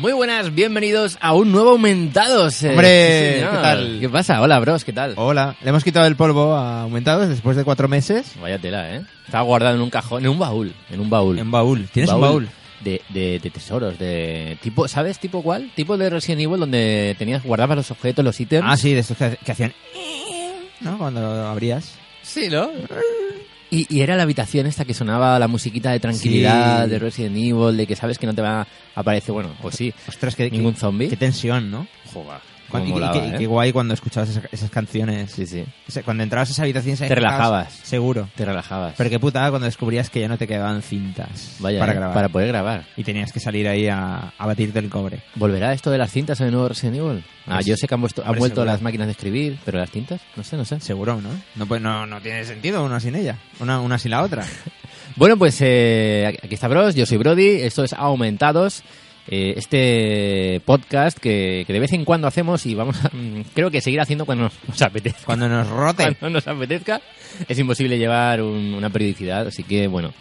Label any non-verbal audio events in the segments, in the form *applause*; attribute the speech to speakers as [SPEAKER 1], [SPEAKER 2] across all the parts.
[SPEAKER 1] Muy buenas, bienvenidos a un nuevo Aumentados. eh.
[SPEAKER 2] Hombre,
[SPEAKER 1] Sí, señor.
[SPEAKER 2] ¿qué tal?
[SPEAKER 1] ¿Qué pasa? Hola, bros, ¿qué
[SPEAKER 3] Oh.
[SPEAKER 1] tal?
[SPEAKER 2] Hola, le hemos quitado el polvo a Aumentados después de cuatro meses.
[SPEAKER 1] Vaya tela, ¿eh? Estaba guardado en un cajón, en un baúl, en un baúl.
[SPEAKER 3] En baúl. ¿Tienes un baúl?
[SPEAKER 1] De, de- de tesoros, de tipo, ¿sabes? ¿Tipo cuál? Tipo de Resident Evil donde tenías, guardabas los objetos, los ítems.
[SPEAKER 3] Ah, sí, de estos que, que hacían...
[SPEAKER 2] ¿No? Cuando abrías.
[SPEAKER 1] sí, ¿no? Y, y era la habitación esta que sonaba la musiquita de tranquilidad,
[SPEAKER 3] Sí.
[SPEAKER 1] de Resident Evil, de que sabes que no te va a aparecer, bueno, pues sí,
[SPEAKER 3] Ostras, que...
[SPEAKER 1] ningún
[SPEAKER 3] que-
[SPEAKER 1] zombie.
[SPEAKER 3] Qué tensión, ¿no?
[SPEAKER 1] Joder,
[SPEAKER 3] Y-
[SPEAKER 1] cómo
[SPEAKER 3] y- y
[SPEAKER 1] molaba,
[SPEAKER 3] qué- y
[SPEAKER 1] ¿eh?
[SPEAKER 3] qué guay cuando escuchabas esa- esas canciones.
[SPEAKER 1] Sí, sí,
[SPEAKER 3] O sea, Cuando entrabas a esa habitación...
[SPEAKER 1] Te relajabas.
[SPEAKER 3] Seguro.
[SPEAKER 1] te relajabas.
[SPEAKER 3] Pero qué putada cuando descubrías que ya no te quedaban cintas
[SPEAKER 1] Vaya,
[SPEAKER 3] para
[SPEAKER 1] ¿eh?
[SPEAKER 3] grabar.
[SPEAKER 1] para poder grabar.
[SPEAKER 3] Y tenías que salir ahí a, a batirte el cobre.
[SPEAKER 1] ¿Volverá esto de las cintas en el nuevo Resident Evil? Ah,
[SPEAKER 3] Pues-
[SPEAKER 1] yo sé que han, vuesto- han
[SPEAKER 3] hombre,
[SPEAKER 1] vuelto
[SPEAKER 3] seguro.
[SPEAKER 1] las máquinas de escribir, pero las cintas, no sé, no sé.
[SPEAKER 3] Seguro, ¿no? No, pues, no, no tiene sentido una sin ella. Una, una sin la otra.
[SPEAKER 1] Bueno, pues eh, aquí está Bros, yo soy Brody, esto es Aumentados, eh, este podcast que, que de vez en cuando hacemos y vamos a, *laughs* mm, creo que seguir haciendo cuando *laughs* nos, nos apetezca.
[SPEAKER 3] Cuando nos rote.
[SPEAKER 1] Cuando nos apetezca es imposible llevar un- una periodicidad, así que bueno,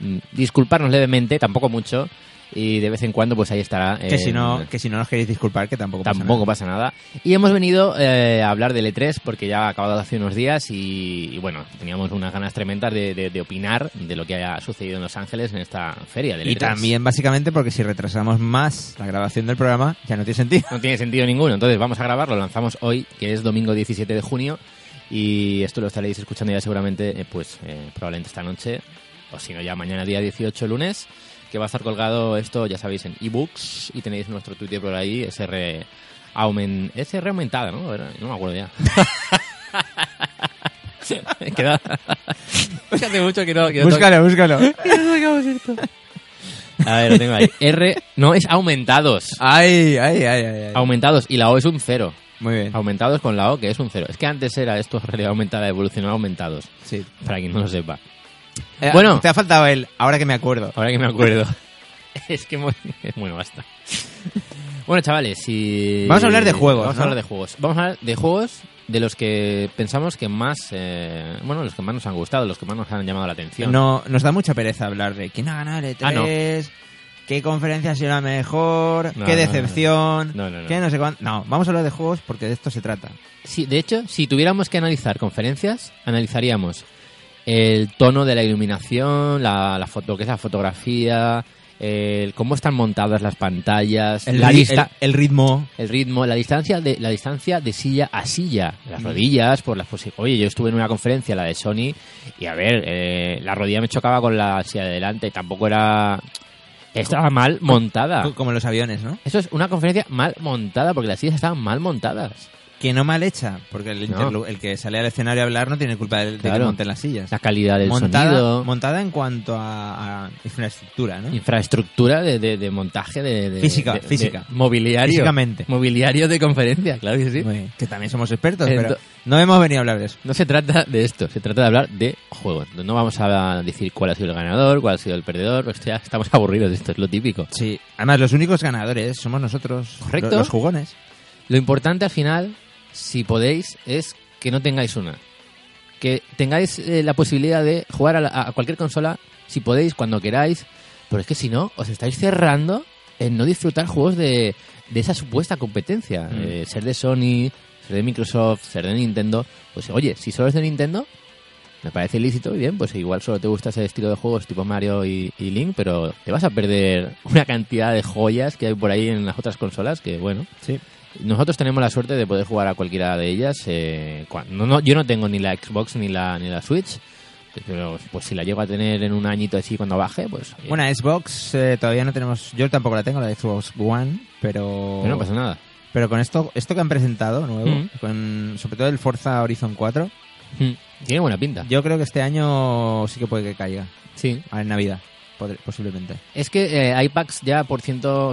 [SPEAKER 1] mm, disculparnos levemente, tampoco mucho, y de vez en cuando pues ahí estará.
[SPEAKER 3] Que si,
[SPEAKER 1] en-
[SPEAKER 3] no, que si no nos queréis disculpar, que Eh, tampoco pasa
[SPEAKER 1] Tampoco
[SPEAKER 3] nada.
[SPEAKER 1] pasa nada. Y hemos venido eh, a hablar del E3 porque ya ha acabado hace unos días y, y bueno, teníamos unas ganas tremendas de, de- de opinar de lo que haya sucedido en Los Ángeles en esta feria del E
[SPEAKER 3] Y
[SPEAKER 1] E3.
[SPEAKER 3] también, básicamente, porque si retrasamos más la grabación del programa, ya no tiene *laughs* sentido.
[SPEAKER 1] No tiene sentido ninguno, entonces vamos a grabarlo, lo lanzamos hoy, que es domingo 17 de junio, y esto lo estaréis escuchando ya seguramente, eh, pues eh, probablemente esta noche, o si no ya mañana día 18, lunes, que va a estar colgado esto, ya sabéis, en ebooks, y tenéis nuestro Twitter por ahí, SR, aumen, SR aumentada, ¿no? Era- No me acuerdo *laughs* ya. Queda... Es que hace mucho que no... que no toco-
[SPEAKER 2] Búscalo,
[SPEAKER 3] *laughs*
[SPEAKER 2] búscalo.
[SPEAKER 1] A ver, lo tengo ahí. R... No, es aumentados.
[SPEAKER 2] ay, ay, ay, ay. ay.
[SPEAKER 1] Aumentados, y la O es un cero.
[SPEAKER 3] Muy bien.
[SPEAKER 1] Aumentados con la O, que es un cero. Es que antes era esto *laughs* realidad aumentada, evolucionó a aumentados.
[SPEAKER 3] Sí.
[SPEAKER 1] Para quien no lo sepa.
[SPEAKER 3] Eh,
[SPEAKER 1] Bueno.
[SPEAKER 3] Te ha faltado él, ahora que me acuerdo.
[SPEAKER 1] Ahora que me acuerdo. *laughs* es que. mo- *laughs* Bueno, basta. Bueno, chavales, si.
[SPEAKER 3] Vamos a hablar de juegos,
[SPEAKER 1] Vamos
[SPEAKER 3] ¿no?
[SPEAKER 1] a hablar de juegos. Vamos a hablar de juegos de los que pensamos que más. eh, bueno, los que más nos han gustado, los que más nos han llamado la atención.
[SPEAKER 3] No, nos da mucha pereza hablar de quién ha ganado el E3,
[SPEAKER 1] Ah, no.
[SPEAKER 3] qué conferencia ha sido la mejor,
[SPEAKER 1] No, no,
[SPEAKER 3] qué
[SPEAKER 1] no,
[SPEAKER 3] decepción,
[SPEAKER 1] no. No, no, no.
[SPEAKER 3] qué no sé cuánto. No, vamos a hablar de juegos porque de esto se trata.
[SPEAKER 1] Sí, de hecho, si tuviéramos que analizar conferencias, analizaríamos el tono de la iluminación, la, la foto, lo que es la fotografía, el cómo están montadas las pantallas, la
[SPEAKER 3] ri-
[SPEAKER 1] dista-
[SPEAKER 3] el- el ritmo.
[SPEAKER 1] el ritmo, la distancia de la distancia de silla a silla,
[SPEAKER 3] Mm.
[SPEAKER 1] las rodillas, por las posi- Oye, yo estuve en una conferencia, la de Sony, y a ver, eh, la rodilla me chocaba con la silla de delante, tampoco era estaba mal montada.
[SPEAKER 3] co- Como los aviones, ¿no?
[SPEAKER 1] Eso es una conferencia mal montada porque las sillas estaban mal montadas.
[SPEAKER 3] Que no mal hecha, porque el,
[SPEAKER 1] No.
[SPEAKER 3] interlu- el que sale al escenario a hablar no tiene culpa de, de que
[SPEAKER 1] Claro.
[SPEAKER 3] monten las sillas.
[SPEAKER 1] La calidad del
[SPEAKER 3] montada,
[SPEAKER 1] sonido,
[SPEAKER 3] montada en cuanto a, a infraestructura, ¿no?
[SPEAKER 1] infraestructura de, de- de montaje de, de-
[SPEAKER 3] Física,
[SPEAKER 1] de- de-
[SPEAKER 3] física.
[SPEAKER 1] mobiliario,
[SPEAKER 3] Físicamente.
[SPEAKER 1] mobiliario de conferencia, claro que sí.
[SPEAKER 3] Muy bien. Que también somos expertos,
[SPEAKER 1] Ento-
[SPEAKER 3] pero no hemos venido a hablar de eso.
[SPEAKER 1] No se trata de esto, se trata de hablar de juegos. No vamos a decir cuál ha sido el ganador, cuál ha sido el perdedor, esto ya estamos *laughs* aburridos de esto, es lo típico.
[SPEAKER 3] Sí, además los únicos ganadores somos nosotros,
[SPEAKER 1] Correcto.
[SPEAKER 3] lo- los jugones.
[SPEAKER 1] Lo importante al final, si podéis, es que no tengáis una. Que tengáis eh, la posibilidad de jugar a, la- a cualquier consola, si podéis, cuando queráis. Pero es que si no, os estáis cerrando en no disfrutar juegos de, de esa supuesta competencia. Eh, ser de Sony, ser de Microsoft, ser de Nintendo. Pues oye, si solo es de Nintendo, me parece ilícito y bien, pues igual solo te gusta ese estilo de juegos tipo Mario y, y Link, pero te vas a perder una cantidad de joyas que hay por ahí en las otras consolas que, bueno,
[SPEAKER 3] Sí.
[SPEAKER 1] Nosotros tenemos la suerte de poder jugar a cualquiera de ellas. eh, cua- no, no, yo no tengo ni la Xbox ni la, ni la Switch. Pero pues si la llego a tener en un añito así cuando baje, pues... oye,
[SPEAKER 3] Bueno, Xbox eh, todavía no tenemos. Yo tampoco la tengo, la de Xbox One, pero.
[SPEAKER 1] que no pasa nada.
[SPEAKER 3] Pero con esto, esto que han presentado nuevo,
[SPEAKER 1] pues- Mm.
[SPEAKER 3] con, sobre todo el Forza Horizon 4,
[SPEAKER 1] Mm, Tiene buena pinta.
[SPEAKER 3] yo creo que este año sí que puede que caiga.
[SPEAKER 1] Sí.
[SPEAKER 3] Ah, En Navidad, podr- posiblemente.
[SPEAKER 1] Es que eh, hay packs ya por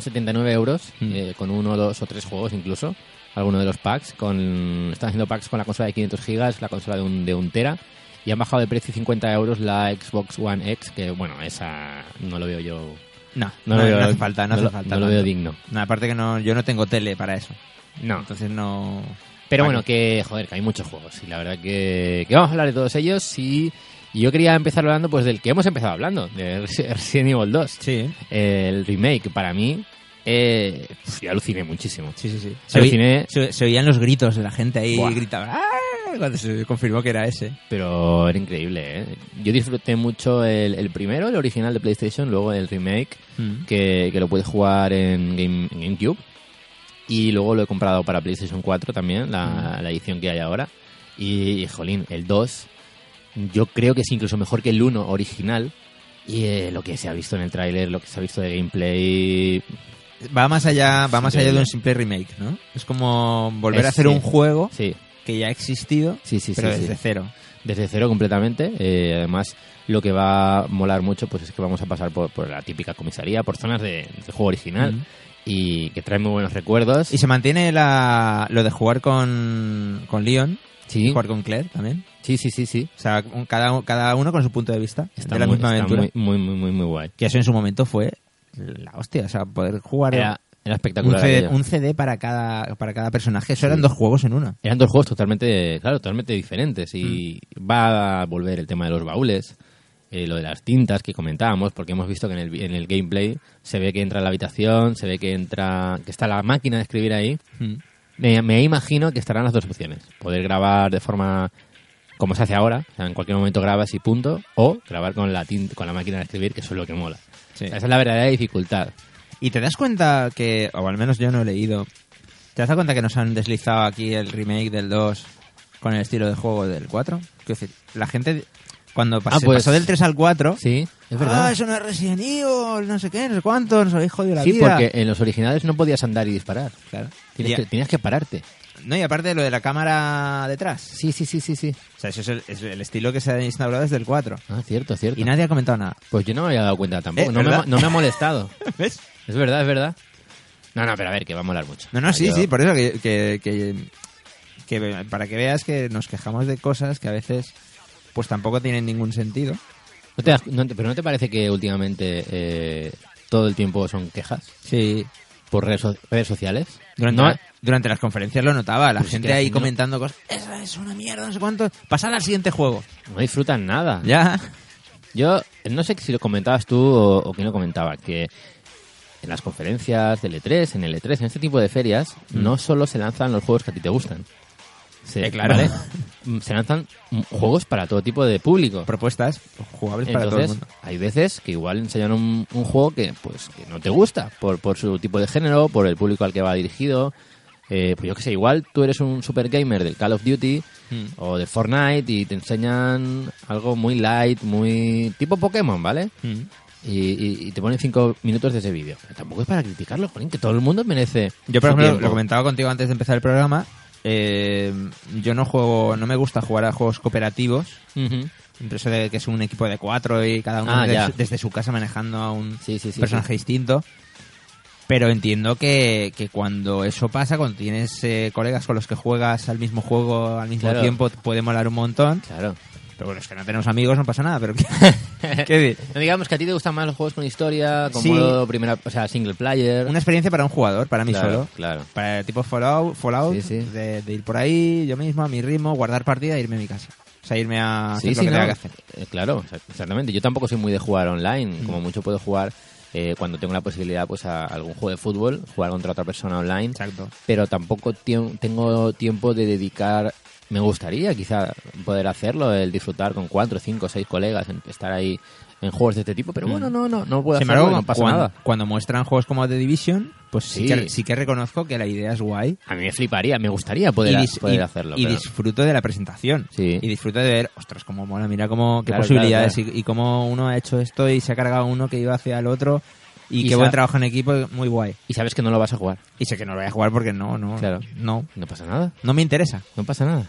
[SPEAKER 1] 179 euros,
[SPEAKER 3] Mm.
[SPEAKER 1] eh, con uno, dos o tres juegos incluso, algunos de los packs. con Están haciendo packs con la consola de 500 gigas, la consola de un, de un tera, y han bajado de precio 50 euros la Xbox One X, que bueno, esa no lo veo yo...
[SPEAKER 3] No,
[SPEAKER 1] No,
[SPEAKER 3] no,
[SPEAKER 1] lo veo,
[SPEAKER 3] no hace falta, no,
[SPEAKER 1] lo-
[SPEAKER 3] hace falta.
[SPEAKER 1] no lo veo
[SPEAKER 3] tanto.
[SPEAKER 1] digno.
[SPEAKER 3] No, aparte que no, yo no tengo tele para eso.
[SPEAKER 1] No,
[SPEAKER 3] Entonces no.
[SPEAKER 1] pero
[SPEAKER 3] Vale.
[SPEAKER 1] bueno, que joder, que hay muchos juegos y la verdad que, que vamos a hablar de todos ellos y y yo quería empezar hablando pues del que hemos empezado hablando, de *laughs* Resident Evil 2.
[SPEAKER 3] Sí, ¿eh?
[SPEAKER 1] el remake para mí eh, pf, yo aluciné muchísimo
[SPEAKER 3] sí, sí. sí.
[SPEAKER 1] Se
[SPEAKER 3] oí-
[SPEAKER 1] aluciné.
[SPEAKER 3] se- se oían los gritos de la gente ahí
[SPEAKER 1] Buah.
[SPEAKER 3] gritaba. "¡Ah!", Cuando se confirmó que era ese.
[SPEAKER 1] pero era increíble ¿eh? yo disfruté mucho el, el primero el original de PlayStation luego el remake que, que lo puedes jugar en, Game- en GameCube y luego lo he comprado para PlayStation 4 también la,
[SPEAKER 3] Mm.
[SPEAKER 1] la edición que hay ahora y, y, jolín el 2 yo creo que es incluso mejor que el 1 original y eh, lo que se ha visto en el tráiler lo que se ha visto de gameplay
[SPEAKER 3] Va más allá, va más allá de
[SPEAKER 1] increíble.
[SPEAKER 3] un simple remake, ¿no? Es como volver
[SPEAKER 1] Es-
[SPEAKER 3] a hacer
[SPEAKER 1] sí.
[SPEAKER 3] un juego
[SPEAKER 1] sí
[SPEAKER 3] que ya ha existido,
[SPEAKER 1] sí sí
[SPEAKER 3] pero
[SPEAKER 1] sí, sí.
[SPEAKER 3] desde cero.
[SPEAKER 1] desde cero completamente. Eh, además, lo que va a molar mucho pues es que vamos a pasar por, por la típica comisaría, por zonas de- del juego original
[SPEAKER 3] Mm.
[SPEAKER 1] y que trae muy buenos recuerdos.
[SPEAKER 3] Y se mantiene la, lo de jugar con, con Leon,
[SPEAKER 1] sí,
[SPEAKER 3] jugar con Claire también.
[SPEAKER 1] sí, sí, sí, sí.
[SPEAKER 3] O sea, un- cada, cada uno con su punto de vista
[SPEAKER 1] Está,
[SPEAKER 3] de la
[SPEAKER 1] muy,
[SPEAKER 3] misma
[SPEAKER 1] está
[SPEAKER 3] aventura.
[SPEAKER 1] muy, muy, muy, muy, muy guay.
[SPEAKER 3] Que eso en su momento fue la hostia. O sea, poder jugar
[SPEAKER 1] Era, era
[SPEAKER 3] un
[SPEAKER 1] espectacular.
[SPEAKER 3] CD,
[SPEAKER 1] aquello.
[SPEAKER 3] un CD para cada para cada personaje. Eso eran
[SPEAKER 1] Sí.
[SPEAKER 3] dos juegos en uno.
[SPEAKER 1] Eran dos juegos totalmente, claro, totalmente diferentes y
[SPEAKER 3] Mm.
[SPEAKER 1] va a volver el tema de los baúles, eh, lo de las tintas que comentábamos, porque hemos visto que en el, vi- en el gameplay se ve que entra a la habitación, se ve que entra, que está la máquina de escribir ahí Me, me imagino que estarán las dos opciones. Poder grabar de forma como se hace ahora, o sea, en cualquier momento grabas y punto, o grabar con la tin- con la máquina de escribir, que eso es lo que mola.
[SPEAKER 3] Sí.
[SPEAKER 1] O sea, esa es la verdadera dificultad.
[SPEAKER 3] Y te das cuenta que, o al menos yo no he leído, ¿te das cuenta que nos han deslizado aquí el remake del 2 con el estilo de juego del 4? Quiero decir, la gente cuando pas-
[SPEAKER 1] Ah,
[SPEAKER 3] se
[SPEAKER 1] pues-
[SPEAKER 3] pasó del 3 al 4,
[SPEAKER 1] Sí, es
[SPEAKER 3] ah,
[SPEAKER 1] verdad.
[SPEAKER 3] eso no es Resident Evil, no sé qué, no sé cuánto, nos habéis jodido la
[SPEAKER 1] sí,
[SPEAKER 3] vida.
[SPEAKER 1] porque en los originales no podías andar y disparar.
[SPEAKER 3] Claro.
[SPEAKER 1] Tienes,
[SPEAKER 3] Y-
[SPEAKER 1] que, tenías que pararte.
[SPEAKER 3] No, y aparte de lo de la cámara detrás.
[SPEAKER 1] Sí, sí, sí, sí, sí.
[SPEAKER 3] O sea, eso es el, es el estilo que se ha instaurado desde el 4.
[SPEAKER 1] Ah, cierto, cierto.
[SPEAKER 3] Y nadie ha comentado
[SPEAKER 1] *laughs*
[SPEAKER 3] nada.
[SPEAKER 1] Pues yo no me había dado cuenta tampoco.
[SPEAKER 3] Eh,
[SPEAKER 1] no, me,
[SPEAKER 3] ¿verdad?
[SPEAKER 1] ha- no me ha
[SPEAKER 3] *laughs*
[SPEAKER 1] molestado.
[SPEAKER 3] ¿Ves?
[SPEAKER 1] es verdad, es verdad. No, no, pero a ver, que va a molar mucho.
[SPEAKER 3] No,
[SPEAKER 1] Ah,
[SPEAKER 3] no, sí,
[SPEAKER 1] yo-
[SPEAKER 3] sí, por eso que, que, que- que para que veas que nos quejamos de cosas que a veces pues tampoco tienen ningún sentido.
[SPEAKER 1] ¿No te das- no te- ¿Pero no te parece que últimamente eh, todo el tiempo son quejas?
[SPEAKER 3] Sí.
[SPEAKER 1] por redes, so- redes sociales.
[SPEAKER 3] Durante,
[SPEAKER 1] No,
[SPEAKER 3] la- durante las conferencias lo notaba, la
[SPEAKER 1] Pues sí
[SPEAKER 3] gente
[SPEAKER 1] que la
[SPEAKER 3] ahí
[SPEAKER 1] gente no-
[SPEAKER 3] comentando cosas. Esa es una mierda, no sé cuánto. Pasad al siguiente juego.
[SPEAKER 1] no disfrutan nada.
[SPEAKER 3] Ya. *laughs*
[SPEAKER 1] Yo no sé si lo comentabas tú o, o quién lo comentaba, que en las conferencias del E3, en el E3, en este tipo de ferias, no solo se lanzan los juegos que a ti te gustan. Se,
[SPEAKER 3] Mm. Eh, claro.
[SPEAKER 1] Mm, Se lanzan mm, juegos para todo tipo de público.
[SPEAKER 3] Propuestas jugables para todo el
[SPEAKER 1] Entonces,
[SPEAKER 3] mundo.
[SPEAKER 1] hay veces que igual enseñan un, un juego que pues que no te gusta por, por su tipo de género, por el público al que va dirigido. Eh, pues yo que sé, igual tú eres un super gamer del Call of Duty
[SPEAKER 3] Mm.
[SPEAKER 1] o de Fortnite y te enseñan algo muy light, muy tipo Pokémon, ¿vale?
[SPEAKER 3] Mm.
[SPEAKER 1] Y, y- y te ponen cinco minutos de ese vídeo. Pero tampoco es para criticarlo, jolín, que todo el mundo merece.
[SPEAKER 3] Yo, por
[SPEAKER 1] su
[SPEAKER 3] ejemplo,
[SPEAKER 1] tiempo.
[SPEAKER 3] lo comentaba contigo antes de empezar el programa. eh, yo no juego, no me gusta jugar a juegos cooperativos.
[SPEAKER 1] Ujú.
[SPEAKER 3] Eso de que es un equipo de cuatro y cada uno
[SPEAKER 1] Ah,
[SPEAKER 3] de-
[SPEAKER 1] ya.
[SPEAKER 3] desde, su casa manejando a un
[SPEAKER 1] Sí, sí, sí,
[SPEAKER 3] personaje
[SPEAKER 1] sí.
[SPEAKER 3] distinto. Pero entiendo que, que cuando eso pasa, cuando tienes eh, colegas con los que juegas al mismo juego al mismo
[SPEAKER 1] Claro.
[SPEAKER 3] tiempo, puede molar un montón.
[SPEAKER 1] Claro.
[SPEAKER 3] Pero bueno, es que no tenemos amigos, no pasa
[SPEAKER 1] *laughs*
[SPEAKER 3] nada. Pero ¿qué, qué di-
[SPEAKER 1] No digamos que a ti te gustan más los juegos con historia, con
[SPEAKER 3] Sí.
[SPEAKER 1] modo primera, o sea, single player.
[SPEAKER 3] Una experiencia para un jugador, para mí
[SPEAKER 1] Claro,
[SPEAKER 3] solo.
[SPEAKER 1] claro.
[SPEAKER 3] Para el tipo Fallout, Fallout
[SPEAKER 1] Sí, sí.
[SPEAKER 3] De, de ir por ahí yo mismo, a mi ritmo, guardar partida e irme a mi casa. O sea, irme a
[SPEAKER 1] Sí,
[SPEAKER 3] Ah,
[SPEAKER 1] sí,
[SPEAKER 3] hacer lo que tenga
[SPEAKER 1] no.
[SPEAKER 3] que hacer.
[SPEAKER 1] Eh, claro, o sea, exactamente. Yo tampoco soy muy de jugar online. Como
[SPEAKER 3] Mm.
[SPEAKER 1] mucho puedo jugar eh, cuando tengo la posibilidad, pues a algún juego de fútbol, jugar contra otra persona online.
[SPEAKER 3] Exacto.
[SPEAKER 1] Pero tampoco tiem- tengo tiempo de dedicar. Me gustaría quizá poder hacerlo, el disfrutar con cuatro, cinco, seis colegas, en- estar ahí en juegos de este tipo, pero bueno, no, no, no puedo
[SPEAKER 3] Mm. Sin
[SPEAKER 1] hacerlo
[SPEAKER 3] embargo,
[SPEAKER 1] y no pasa
[SPEAKER 3] cuando,
[SPEAKER 1] nada.
[SPEAKER 3] cuando muestran juegos como The Division, pues
[SPEAKER 1] Sí.
[SPEAKER 3] sí, que, sí que reconozco que la idea es guay.
[SPEAKER 1] A mí me fliparía, me gustaría poder,
[SPEAKER 3] dis-
[SPEAKER 1] poder
[SPEAKER 3] y-
[SPEAKER 1] hacerlo.
[SPEAKER 3] y
[SPEAKER 1] pero-
[SPEAKER 3] disfruto de la presentación.
[SPEAKER 1] Sí.
[SPEAKER 3] Y disfruto de ver, ostras, cómo mola, mira cómo, qué
[SPEAKER 1] Claro,
[SPEAKER 3] posibilidades
[SPEAKER 1] claro,
[SPEAKER 3] Y, y cómo uno ha hecho esto y se ha cargado uno que iba hacia el otro. Y,
[SPEAKER 1] Y
[SPEAKER 3] qué
[SPEAKER 1] se
[SPEAKER 3] buen
[SPEAKER 1] ha-
[SPEAKER 3] trabajo en equipo, muy guay.
[SPEAKER 1] y sabes que no lo vas a jugar.
[SPEAKER 3] Y sé que no lo voy a jugar porque no, no,
[SPEAKER 1] Claro.
[SPEAKER 3] no,
[SPEAKER 1] No pasa nada,
[SPEAKER 3] no me interesa.
[SPEAKER 1] no pasa nada.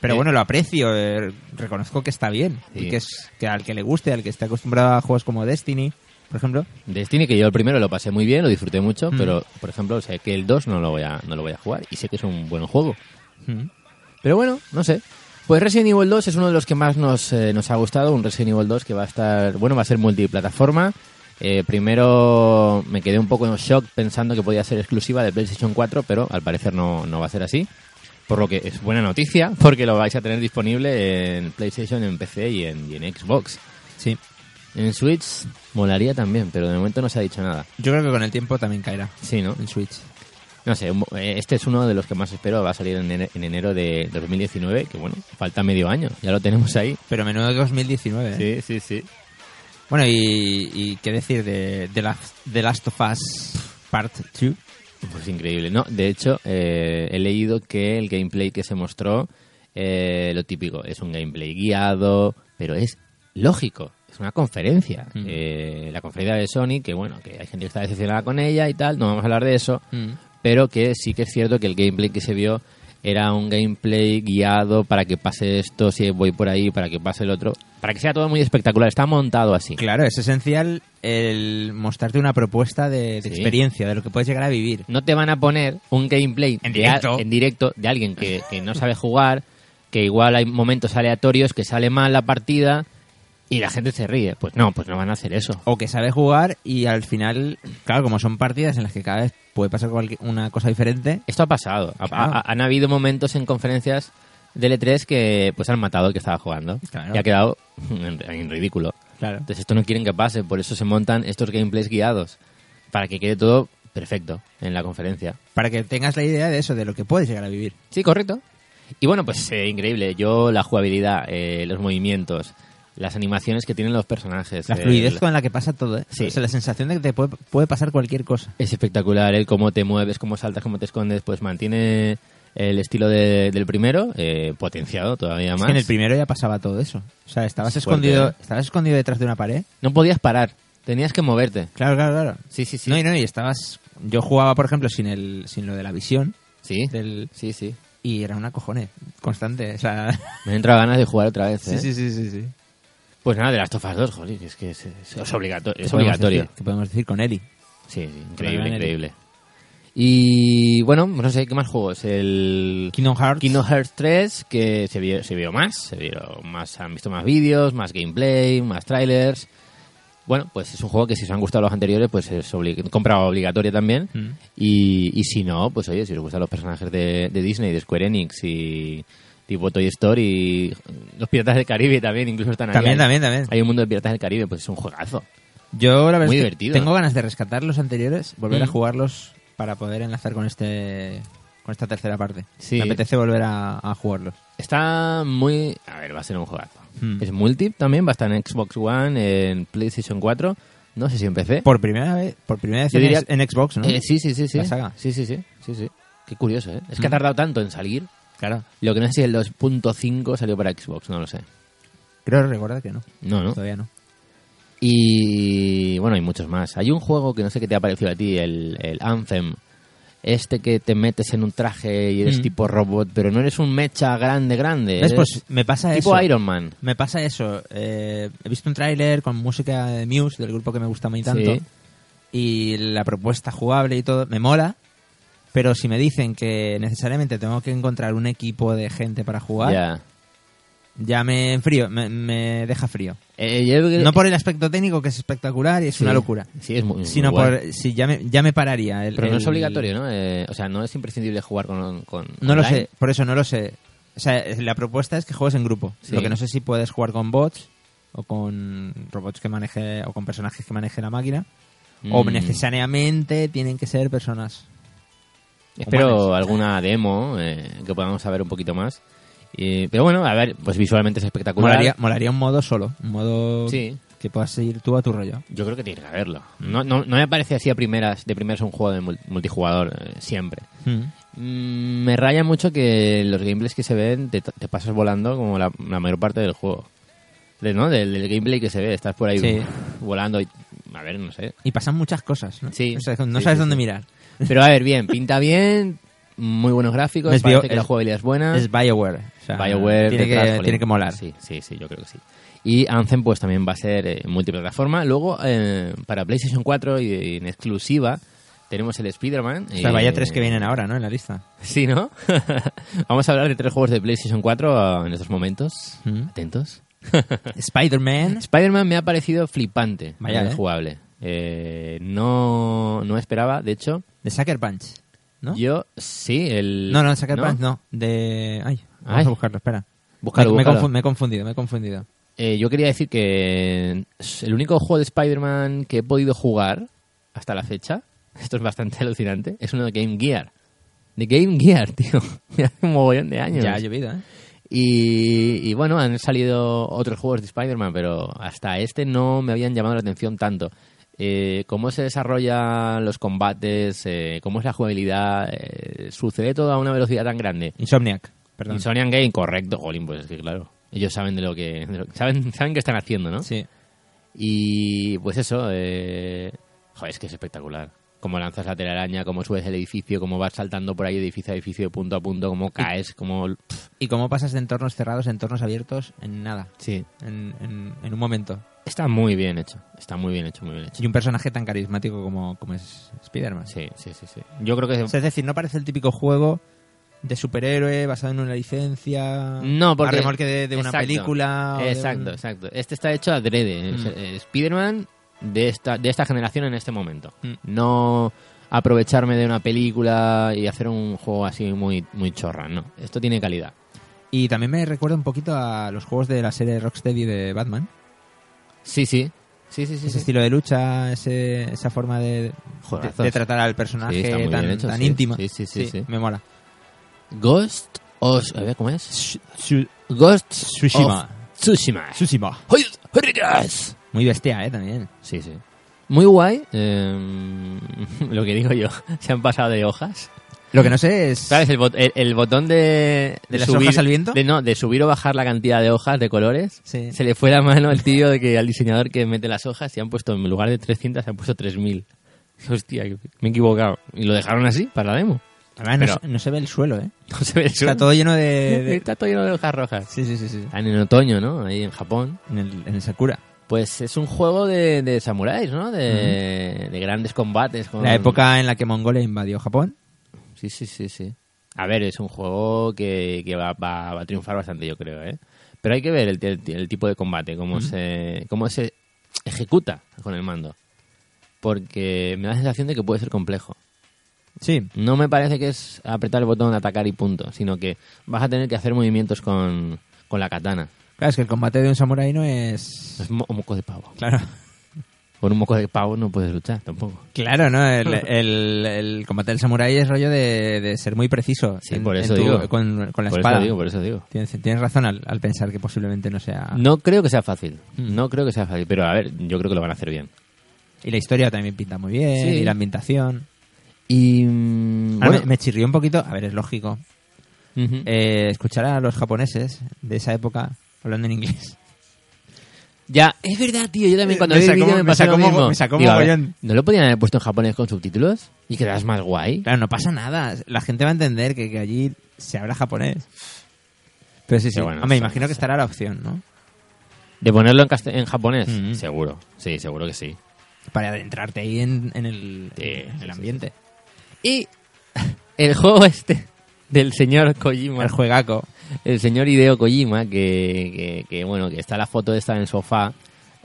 [SPEAKER 3] Pero
[SPEAKER 1] Eh.
[SPEAKER 3] bueno, lo aprecio, eh, reconozco que está bien.
[SPEAKER 1] Sí.
[SPEAKER 3] Y que, es, que al que le guste, al que esté acostumbrado a juegos como Destiny, por ejemplo,
[SPEAKER 1] Destiny, que yo el primero lo pasé muy bien, lo disfruté mucho,
[SPEAKER 3] Mm.
[SPEAKER 1] pero por ejemplo, sé que el 2 no lo voy a no lo voy a jugar y sé que es un buen juego.
[SPEAKER 3] Mm.
[SPEAKER 1] Pero bueno, no sé. Pues Resident Evil 2 es uno de los que más nos, eh, nos ha gustado, un Resident Evil 2 que va a estar, bueno, va a ser multiplataforma. Eh, primero me quedé un poco en shock pensando que podía ser exclusiva de PlayStation 4, pero al parecer no, no va a ser así. Por lo que es buena noticia, *laughs* porque lo vais a tener disponible en PlayStation, en PC y en, y en Xbox.
[SPEAKER 3] sí.
[SPEAKER 1] En Switch molaría también, pero de momento no se ha dicho nada.
[SPEAKER 3] Yo creo que con el tiempo también caerá
[SPEAKER 1] Sí, ¿no?
[SPEAKER 3] el Switch.
[SPEAKER 1] No sé, un- eh, este es uno de los que más espero, va a salir en ene- en enero de 2019, que bueno, falta medio año, ya lo tenemos ahí.
[SPEAKER 3] Pero menudo 2019. ¿eh?
[SPEAKER 1] Sí, sí, sí.
[SPEAKER 3] Bueno, y, y qué decir de, de, la, de Last of Us Part 2.
[SPEAKER 1] Pues increíble, ¿no? De hecho, eh, he leído que el gameplay que se mostró, eh, lo típico, es un gameplay guiado, pero es lógico, es una conferencia.
[SPEAKER 3] Mm.
[SPEAKER 1] Eh, la conferencia de Sony, que bueno, que hay gente que está decepcionada con ella y tal, no vamos a hablar de eso, pero que sí que es cierto que el gameplay que se vio era un gameplay guiado para que pase esto, si voy por ahí, para que pase el otro, para que sea todo muy espectacular, está montado así.
[SPEAKER 3] Claro, es esencial el mostrarte una propuesta de, de
[SPEAKER 1] Sí.
[SPEAKER 3] experiencia, de lo que puedes llegar a vivir.
[SPEAKER 1] no te van a poner un gameplay
[SPEAKER 3] En
[SPEAKER 1] de
[SPEAKER 3] directo.
[SPEAKER 1] al- en directo de alguien que, que no sabe jugar, que igual hay momentos aleatorios que sale mal la partida y la gente se ríe. Pues no, pues no van a hacer eso.
[SPEAKER 3] O que sabes jugar y al final, claro, como son partidas en las que cada vez puede pasar cualquier- una cosa diferente,
[SPEAKER 1] Esto ha pasado. Ha-
[SPEAKER 3] Claro.
[SPEAKER 1] ha- han habido momentos en conferencias del E3 que pues han matado al que estaba jugando
[SPEAKER 3] Claro.
[SPEAKER 1] y ha quedado en, en ridículo.
[SPEAKER 3] Claro.
[SPEAKER 1] Entonces esto no quieren que pase, por eso se montan estos gameplays guiados para que quede todo perfecto en la conferencia.
[SPEAKER 3] para que tengas la idea de eso, de lo que puedes llegar a vivir.
[SPEAKER 1] Sí, correcto. Y bueno, pues eh, increíble. Yo la jugabilidad, eh, los movimientos, las animaciones que tienen los personajes.
[SPEAKER 3] La
[SPEAKER 1] eh,
[SPEAKER 3] fluidez
[SPEAKER 1] el-
[SPEAKER 3] con la que pasa todo, ¿eh?
[SPEAKER 1] Sí.
[SPEAKER 3] O sea, la sensación de que te puede, puede pasar cualquier cosa.
[SPEAKER 1] Es espectacular el cómo te mueves, cómo saltas, cómo te escondes. Pues mantiene el estilo de- del primero, eh, potenciado todavía
[SPEAKER 3] Es
[SPEAKER 1] más.
[SPEAKER 3] que en el primero ya pasaba todo eso. O sea, estabas
[SPEAKER 1] Es fuerte,
[SPEAKER 3] escondido,
[SPEAKER 1] ¿eh?
[SPEAKER 3] estabas escondido detrás de una pared.
[SPEAKER 1] No podías parar, tenías que moverte.
[SPEAKER 3] Claro, claro, claro.
[SPEAKER 1] Sí, sí, sí.
[SPEAKER 3] No, y no, y estabas. Yo jugaba, por ejemplo, sin el, sin lo de la visión.
[SPEAKER 1] Sí,
[SPEAKER 3] Del,
[SPEAKER 1] sí, sí.
[SPEAKER 3] y era una cojones constante. O sea. *laughs*
[SPEAKER 1] Me entra ganas de jugar otra vez. ¿eh?
[SPEAKER 3] sí, sí, sí.
[SPEAKER 1] Pues nada, de las tofas 2, joder, es que es, es- es obligato-
[SPEAKER 3] ¿Qué
[SPEAKER 1] es
[SPEAKER 3] podemos
[SPEAKER 1] obligatorio.
[SPEAKER 3] decir? ¿Qué podemos decir con Eli?
[SPEAKER 1] Sí, sí,
[SPEAKER 3] Claro,
[SPEAKER 1] increíble,
[SPEAKER 3] en el-
[SPEAKER 1] increíble. Y bueno, no sé, ¿qué más juegos? El
[SPEAKER 3] Kingdom Hearts.
[SPEAKER 1] Kingdom Hearts 3, que se vio, se vio más, se vieron más, han visto más vídeos, más gameplay, más trailers. Bueno, pues es un juego que si os han gustado los anteriores, pues es obli- compra obligatoria también.
[SPEAKER 3] Mm.
[SPEAKER 1] Y, y si no, pues oye, si os gustan los personajes de, de Disney, de Square Enix y tipo Toy Story, los Piratas del Caribe también, incluso están ahí.
[SPEAKER 3] También,
[SPEAKER 1] Hay-
[SPEAKER 3] también, también.
[SPEAKER 1] Hay un mundo de Piratas del Caribe, pues es un juegazo.
[SPEAKER 3] Yo, la verdad,
[SPEAKER 1] Muy
[SPEAKER 3] es que
[SPEAKER 1] divertido.
[SPEAKER 3] tengo ganas de rescatar los anteriores, volver a
[SPEAKER 1] Mm.
[SPEAKER 3] jugarlos para poder enlazar con este con esta tercera parte.
[SPEAKER 1] Sí.
[SPEAKER 3] Me apetece volver a, a jugarlos.
[SPEAKER 1] Está muy... A ver, va a ser un juegazo.
[SPEAKER 3] Hmm.
[SPEAKER 1] Es multi también, va a estar en Xbox One, en PlayStation 4, no sé si en PC.
[SPEAKER 3] Por primera vez, por primera vez
[SPEAKER 1] Yo
[SPEAKER 3] en,
[SPEAKER 1] diría-
[SPEAKER 3] ex- en Xbox, ¿no?
[SPEAKER 1] Eh, sí, sí, sí, sí.
[SPEAKER 3] La saga.
[SPEAKER 1] Sí, sí, sí, sí, sí. Qué curioso, ¿eh? Es que ha
[SPEAKER 3] Mm.
[SPEAKER 1] tardado tanto en salir.
[SPEAKER 3] Claro.
[SPEAKER 1] Lo que no sé si el 2.5 salió para Xbox, no lo sé.
[SPEAKER 3] Creo recordar que no.
[SPEAKER 1] No, no.
[SPEAKER 3] Todavía no.
[SPEAKER 1] Y bueno, hay muchos más. Hay un juego que no sé qué te ha parecido a ti, el, el Anthem. Este que te metes en un traje y eres
[SPEAKER 3] Mm.
[SPEAKER 1] tipo robot, pero no eres un mecha grande, grande.
[SPEAKER 3] ¿Ves?
[SPEAKER 1] eres
[SPEAKER 3] Pues me pasa eso.
[SPEAKER 1] Eh, tipo Iron Man.
[SPEAKER 3] Me pasa eso. eh, he visto un tráiler con música de Muse, del grupo que me gusta a mí tanto.
[SPEAKER 1] Sí.
[SPEAKER 3] Y la propuesta jugable y todo, me mola. Pero si me dicen que necesariamente tengo que encontrar un equipo de gente para jugar,
[SPEAKER 1] Ya.
[SPEAKER 3] ya me enfrío, me, me deja frío.
[SPEAKER 1] Eh, yo creo que-
[SPEAKER 3] No por el aspecto técnico, que es espectacular y es
[SPEAKER 1] Sí.
[SPEAKER 3] una locura.
[SPEAKER 1] Sí, es muy, muy
[SPEAKER 3] Sino
[SPEAKER 1] guay.
[SPEAKER 3] por... Si ya me, ya me pararía. el-
[SPEAKER 1] Pero no es
[SPEAKER 3] el-
[SPEAKER 1] obligatorio, ¿no? Eh, o sea, no es imprescindible jugar con... con
[SPEAKER 3] No lo
[SPEAKER 1] online.
[SPEAKER 3] sé, por eso no lo sé. O sea, la propuesta es que juegues en grupo.
[SPEAKER 1] Sí.
[SPEAKER 3] Lo que no sé si puedes jugar con bots o con robots que maneje o con personajes que maneje la máquina o
[SPEAKER 1] Mm.
[SPEAKER 3] necesariamente tienen que ser personas.
[SPEAKER 1] Espero
[SPEAKER 3] humanas.
[SPEAKER 1] alguna demo eh, que podamos saber un poquito más. Eh, pero bueno, a ver, pues visualmente es espectacular.
[SPEAKER 3] Molaría, molaría un modo solo, un modo
[SPEAKER 1] Sí.
[SPEAKER 3] Que puedas ir tú a tu rollo.
[SPEAKER 1] Yo creo que tiene que haberlo. No, no, no me parece así a primeras, de primeras un juego de mul- multijugador eh, siempre. Mm, me raya mucho que los gameplays que se ven te, te pasas volando como la, la mayor parte del juego. De- ¿no? Del, del gameplay que se ve, estás por ahí
[SPEAKER 3] Sí.
[SPEAKER 1] volando y... A ver, no sé.
[SPEAKER 3] Y pasan muchas cosas, ¿no?
[SPEAKER 1] Sí.
[SPEAKER 3] O sea, no
[SPEAKER 1] Sí,
[SPEAKER 3] sabes
[SPEAKER 1] sí,
[SPEAKER 3] dónde
[SPEAKER 1] sí.
[SPEAKER 3] mirar.
[SPEAKER 1] Pero a ver, bien, pinta bien, muy buenos gráficos,
[SPEAKER 3] Es bio-
[SPEAKER 1] parece que la
[SPEAKER 3] es-
[SPEAKER 1] jugabilidad es buena.
[SPEAKER 3] Es Bioware. o sea,
[SPEAKER 1] BioWare
[SPEAKER 3] Tiene
[SPEAKER 1] detrás,
[SPEAKER 3] que,
[SPEAKER 1] jolín.
[SPEAKER 3] tiene que molar.
[SPEAKER 1] Sí, sí, sí, yo creo que sí. Y Anthem pues también va a ser eh, multiplataforma. Luego eh, para PlayStation 4 y, y en exclusiva tenemos el Spider-Man.
[SPEAKER 3] O sea, vaya
[SPEAKER 1] eh,
[SPEAKER 3] tres que vienen ahora, ¿no? En la lista.
[SPEAKER 1] *laughs* Sí, ¿no? *laughs* Vamos a hablar de tres juegos de PlayStation 4 en estos momentos.
[SPEAKER 3] Mm.
[SPEAKER 1] Atentos. *laughs*
[SPEAKER 3] Spider-Man.
[SPEAKER 1] Spider-Man me ha parecido flipante,
[SPEAKER 3] Vaya,
[SPEAKER 1] vaya
[SPEAKER 3] ¿eh?
[SPEAKER 1] jugable. Eh, no, no esperaba, de hecho,
[SPEAKER 3] De Sucker Punch. ¿No?
[SPEAKER 1] yo sí, el...
[SPEAKER 3] No, no, Sucker Punch no. De. Ay, vamos
[SPEAKER 1] Ay.
[SPEAKER 3] a buscarlo, espera.
[SPEAKER 1] Búscalo,
[SPEAKER 3] me, me
[SPEAKER 1] búscalo.
[SPEAKER 3] confun- me he confundido, me he confundido.
[SPEAKER 1] Eh, yo quería decir que es el único juego de Spider-Man que he podido jugar hasta la fecha, *laughs* esto es bastante alucinante, es uno de Game Gear. De Game Gear, *laughs* tío. Me hace un mogollón de años.
[SPEAKER 3] Ya ha llovido, ¿eh?
[SPEAKER 1] Y, y bueno, han salido otros juegos de Spider-Man, pero hasta este no me habían llamado la atención tanto. Eh, cómo se desarrollan los combates, eh, cómo es la jugabilidad, eh, sucede todo a una velocidad tan grande.
[SPEAKER 3] Insomniac, perdón.
[SPEAKER 1] Insomniac Game, correcto, Jolín, pues es que claro, ellos saben de lo que, de lo- saben, saben que están haciendo, ¿no?
[SPEAKER 3] Sí.
[SPEAKER 1] Y pues eso, eh, joder, es que es espectacular. Cómo lanzas la telaraña, cómo subes el edificio, cómo vas saltando por ahí de edificio a edificio, de punto a punto, cómo caes, cómo...
[SPEAKER 3] ¿Y cómo pasas de entornos cerrados a entornos abiertos en nada?
[SPEAKER 1] Sí,
[SPEAKER 3] En, en- en un momento.
[SPEAKER 1] Está muy bien hecho, está muy bien hecho, muy bien hecho.
[SPEAKER 3] Y un personaje tan carismático como, como es Spider-Man.
[SPEAKER 1] Sí, sí, sí, sí. Yo creo que...
[SPEAKER 3] O sea, es decir, no parece el típico juego de superhéroe basado en una licencia.
[SPEAKER 1] no, porque...
[SPEAKER 3] A remolque de, de una
[SPEAKER 1] Exacto.
[SPEAKER 3] película. o de un-
[SPEAKER 1] Exacto, exacto. Este está hecho adrede.
[SPEAKER 3] Mm.
[SPEAKER 1] Es, eh, Spider-Man de esta, de esta generación en este momento.
[SPEAKER 3] Mm.
[SPEAKER 1] No aprovecharme de una película y hacer un juego así muy, muy chorra, no. Esto tiene calidad.
[SPEAKER 3] Y también me recuerda un poquito a los juegos de la serie Rocksteady de Batman.
[SPEAKER 1] Sí, sí. Sí, sí, sí.
[SPEAKER 3] ese
[SPEAKER 1] sí.
[SPEAKER 3] estilo de lucha, ese- esa forma de, de,
[SPEAKER 1] Juegazos.
[SPEAKER 3] de tratar al
[SPEAKER 1] Sí,
[SPEAKER 3] personaje
[SPEAKER 1] está muy bien
[SPEAKER 3] tan,
[SPEAKER 1] hecho,
[SPEAKER 3] tan
[SPEAKER 1] sí.
[SPEAKER 3] íntima.
[SPEAKER 1] Sí, sí, sí, sí.
[SPEAKER 3] Me mola.
[SPEAKER 1] Ghost of... A ver, ¿cómo es? Ghost
[SPEAKER 3] Tsushima.
[SPEAKER 1] of Tsushima.
[SPEAKER 3] Tsushima.
[SPEAKER 1] Tsushima.
[SPEAKER 3] Muy bestia, ¿eh? También.
[SPEAKER 1] Sí, sí. Muy guay, eh, *laughs* lo que digo yo, *laughs* se han pasado de hojas.
[SPEAKER 3] Lo que no sé es...
[SPEAKER 1] ¿Sabes? El, bot- el- el botón de...
[SPEAKER 3] ¿De las hojas al viento?
[SPEAKER 1] de- no, de subir o bajar la cantidad de hojas, de colores.
[SPEAKER 3] Sí.
[SPEAKER 1] Se le fue la mano al tío de que al diseñador que mete las hojas y han puesto, en lugar de 300, se han puesto 3.000. Hostia, que- me he equivocado. Y lo dejaron así, para la demo. *laughs*
[SPEAKER 3] Además, no
[SPEAKER 1] Pero-
[SPEAKER 3] se- no, se ve el suelo, ¿eh?
[SPEAKER 1] No se ve el
[SPEAKER 3] Está
[SPEAKER 1] suelo.
[SPEAKER 3] todo lleno de... de- *laughs*
[SPEAKER 1] Está todo lleno de hojas rojas.
[SPEAKER 3] Sí, sí, sí, sí.
[SPEAKER 1] Están en otoño, ¿no? Ahí en Japón.
[SPEAKER 3] En el, en el Sakura.
[SPEAKER 1] Pues es un juego de, de samuráis, ¿no? De, de grandes combates. Con...
[SPEAKER 3] La época en la que Mongolia invadió Japón.
[SPEAKER 1] Sí, sí, sí, sí. A ver, es un juego que, que va, va- va a triunfar bastante, yo creo, ¿eh? Pero hay que ver el, el- el tipo de combate, cómo, se, cómo se ejecuta con el mando. Porque me da la sensación de que puede ser complejo.
[SPEAKER 3] Sí.
[SPEAKER 1] No me parece que es apretar el botón, atacar y punto, sino que vas a tener que hacer movimientos con, con la katana.
[SPEAKER 3] Claro, es que el combate de un samurái no es...
[SPEAKER 1] Es mo- un moco de pavo.
[SPEAKER 3] Claro.
[SPEAKER 1] Con un moco de pavo no puedes luchar tampoco.
[SPEAKER 3] Claro, ¿no?
[SPEAKER 1] *laughs*
[SPEAKER 3] El, el- el combate del samurái es rollo de, de ser muy preciso.
[SPEAKER 1] Sí,
[SPEAKER 3] en-
[SPEAKER 1] por
[SPEAKER 3] en
[SPEAKER 1] eso
[SPEAKER 3] tu-
[SPEAKER 1] digo.
[SPEAKER 3] Con, con la
[SPEAKER 1] por
[SPEAKER 3] espada.
[SPEAKER 1] eso digo, por eso digo.
[SPEAKER 3] Tienes, tienes razón al, al pensar que posiblemente no sea...
[SPEAKER 1] No creo que sea fácil.
[SPEAKER 3] Mm.
[SPEAKER 1] No creo que sea fácil. Pero a ver, yo creo que lo van a hacer bien.
[SPEAKER 3] Y la historia también pinta muy bien,
[SPEAKER 1] Sí.
[SPEAKER 3] y la ambientación.
[SPEAKER 1] Y. mm,
[SPEAKER 3] Ahora
[SPEAKER 1] bueno,
[SPEAKER 3] me, me chirrió un poquito, a ver, es lógico,
[SPEAKER 1] ujú.
[SPEAKER 3] eh, escuchar a los japoneses de esa época hablando en inglés. *laughs*
[SPEAKER 1] ya, es verdad, tío. Yo también cuando
[SPEAKER 3] Eh, me
[SPEAKER 1] vi el
[SPEAKER 3] sacó-
[SPEAKER 1] vídeo me
[SPEAKER 3] me
[SPEAKER 1] pasó lo
[SPEAKER 3] sacó mo-
[SPEAKER 1] mismo.
[SPEAKER 3] me sacó
[SPEAKER 1] a ver,
[SPEAKER 3] mogollón.
[SPEAKER 1] ¿No lo podían haber puesto en japonés con subtítulos? Y quedas más guay.
[SPEAKER 3] Claro, no pasa nada, la gente va a entender que, que allí se habla japonés. Pero sí, sí,
[SPEAKER 1] Pero bueno,
[SPEAKER 3] Ah, me
[SPEAKER 1] sí,
[SPEAKER 3] imagino que estará la opción, ¿no?
[SPEAKER 1] ¿De ponerlo en, cast- en japonés?
[SPEAKER 3] Ujú.
[SPEAKER 1] Seguro. Sí, seguro que sí.
[SPEAKER 3] Para adentrarte ahí en, en el,
[SPEAKER 1] Sí,
[SPEAKER 3] en
[SPEAKER 1] sí,
[SPEAKER 3] el
[SPEAKER 1] sí,
[SPEAKER 3] ambiente.
[SPEAKER 1] Y. El juego este del señor Kojima.
[SPEAKER 3] El juegaco.
[SPEAKER 1] El señor Hideo Kojima, que, que, que, bueno, que está la foto esta en el sofá.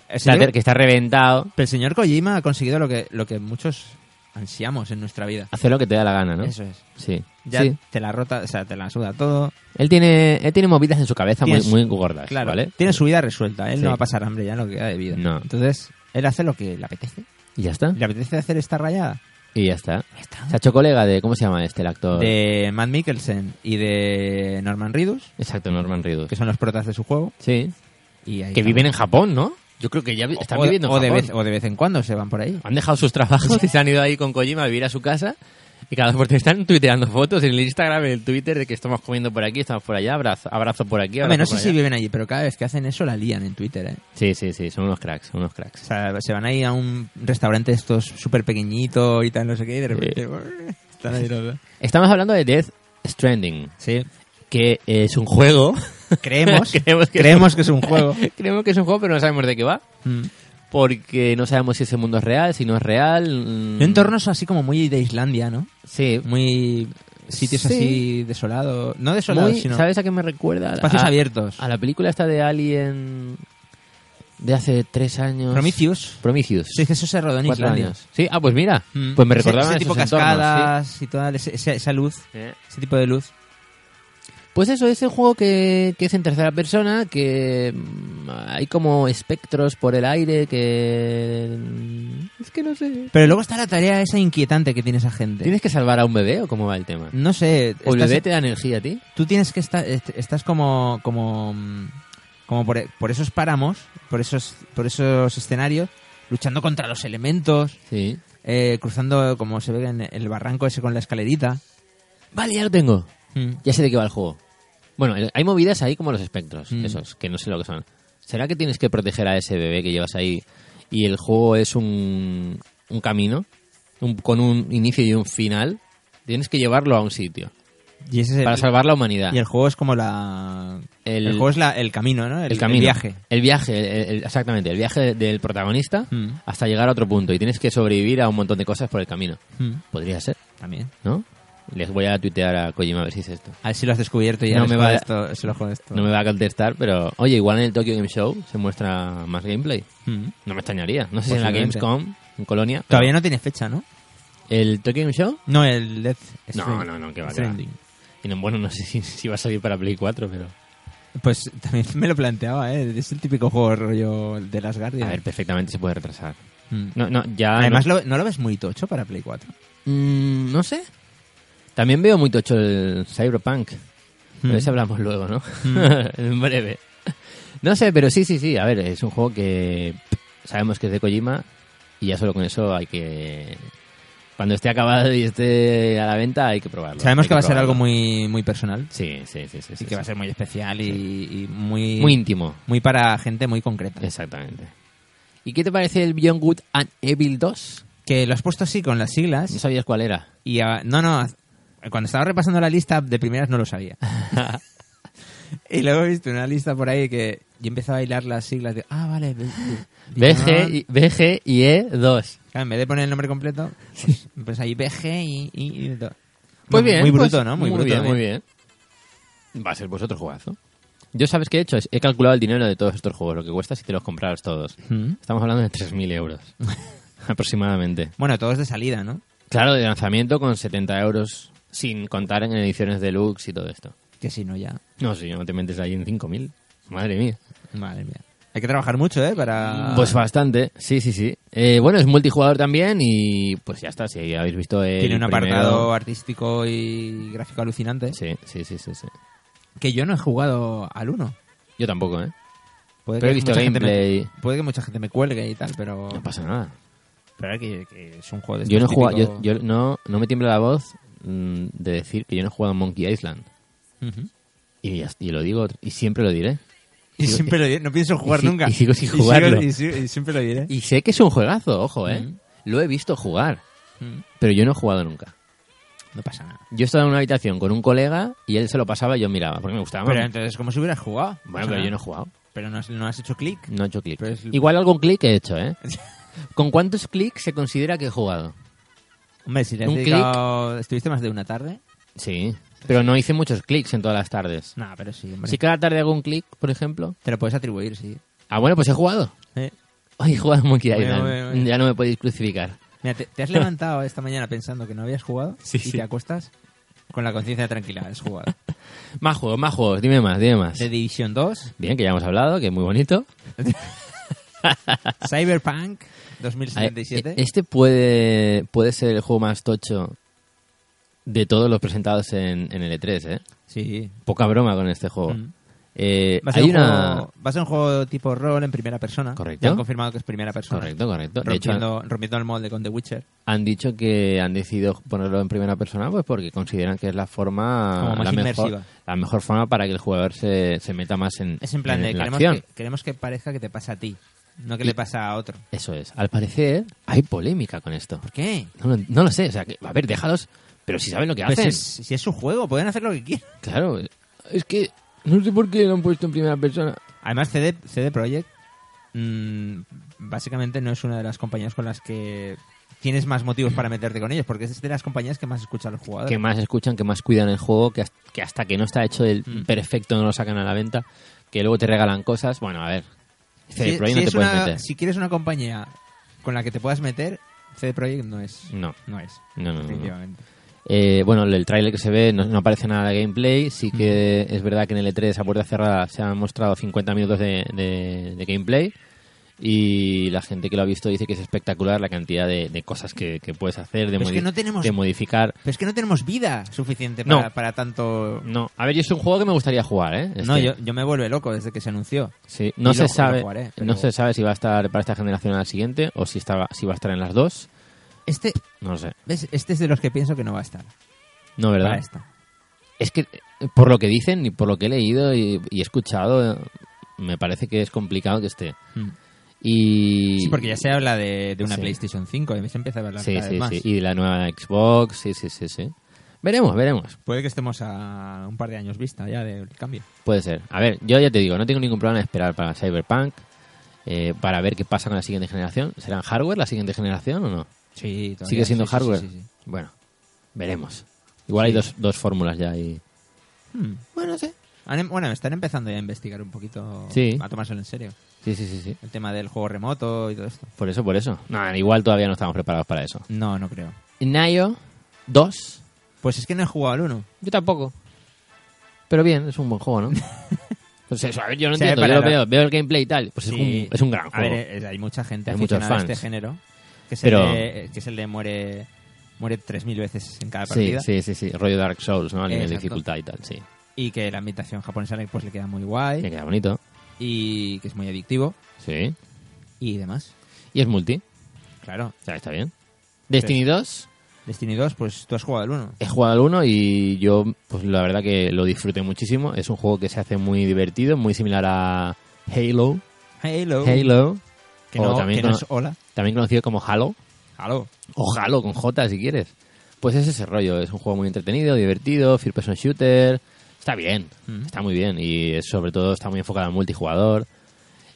[SPEAKER 3] El
[SPEAKER 1] está-
[SPEAKER 3] señor,
[SPEAKER 1] que está reventado.
[SPEAKER 3] pero el señor Kojima ha conseguido lo que, lo que muchos ansiamos en nuestra vida.
[SPEAKER 1] Hace lo que te da la gana, ¿no?
[SPEAKER 3] Eso es.
[SPEAKER 1] Sí.
[SPEAKER 3] Ya
[SPEAKER 1] Sí.
[SPEAKER 3] te la rota, o sea, te la suda todo.
[SPEAKER 1] Él tiene, él tiene movidas en su cabeza muy,
[SPEAKER 3] Tienes-
[SPEAKER 1] muy gordas,
[SPEAKER 3] Claro,
[SPEAKER 1] ¿vale?
[SPEAKER 3] tiene su vida resuelta. Él
[SPEAKER 1] Sí.
[SPEAKER 3] no va a pasar hambre ya en lo que queda de vida.
[SPEAKER 1] No.
[SPEAKER 3] Entonces, él hace lo que le apetece.
[SPEAKER 1] Y ya está.
[SPEAKER 3] ¿Le apetece hacer esta rayada?
[SPEAKER 1] Y ya está. Se ha hecho colega de, ¿cómo se llama este, el actor?
[SPEAKER 3] De Matt Mikkelsen y de Norman Reedus,
[SPEAKER 1] Exacto, Norman Reedus.
[SPEAKER 3] que son los protas de su juego.
[SPEAKER 1] Sí.
[SPEAKER 3] Y ahí
[SPEAKER 1] Mm. Que
[SPEAKER 3] está.
[SPEAKER 1] viven en Japón, ¿no? Yo creo que ya vi- están
[SPEAKER 3] o,
[SPEAKER 1] viviendo en
[SPEAKER 3] o de
[SPEAKER 1] Japón.
[SPEAKER 3] vez, o de vez en cuando se van por ahí.
[SPEAKER 1] Han dejado sus trabajos y se han ido ahí con Kojima a vivir a su casa. Y cada dos por tres están tuiteando fotos en el Instagram, en el Twitter, de que estamos comiendo por aquí, estamos por allá, abrazo, abrazo por aquí, abrazo
[SPEAKER 3] Hombre, no sé
[SPEAKER 1] por
[SPEAKER 3] si
[SPEAKER 1] allá.
[SPEAKER 3] viven allí, pero cada vez que hacen eso la lían en Twitter, ¿eh?
[SPEAKER 1] Sí, sí, sí, son unos cracks, son unos
[SPEAKER 3] O
[SPEAKER 1] cracks.
[SPEAKER 3] sea, se van ahí a un restaurante de estos súper pequeñito y tal, no sé qué, y de repente... Están ahí los dos.
[SPEAKER 1] Estamos hablando de Death Stranding,
[SPEAKER 3] Sí,
[SPEAKER 1] que es un juego...
[SPEAKER 3] *laughs*
[SPEAKER 1] *laughs*
[SPEAKER 3] creemos,
[SPEAKER 1] Creemos que-
[SPEAKER 3] creemos que es un juego.
[SPEAKER 1] Creemos que es un juego, pero no sabemos de qué va.
[SPEAKER 3] *laughs* Mm.
[SPEAKER 1] Porque no sabemos si ese mundo es real, si no es real... mm,
[SPEAKER 3] Un entorno así como muy de Islandia, ¿no?
[SPEAKER 1] Sí,
[SPEAKER 3] Muy... Sitios
[SPEAKER 1] Sí.
[SPEAKER 3] así desolados. No desolados,
[SPEAKER 1] muy,
[SPEAKER 3] sino...
[SPEAKER 1] ¿Sabes a qué me recuerda?
[SPEAKER 3] Espacios
[SPEAKER 1] A-
[SPEAKER 3] abiertos.
[SPEAKER 1] A la película esta de Alien de hace tres años.
[SPEAKER 3] Prometheus.
[SPEAKER 1] Prometheus.
[SPEAKER 3] Sí, que eso se rodó en
[SPEAKER 1] Cuatro
[SPEAKER 3] Islandia.
[SPEAKER 1] años. Sí, ah, pues mira.
[SPEAKER 3] Mm.
[SPEAKER 1] Pues me
[SPEAKER 3] Ese-
[SPEAKER 1] recordaba
[SPEAKER 3] ese tipo de cascadas y toda ese- esa- esa luz, ese tipo de luz.
[SPEAKER 1] Pues eso, es el juego que, que es en tercera persona, que mm, hay como espectros por el aire, que... mm, Es que no sé.
[SPEAKER 3] Pero luego está la tarea esa inquietante que tiene esa gente.
[SPEAKER 1] ¿Tienes que salvar a un bebé o cómo va el tema?
[SPEAKER 3] No sé,
[SPEAKER 1] ¿O el
[SPEAKER 3] Mm. estás-
[SPEAKER 1] bebé te da energía a ti?
[SPEAKER 3] tú tienes que estar, est- estás como, como, mm, como por, e- por esos páramos, por esos, por esos escenarios, luchando contra los elementos,
[SPEAKER 1] Sí.
[SPEAKER 3] eh, cruzando como se ve en el barranco ese con la escalerita.
[SPEAKER 1] Vale, ya lo tengo.
[SPEAKER 3] Mm.
[SPEAKER 1] Ya sé de qué va el juego. Bueno, el- hay movidas ahí como los espectros,
[SPEAKER 3] Mm.
[SPEAKER 1] esos, que no sé lo que son. ¿Será que tienes que proteger a ese bebé que llevas ahí y el juego es un, un camino un- con un inicio y un final? Tienes que llevarlo a un sitio
[SPEAKER 3] Y ese es el,
[SPEAKER 1] para salvar la humanidad.
[SPEAKER 3] y el juego es como la,
[SPEAKER 1] El-
[SPEAKER 3] el, juego es la, el camino, ¿no? El,
[SPEAKER 1] camino.
[SPEAKER 3] el viaje.
[SPEAKER 1] El viaje, el- el- exactamente, el viaje del protagonista
[SPEAKER 3] Mm.
[SPEAKER 1] hasta llegar a otro punto y tienes que sobrevivir a un montón de cosas por el camino.
[SPEAKER 3] Mm.
[SPEAKER 1] Podría ser,
[SPEAKER 3] También.
[SPEAKER 1] ¿no? Les voy a tuitear a Kojima a ver si es esto.
[SPEAKER 3] A ver si lo has descubierto y ya
[SPEAKER 1] No
[SPEAKER 3] les
[SPEAKER 1] me
[SPEAKER 3] jodes
[SPEAKER 1] va-
[SPEAKER 3] esto, se lo jodes esto.
[SPEAKER 1] No me va a contestar, pero oye, igual en el Tokyo Game Show se muestra más gameplay.
[SPEAKER 3] Mm.
[SPEAKER 1] No me extrañaría. No sé si en la
[SPEAKER 3] Posiblemente.
[SPEAKER 1] Gamescom, en Colonia.
[SPEAKER 3] Todavía no tiene fecha, ¿no?
[SPEAKER 1] ¿El Tokyo Game Show?
[SPEAKER 3] No, el Death
[SPEAKER 1] No,
[SPEAKER 3] Stranding.
[SPEAKER 1] no, no, que va, que va.
[SPEAKER 3] Stranding.
[SPEAKER 1] Y no- bueno, no sé si, si va a salir para Play 4, pero...
[SPEAKER 3] Pues *laughs* también me lo planteaba, ¿eh? Es el típico juego rollo de las Guardian.
[SPEAKER 1] A ver, perfectamente se puede retrasar.
[SPEAKER 3] Mm.
[SPEAKER 1] No, no, ya...
[SPEAKER 3] Además,
[SPEAKER 1] no,
[SPEAKER 3] lo- ¿no lo ves muy tocho para Play 4?
[SPEAKER 1] Mm, no sé. También veo muy tocho el Cyberpunk. Pero
[SPEAKER 3] Mm.
[SPEAKER 1] de ese hablamos luego, ¿no? *laughs* en breve. No sé, pero sí, sí, sí. A ver, es un juego que pff, sabemos que es de Kojima y ya solo con eso hay que... Cuando esté acabado y esté a la venta hay que probarlo.
[SPEAKER 3] Sabemos
[SPEAKER 1] Hay
[SPEAKER 3] que va a ser
[SPEAKER 1] probarlo.
[SPEAKER 3] algo muy, muy personal
[SPEAKER 1] Sí, sí, sí, sí.
[SPEAKER 3] y que va a ser muy especial y, y muy,
[SPEAKER 1] muy íntimo.
[SPEAKER 3] muy para gente muy concreta.
[SPEAKER 1] Exactamente. ¿Y qué te parece el Beyond Good and Evil 2?
[SPEAKER 3] Que lo has puesto así con las
[SPEAKER 1] No
[SPEAKER 3] siglas
[SPEAKER 1] sabías cuál era.
[SPEAKER 3] y... ah, no, no, haz- cuando estaba repasando la lista de primeras no
[SPEAKER 1] *laughs*
[SPEAKER 3] lo sabía. *laughs* y luego he visto una lista por ahí que yo empezaba a hilar las siglas de... Ah,
[SPEAKER 1] *laughs*
[SPEAKER 3] vale. B- B-
[SPEAKER 1] BG, y- BG y E E2.
[SPEAKER 3] Claro, en vez de poner el nombre completo, pues, *laughs* pues ahí BG y... y- y todo.
[SPEAKER 1] Pues
[SPEAKER 3] Muy-
[SPEAKER 1] bien.
[SPEAKER 3] Muy
[SPEAKER 1] pues,
[SPEAKER 3] bruto, ¿no? Muy, bruto.
[SPEAKER 1] bien,
[SPEAKER 3] también.
[SPEAKER 1] muy bien. Va a ser pues otro juegazo. Yo, ¿sabes qué he hecho? Es- He calculado el dinero de todos estos juegos, lo que cuesta si te los compraras todos.
[SPEAKER 3] Mm.
[SPEAKER 1] Estamos hablando de 3.000 euros, *laughs* aproximadamente.
[SPEAKER 3] Bueno, todos de salida, ¿no?
[SPEAKER 1] Claro, de lanzamiento con 70 euros, sin contar en ediciones deluxe y todo esto.
[SPEAKER 3] Que si no, ya.
[SPEAKER 1] No, si no te metes ahí en 5.000. Madre mía.
[SPEAKER 3] Madre mía. Hay que trabajar mucho, ¿eh? Para...
[SPEAKER 1] Pues bastante, sí, sí, sí. Eh, bueno, es multijugador también y pues ya está, si habéis visto el
[SPEAKER 3] Tiene un
[SPEAKER 1] primero-
[SPEAKER 3] apartado artístico y gráfico alucinante.
[SPEAKER 1] Sí, sí, sí, sí, sí.
[SPEAKER 3] Que yo no he jugado al 1.
[SPEAKER 1] Yo tampoco, ¿eh?
[SPEAKER 3] Puede
[SPEAKER 1] Pero he visto
[SPEAKER 3] mucha gente
[SPEAKER 1] gameplay.
[SPEAKER 3] me- puede que mucha gente me cuelgue y tal, pero...
[SPEAKER 1] No pasa nada.
[SPEAKER 3] Pero es que, que es un juego de
[SPEAKER 1] Yo no he
[SPEAKER 3] estos
[SPEAKER 1] jugado, yo,
[SPEAKER 3] típico-
[SPEAKER 1] yo no, no me tiembla la voz mm, de decir que yo no he jugado a Monkey Island.
[SPEAKER 3] Ujú.
[SPEAKER 1] Y, ya- y lo digo y siempre lo diré.
[SPEAKER 3] Y siempre lo diré, no pienso
[SPEAKER 1] y
[SPEAKER 3] jugar
[SPEAKER 1] si-
[SPEAKER 3] nunca.
[SPEAKER 1] y sigo sin jugarlo.
[SPEAKER 3] y sigo- y siempre lo diré.
[SPEAKER 1] Y sé que es un juegazo, ojo, ¿eh?
[SPEAKER 3] Mm.
[SPEAKER 1] Lo he visto jugar,
[SPEAKER 3] Mm.
[SPEAKER 1] pero yo no he jugado nunca.
[SPEAKER 3] No pasa nada.
[SPEAKER 1] Yo estaba en una habitación con un colega y él se lo pasaba y yo miraba, porque me gustaba.
[SPEAKER 3] Pero entonces, como si hubieras jugado.
[SPEAKER 1] Ah, bueno,
[SPEAKER 3] O sea,
[SPEAKER 1] pero yo no he jugado.
[SPEAKER 3] Pero no has, no has hecho clic.
[SPEAKER 1] No he hecho clic.
[SPEAKER 3] Pero es-
[SPEAKER 1] Igual algún clic he hecho,
[SPEAKER 3] *laughs*
[SPEAKER 1] ¿eh? ¿Con cuántos clics se considera que he jugado?
[SPEAKER 3] Hombre, si le has
[SPEAKER 1] Un
[SPEAKER 3] dedicado... ¿Estuviste más de una tarde?
[SPEAKER 1] Sí. Pero no hice muchos clics en todas las tardes.
[SPEAKER 3] No, pero sí, hombre.
[SPEAKER 1] Si cada tarde hago un clic, por ejemplo.
[SPEAKER 3] Te lo puedes atribuir, sí.
[SPEAKER 1] Ah, bueno, pues he jugado.
[SPEAKER 3] ¿Eh?
[SPEAKER 1] *laughs* Hoy he jugado a Monkey
[SPEAKER 3] Bueno,
[SPEAKER 1] Island.
[SPEAKER 3] bueno, bueno.
[SPEAKER 1] Ya no me podéis crucificar.
[SPEAKER 3] Mira, te, te has levantado *laughs* esta mañana pensando que no habías jugado
[SPEAKER 1] Sí, sí.
[SPEAKER 3] y te acuestas con la conciencia tranquila, has
[SPEAKER 1] *laughs*
[SPEAKER 3] jugado.
[SPEAKER 1] Más juegos, más juegos. Dime más, dime más.
[SPEAKER 3] The
[SPEAKER 1] *laughs*
[SPEAKER 3] Division 2,
[SPEAKER 1] Bien, que ya hemos hablado, que es muy bonito.
[SPEAKER 3] Cyberpunk
[SPEAKER 1] A ver, eh,
[SPEAKER 3] 2077.
[SPEAKER 1] Este puede, puede ser el juego más tocho de todos los presentados en, en el E3, ¿eh?
[SPEAKER 3] Sí,
[SPEAKER 1] Poca broma con este juego.
[SPEAKER 3] Mm.
[SPEAKER 1] Eh,
[SPEAKER 3] Va a, ser
[SPEAKER 1] hay
[SPEAKER 3] un
[SPEAKER 1] una...
[SPEAKER 3] juego, va a ser un juego tipo rol en primera persona.
[SPEAKER 1] Correcto.
[SPEAKER 3] Ya han confirmado que es primera persona.
[SPEAKER 1] Correcto, correcto. De hecho,
[SPEAKER 3] Rompiendo, rompiendo el molde con The Witcher.
[SPEAKER 1] han dicho que han decidido ponerlo en primera persona pues porque consideran que es la forma
[SPEAKER 3] Como más
[SPEAKER 1] la mejor,
[SPEAKER 3] inmersiva.
[SPEAKER 1] la mejor forma para que el jugador se, se meta más en,
[SPEAKER 3] Es en plan de
[SPEAKER 1] Eh, la
[SPEAKER 3] queremos
[SPEAKER 1] acción.
[SPEAKER 3] que, queremos que parezca que te pasa a ti, no que
[SPEAKER 1] Y-
[SPEAKER 3] le pasa a otro.
[SPEAKER 1] Eso es. Al parecer hay polémica con esto.
[SPEAKER 3] ¿Por qué?
[SPEAKER 1] No, lo- no lo sé, o sea, que, a ver, déjalos, pero si saben lo que
[SPEAKER 3] Pues
[SPEAKER 1] hacen.
[SPEAKER 3] es- si es su juego, pueden hacer lo que quieran.
[SPEAKER 1] Claro, es que no sé por qué lo han puesto en primera persona.
[SPEAKER 3] Además, CD, CD Projekt mm, básicamente no es una de las compañías con las que tienes más motivos para meterte con ellos, porque es de las compañías que más escucha a los jugadores.
[SPEAKER 1] Que más escuchan, que más cuidan el juego, que, has- que hasta que no está hecho el
[SPEAKER 3] Mm.
[SPEAKER 1] perfecto no lo sacan a la venta, que luego te regalan cosas. Bueno, a ver, CD
[SPEAKER 3] Si-
[SPEAKER 1] Projekt
[SPEAKER 3] si
[SPEAKER 1] no
[SPEAKER 3] es
[SPEAKER 1] te puedes
[SPEAKER 3] una-
[SPEAKER 1] meter.
[SPEAKER 3] si quieres una compañía con la que te puedas meter, CD Projekt no es.
[SPEAKER 1] No,
[SPEAKER 3] No es.
[SPEAKER 1] Mm. no, no, no, no.
[SPEAKER 3] definitivamente.
[SPEAKER 1] Eh, bueno, el tráiler que se ve no, no aparece nada de gameplay. Sí que es verdad que en el E3 a puerta cerrada se han mostrado 50 minutos de, de- de gameplay. Y la gente que lo ha visto dice que es espectacular la cantidad de, de cosas que, que puedes hacer, de,
[SPEAKER 3] Pero es que no tenemos-
[SPEAKER 1] de modificar.
[SPEAKER 3] Pero es que no tenemos vida suficiente
[SPEAKER 1] No.
[SPEAKER 3] para, para tanto.
[SPEAKER 1] No, a ver, yo es un juego que me gustaría jugar, ¿eh? Este.
[SPEAKER 3] No, yo, yo me vuelve loco desde que se anunció.
[SPEAKER 1] Sí, no
[SPEAKER 3] Y
[SPEAKER 1] se
[SPEAKER 3] lo- lo
[SPEAKER 1] sabe,
[SPEAKER 3] jugaré,
[SPEAKER 1] no
[SPEAKER 3] pero-
[SPEAKER 1] se sabe si va a estar para esta generación o la siguiente o si estaba, si va a estar en las dos.
[SPEAKER 3] Este,
[SPEAKER 1] No lo sé.
[SPEAKER 3] ¿ves? este es de los que pienso que no va a estar.
[SPEAKER 1] No, ¿verdad?
[SPEAKER 3] Para esta.
[SPEAKER 1] Es que eh, por lo que dicen y por lo que he leído y, y escuchado, eh, me parece que es complicado que esté.
[SPEAKER 3] Mm.
[SPEAKER 1] Y...
[SPEAKER 3] Sí, porque ya se habla de, de una
[SPEAKER 1] Sí.
[SPEAKER 3] PlayStation 5, y se empieza a hablar
[SPEAKER 1] Sí,
[SPEAKER 3] cada
[SPEAKER 1] sí,
[SPEAKER 3] vez más.
[SPEAKER 1] sí. Y de la nueva Xbox, sí, sí, sí, sí. Veremos, veremos.
[SPEAKER 3] Puede que estemos a un par de años vista ya del cambio.
[SPEAKER 1] Puede ser. A ver, yo ya te digo, no tengo ningún problema en esperar para Cyberpunk, eh, para ver qué pasa con la siguiente generación. ¿Serán hardware la siguiente generación o no?
[SPEAKER 3] Sí, todavía,
[SPEAKER 1] ¿Sigue siendo
[SPEAKER 3] sí, sí,
[SPEAKER 1] hardware?
[SPEAKER 3] sí, sí, sí.
[SPEAKER 1] Bueno, veremos. Igual hay
[SPEAKER 3] Sí.
[SPEAKER 1] dos, dos fórmulas ya ahí.
[SPEAKER 3] Hmm. Bueno, sí. Han em- Bueno, están empezando ya a investigar un poquito,
[SPEAKER 1] Sí.
[SPEAKER 3] a tomárselo en serio.
[SPEAKER 1] Sí, sí, sí, sí.
[SPEAKER 3] El tema del juego remoto y todo esto.
[SPEAKER 1] Por eso, por eso. Nah, igual todavía no estamos preparados para eso.
[SPEAKER 3] No, no creo.
[SPEAKER 1] Nayo 2.
[SPEAKER 3] Pues es que no he jugado al 1.
[SPEAKER 1] Yo tampoco. Pero bien, es un buen
[SPEAKER 3] *laughs*
[SPEAKER 1] juego, ¿no? Pues eso, a ver, yo no
[SPEAKER 3] O sea,
[SPEAKER 1] entiendo.
[SPEAKER 3] para
[SPEAKER 1] yo lo
[SPEAKER 3] la-
[SPEAKER 1] veo, veo el gameplay y tal. Pues es, un, es un gran
[SPEAKER 3] A
[SPEAKER 1] juego.
[SPEAKER 3] ver, eh, hay mucha gente
[SPEAKER 1] Hay muchos
[SPEAKER 3] aficionada a este
[SPEAKER 1] fans.
[SPEAKER 3] género que se,
[SPEAKER 1] Pero-
[SPEAKER 3] le, que se le muere muere 3.000 veces en cada
[SPEAKER 1] sí,
[SPEAKER 3] partida.
[SPEAKER 1] sí, sí, sí. Rollo Dark Souls, ¿no? A nivel de
[SPEAKER 3] Exacto.
[SPEAKER 1] dificultad y tal, sí.
[SPEAKER 3] Y que la ambientación japonesa le- pues, le queda muy guay.
[SPEAKER 1] Me queda bonito.
[SPEAKER 3] y que es muy adictivo
[SPEAKER 1] Sí.
[SPEAKER 3] y demás.
[SPEAKER 1] Y es multi.
[SPEAKER 3] Claro.
[SPEAKER 1] O sea, está bien. Destiny 2.
[SPEAKER 3] Destiny 2, pues tú has jugado al 1.
[SPEAKER 1] He jugado al 1 y yo, pues la verdad que lo disfruté muchísimo. Es un juego que se hace muy divertido, muy similar a Halo.
[SPEAKER 3] Halo.
[SPEAKER 1] Halo.
[SPEAKER 3] Que
[SPEAKER 1] O
[SPEAKER 3] no,
[SPEAKER 1] también
[SPEAKER 3] que no
[SPEAKER 1] cono-
[SPEAKER 3] es hola.
[SPEAKER 1] también conocido como Halo,
[SPEAKER 3] Halo.
[SPEAKER 1] o Halo con J si quieres. Pues es ese rollo, es un juego muy entretenido, divertido, first person shooter, está bien,
[SPEAKER 3] Mm.
[SPEAKER 1] está muy bien y es- sobre todo está muy enfocado al multijugador.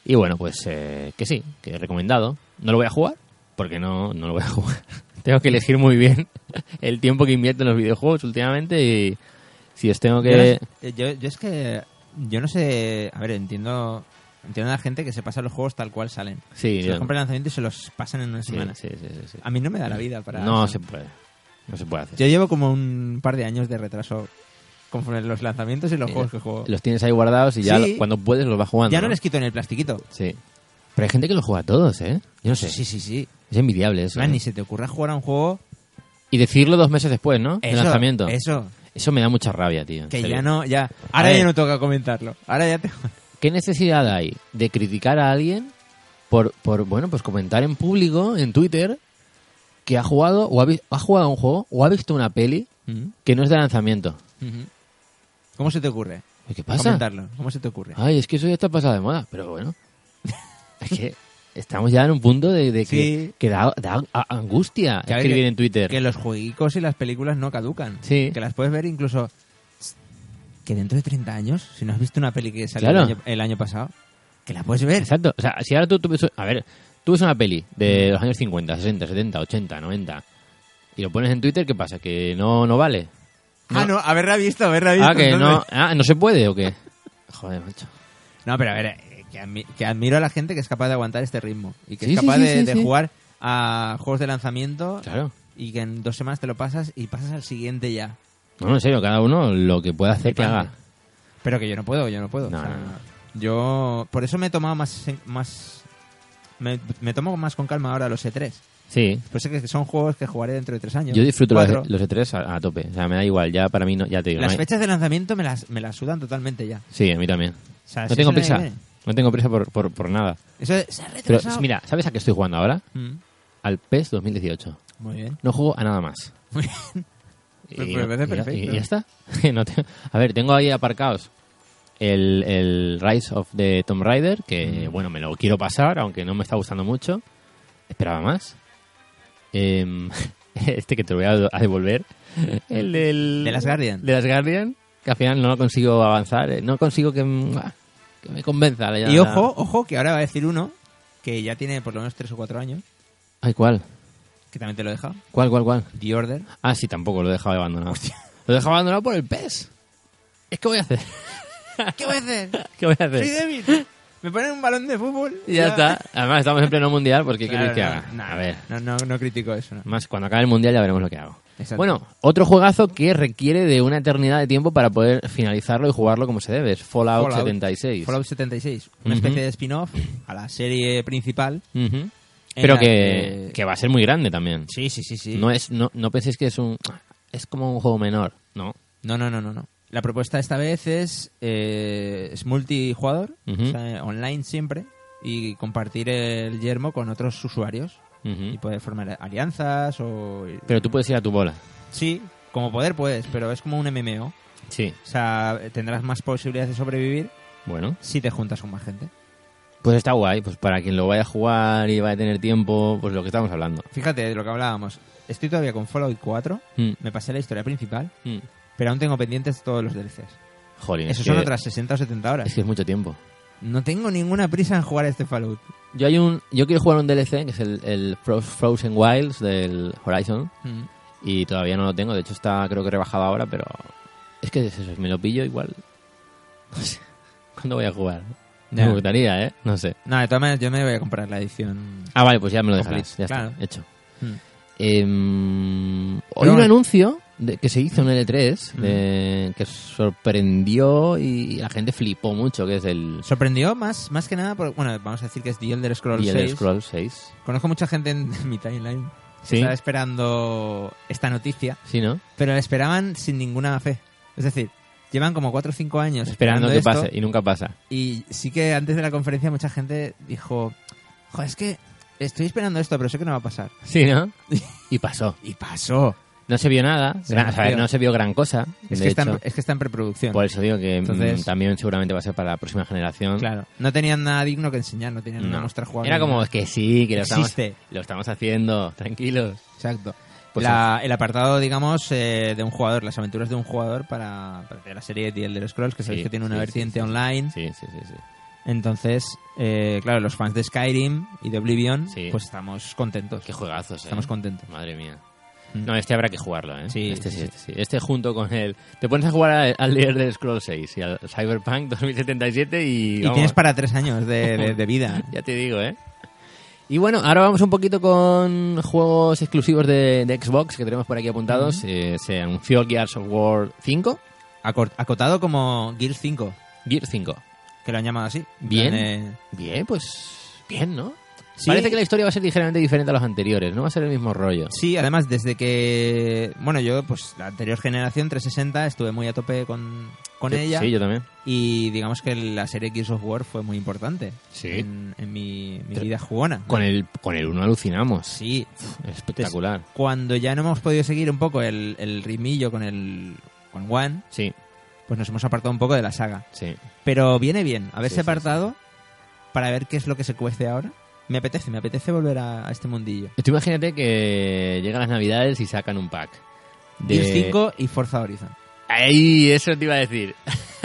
[SPEAKER 1] Y bueno, pues eh, que sí, que recomendado. No lo voy a jugar porque no, no lo voy a *laughs* jugar. Tengo que elegir muy bien *laughs* el tiempo que invierto en los videojuegos últimamente y si os tengo
[SPEAKER 3] Yo,
[SPEAKER 1] que...
[SPEAKER 3] no sé- eh, yo, yo es que. Yo no sé. A ver, entiendo. Entiendo a la gente que se pasa los juegos tal cual salen.
[SPEAKER 1] Sí,
[SPEAKER 3] se
[SPEAKER 1] yo-
[SPEAKER 3] los compra en lanzamiento y se los pasan en una
[SPEAKER 1] sí,
[SPEAKER 3] semana.
[SPEAKER 1] sí, sí, sí, sí.
[SPEAKER 3] A mí no me da la vida para.
[SPEAKER 1] No
[SPEAKER 3] eso.
[SPEAKER 1] se puede, no se puede hacer.
[SPEAKER 3] Yo llevo como un par de años de retraso conforme los lanzamientos y los
[SPEAKER 1] Eh,
[SPEAKER 3] juegos que juego.
[SPEAKER 1] Los tienes ahí guardados y ya
[SPEAKER 3] Sí.
[SPEAKER 1] lo- cuando puedes los vas jugando.
[SPEAKER 3] Ya no
[SPEAKER 1] ¿no?
[SPEAKER 3] les quito en el plastiquito.
[SPEAKER 1] Sí. Pero hay gente que lo juega a todos, ¿eh? Yo no sé.
[SPEAKER 3] Sí, sí, sí.
[SPEAKER 1] Es envidiable eso.
[SPEAKER 3] Man,
[SPEAKER 1] ¿eh?
[SPEAKER 3] ni se te ocurra jugar a un juego.
[SPEAKER 1] Y decirlo dos meses después, ¿no? Del
[SPEAKER 3] Eso,
[SPEAKER 1] lanzamiento.
[SPEAKER 3] Eso.
[SPEAKER 1] Eso me da mucha rabia, tío. en
[SPEAKER 3] Que
[SPEAKER 1] serio.
[SPEAKER 3] ya no, ya. Ahora
[SPEAKER 1] ver.
[SPEAKER 3] ya no toca comentarlo. Ahora ya te.
[SPEAKER 1] ¿Qué necesidad hay de criticar a alguien por, por bueno, pues comentar en público, en Twitter, que ha jugado o ha, vi- ha jugado a un juego o ha visto una peli
[SPEAKER 3] Mm,
[SPEAKER 1] que no es de lanzamiento? Pues,
[SPEAKER 3] ¿Cómo se te ocurre?
[SPEAKER 1] ¿Qué pasa?
[SPEAKER 3] Comentarlo. ¿Cómo se te ocurre?
[SPEAKER 1] Ay, es que eso ya está pasado de moda, pero bueno. *laughs* es que estamos ya en un punto de, de que,
[SPEAKER 3] Sí.
[SPEAKER 1] que da, da a- angustia
[SPEAKER 3] Que a ver,
[SPEAKER 1] escribir
[SPEAKER 3] que-
[SPEAKER 1] en Twitter.
[SPEAKER 3] Que los jueguicos y las películas no caducan.
[SPEAKER 1] Sí.
[SPEAKER 3] Que las puedes ver incluso. Que dentro de 30 años, si no has visto una peli que salió
[SPEAKER 1] Claro.
[SPEAKER 3] el, año, el año pasado, que la puedes ver.
[SPEAKER 1] Exacto. O sea, si ahora tú, tú ves- A ver, tú ves una peli de
[SPEAKER 3] Mm.
[SPEAKER 1] los años 50, 60, 70, 80, 90 y lo pones en Twitter, ¿qué pasa? ¿Que no, no vale?
[SPEAKER 3] Ah, no, haberla visto, haberla visto.
[SPEAKER 1] Ah, que no,
[SPEAKER 3] entonces.
[SPEAKER 1] ah, ¿no se puede o qué? Joder, macho.
[SPEAKER 3] No, pero a ver, eh, que, admi- que admiro a la gente que es capaz de aguantar este ritmo. Y que
[SPEAKER 1] Sí,
[SPEAKER 3] es
[SPEAKER 1] sí,
[SPEAKER 3] capaz
[SPEAKER 1] sí,
[SPEAKER 3] de,
[SPEAKER 1] sí,
[SPEAKER 3] de
[SPEAKER 1] sí.
[SPEAKER 3] jugar a juegos de lanzamiento.
[SPEAKER 1] Claro.
[SPEAKER 3] Y que en dos semanas te lo pasas y pasas al siguiente ya.
[SPEAKER 1] No, no, en serio, cada uno lo que pueda hacer que haga.
[SPEAKER 3] Pero que yo no puedo, yo no puedo.
[SPEAKER 1] No,
[SPEAKER 3] o sea,
[SPEAKER 1] no, no.
[SPEAKER 3] eh, Yo por eso me he tomado más en- más me, me tomo más con calma ahora los E3.
[SPEAKER 1] Sí.
[SPEAKER 3] Pues es que son juegos que jugaré dentro de tres años.
[SPEAKER 1] Yo disfruto los,
[SPEAKER 3] Cuatro.
[SPEAKER 1] los de tres a, a tope. O sea, me da igual. Ya para mí, no, ya te digo.
[SPEAKER 3] Las
[SPEAKER 1] no hay-
[SPEAKER 3] fechas de lanzamiento me las, me las sudan totalmente ya.
[SPEAKER 1] Sí, a mí también.
[SPEAKER 3] O sea,
[SPEAKER 1] no
[SPEAKER 3] si
[SPEAKER 1] tengo
[SPEAKER 3] eso
[SPEAKER 1] prisa.
[SPEAKER 3] viene-
[SPEAKER 1] No tengo prisa por, por, por nada.
[SPEAKER 3] Eso es- se ha
[SPEAKER 1] Pero
[SPEAKER 3] retrasado.
[SPEAKER 1] mira, ¿sabes a qué estoy jugando ahora?
[SPEAKER 3] Mm,
[SPEAKER 1] Al E PES 2018.
[SPEAKER 3] muy bien.
[SPEAKER 1] No juego a nada más.
[SPEAKER 3] *laughs* Muy bien. Pues me parece
[SPEAKER 1] y-
[SPEAKER 3] perfecto.
[SPEAKER 1] y ya está. *laughs* No te- a ver, tengo ahí aparcados el, el Rise of the Tomb Raider, que
[SPEAKER 3] Mm.
[SPEAKER 1] bueno, me lo quiero pasar, aunque no me está gustando mucho. Esperaba más. Em, *laughs* este que te voy a, a devolver. El del...
[SPEAKER 3] De las Guardian.
[SPEAKER 1] De las Guardian, que al final no lo consigo avanzar. eh, No consigo que, mm, ah, que me convenza. la-
[SPEAKER 3] Y
[SPEAKER 1] la-
[SPEAKER 3] ojo, ojo, que ahora va a decir uno que ya tiene por lo menos tres o cuatro años,
[SPEAKER 1] Ay, ¿cuál?
[SPEAKER 3] que también te lo deja.
[SPEAKER 1] ¿Cuál, cuál, cuál?
[SPEAKER 3] The Order.
[SPEAKER 1] Ah, sí, tampoco lo he dejado abandonado. Lo he dejado abandonado por el pez. Es que voy a hacer. *laughs*
[SPEAKER 3] ¿Qué voy a hacer?
[SPEAKER 1] ¿Qué voy a hacer?
[SPEAKER 3] Soy débil. Me ponen un balón de fútbol.
[SPEAKER 1] Y ya está. Además, estamos en pleno mundial porque
[SPEAKER 3] Claro,
[SPEAKER 1] quiero que
[SPEAKER 3] no,
[SPEAKER 1] haga.
[SPEAKER 3] no,
[SPEAKER 1] a ver.
[SPEAKER 3] No, no, no critico eso. no.
[SPEAKER 1] Más cuando acabe el mundial ya veremos lo que hago.
[SPEAKER 3] Exacto.
[SPEAKER 1] Bueno, otro juegazo que requiere de una eternidad de tiempo para poder finalizarlo y jugarlo como se debe. Es Fallout, 76.
[SPEAKER 3] Fallout 76. Una
[SPEAKER 1] Ujú.
[SPEAKER 3] especie de spin-off a la serie principal.
[SPEAKER 1] Ujú.
[SPEAKER 3] en
[SPEAKER 1] Pero
[SPEAKER 3] la
[SPEAKER 1] que, que va a ser muy grande también.
[SPEAKER 3] Sí, sí, sí, sí.
[SPEAKER 1] No, es, no, no penséis que es un. Es como un juego menor. No.
[SPEAKER 3] No, no, no, no, no. La propuesta esta vez es, eh, es multijugador,
[SPEAKER 1] Ujú.
[SPEAKER 3] o sea, online siempre, y compartir el yermo con otros usuarios.
[SPEAKER 1] Ujú.
[SPEAKER 3] Y poder formar alianzas o...
[SPEAKER 1] Pero tú puedes ir a tu bola.
[SPEAKER 3] Sí, como poder puedes, pero es como un MMO. O
[SPEAKER 1] Sí.
[SPEAKER 3] sea, tendrás más posibilidades de sobrevivir
[SPEAKER 1] Bueno.
[SPEAKER 3] si te juntas con más gente.
[SPEAKER 1] Pues está guay, pues para quien lo vaya a jugar y vaya a tener tiempo, pues lo que estamos hablando.
[SPEAKER 3] Fíjate de lo que hablábamos. Estoy todavía con Fallout 4,
[SPEAKER 1] Mm,
[SPEAKER 3] me pasé la historia principal,
[SPEAKER 1] mm.
[SPEAKER 3] pero aún tengo pendientes todos los DLCs.
[SPEAKER 1] Jolín,
[SPEAKER 3] Eso
[SPEAKER 1] es
[SPEAKER 3] son
[SPEAKER 1] que-
[SPEAKER 3] otras 60 o 70 horas.
[SPEAKER 1] Es que es mucho tiempo.
[SPEAKER 3] No tengo ninguna prisa en jugar a este Fallout.
[SPEAKER 1] Yo hay un, yo quiero jugar un DLC que es el, el Fro- Frozen Wilds del Horizon
[SPEAKER 3] Mm.
[SPEAKER 1] y todavía no lo tengo. De hecho está creo que rebajado ahora, pero es que es eso, me lo pillo igual. *laughs* No sé. ¿Cuándo voy a jugar?
[SPEAKER 3] Ya.
[SPEAKER 1] Me gustaría, ¿eh? No sé.
[SPEAKER 3] No, de todas maneras, yo me voy a comprar la edición.
[SPEAKER 1] Ah, vale, pues ya me lo dejarás. Ya
[SPEAKER 3] Complete, claro.
[SPEAKER 1] está, hecho.
[SPEAKER 3] Mm.
[SPEAKER 1] Em, hoy
[SPEAKER 3] Yo-
[SPEAKER 1] un anuncio de- que se hizo en
[SPEAKER 3] Mm.
[SPEAKER 1] L3 de- que sorprendió y la gente flipó mucho, que es el
[SPEAKER 3] Sorprendió más, más que nada, por, bueno, vamos a decir que es The Elder Scrolls
[SPEAKER 1] The Elder
[SPEAKER 3] 6.
[SPEAKER 1] Scrolls 6.
[SPEAKER 3] Conozco mucha gente en *laughs* mi timeline que
[SPEAKER 1] Sí.
[SPEAKER 3] estaba esperando esta noticia,
[SPEAKER 1] Sí, ¿no?
[SPEAKER 3] pero la esperaban sin ninguna fe. Es decir, llevan como 4 o 5 años
[SPEAKER 1] Esperando
[SPEAKER 3] esperando,
[SPEAKER 1] que
[SPEAKER 3] esto,
[SPEAKER 1] pase y nunca pasa.
[SPEAKER 3] Y sí que antes de la conferencia mucha gente dijo, joder, es que estoy esperando esto, pero sé que no va a pasar.
[SPEAKER 1] Sí, ¿no?
[SPEAKER 3] *laughs*
[SPEAKER 1] y pasó.
[SPEAKER 3] Y pasó.
[SPEAKER 1] No se vio nada,
[SPEAKER 3] Se
[SPEAKER 1] gran- o sea,
[SPEAKER 3] anunció.
[SPEAKER 1] no se vio gran cosa.
[SPEAKER 3] Es,
[SPEAKER 1] de
[SPEAKER 3] que está, en,
[SPEAKER 1] hecho.
[SPEAKER 3] es que está en preproducción.
[SPEAKER 1] por eso digo que mm,
[SPEAKER 3] Entonces-
[SPEAKER 1] también seguramente va a ser para la próxima generación.
[SPEAKER 3] Claro. No tenían nada digno que enseñar, no tenían
[SPEAKER 1] No.
[SPEAKER 3] nada mostrar jugable.
[SPEAKER 1] Era como
[SPEAKER 3] nada.
[SPEAKER 1] es que sí, que lo estamos,
[SPEAKER 3] Existe.
[SPEAKER 1] lo estamos haciendo, tranquilos.
[SPEAKER 3] Exacto.
[SPEAKER 1] Pues
[SPEAKER 3] La- el apartado, digamos, eh, de un jugador, las aventuras de un jugador para, para la serie de The Elder Scrolls, que sabéis
[SPEAKER 1] Sí,
[SPEAKER 3] que tiene una
[SPEAKER 1] sí,
[SPEAKER 3] vertiente
[SPEAKER 1] sí, sí.
[SPEAKER 3] online.
[SPEAKER 1] Sí, sí, sí, sí.
[SPEAKER 3] Entonces, eh, claro, los fans de Skyrim y de Oblivion,
[SPEAKER 1] Sí.
[SPEAKER 3] pues estamos contentos.
[SPEAKER 1] Qué juegazos, eh.
[SPEAKER 3] Estamos contentos.
[SPEAKER 1] Madre mía.
[SPEAKER 3] Mm.
[SPEAKER 1] No, este habrá que jugarlo, ¿eh?
[SPEAKER 3] Sí,
[SPEAKER 1] este sí,
[SPEAKER 3] sí,
[SPEAKER 1] este sí. Este junto con el... Te pones a jugar al- al líder del Scroll 6 y al Cyberpunk 2077 y...
[SPEAKER 3] Y
[SPEAKER 1] vamos,
[SPEAKER 3] tienes para tres años de, de-
[SPEAKER 1] *laughs*
[SPEAKER 3] de vida.
[SPEAKER 1] Ya te digo, ¿eh? Y bueno, ahora vamos un poquito con juegos exclusivos de, de Xbox que tenemos por aquí apuntados. Eh, se anunció Gears of War 5.
[SPEAKER 3] Acor- Acotado como Gears 5,
[SPEAKER 1] Gears 5.
[SPEAKER 3] que lo han llamado así.
[SPEAKER 1] Bien.
[SPEAKER 3] Eh,
[SPEAKER 1] Bien, pues... Bien, ¿no?
[SPEAKER 3] Sí.
[SPEAKER 1] Parece que la historia va a ser ligeramente diferente a los anteriores. No va a ser el mismo rollo.
[SPEAKER 3] Sí, además, desde que. Bueno, yo, pues la anterior generación, 360, estuve muy a tope con, con
[SPEAKER 1] Yo-
[SPEAKER 3] ella.
[SPEAKER 1] Sí, yo también.
[SPEAKER 3] Y digamos que la serie Gears of War fue muy importante
[SPEAKER 1] Sí.
[SPEAKER 3] en, en mi, mi
[SPEAKER 1] Pero-
[SPEAKER 3] vida jugona.
[SPEAKER 1] Con el, con el 1 alucinamos.
[SPEAKER 3] Sí.
[SPEAKER 1] Espectacular.
[SPEAKER 3] Cuando ya no hemos podido seguir un poco el, el rimillo con el con One,
[SPEAKER 1] Sí,
[SPEAKER 3] pues nos hemos apartado un poco de la saga.
[SPEAKER 1] sí.
[SPEAKER 3] Pero viene bien haberse
[SPEAKER 1] Sí, sí,
[SPEAKER 3] apartado para ver qué es lo que se cuece ahora. Me apetece, me apetece volver a, a este mundillo.
[SPEAKER 1] Tú imagínate que llegan las navidades y sacan un pack. De...
[SPEAKER 3] Gears 5 y Forza Horizon.
[SPEAKER 1] Ahí, eso te iba a decir.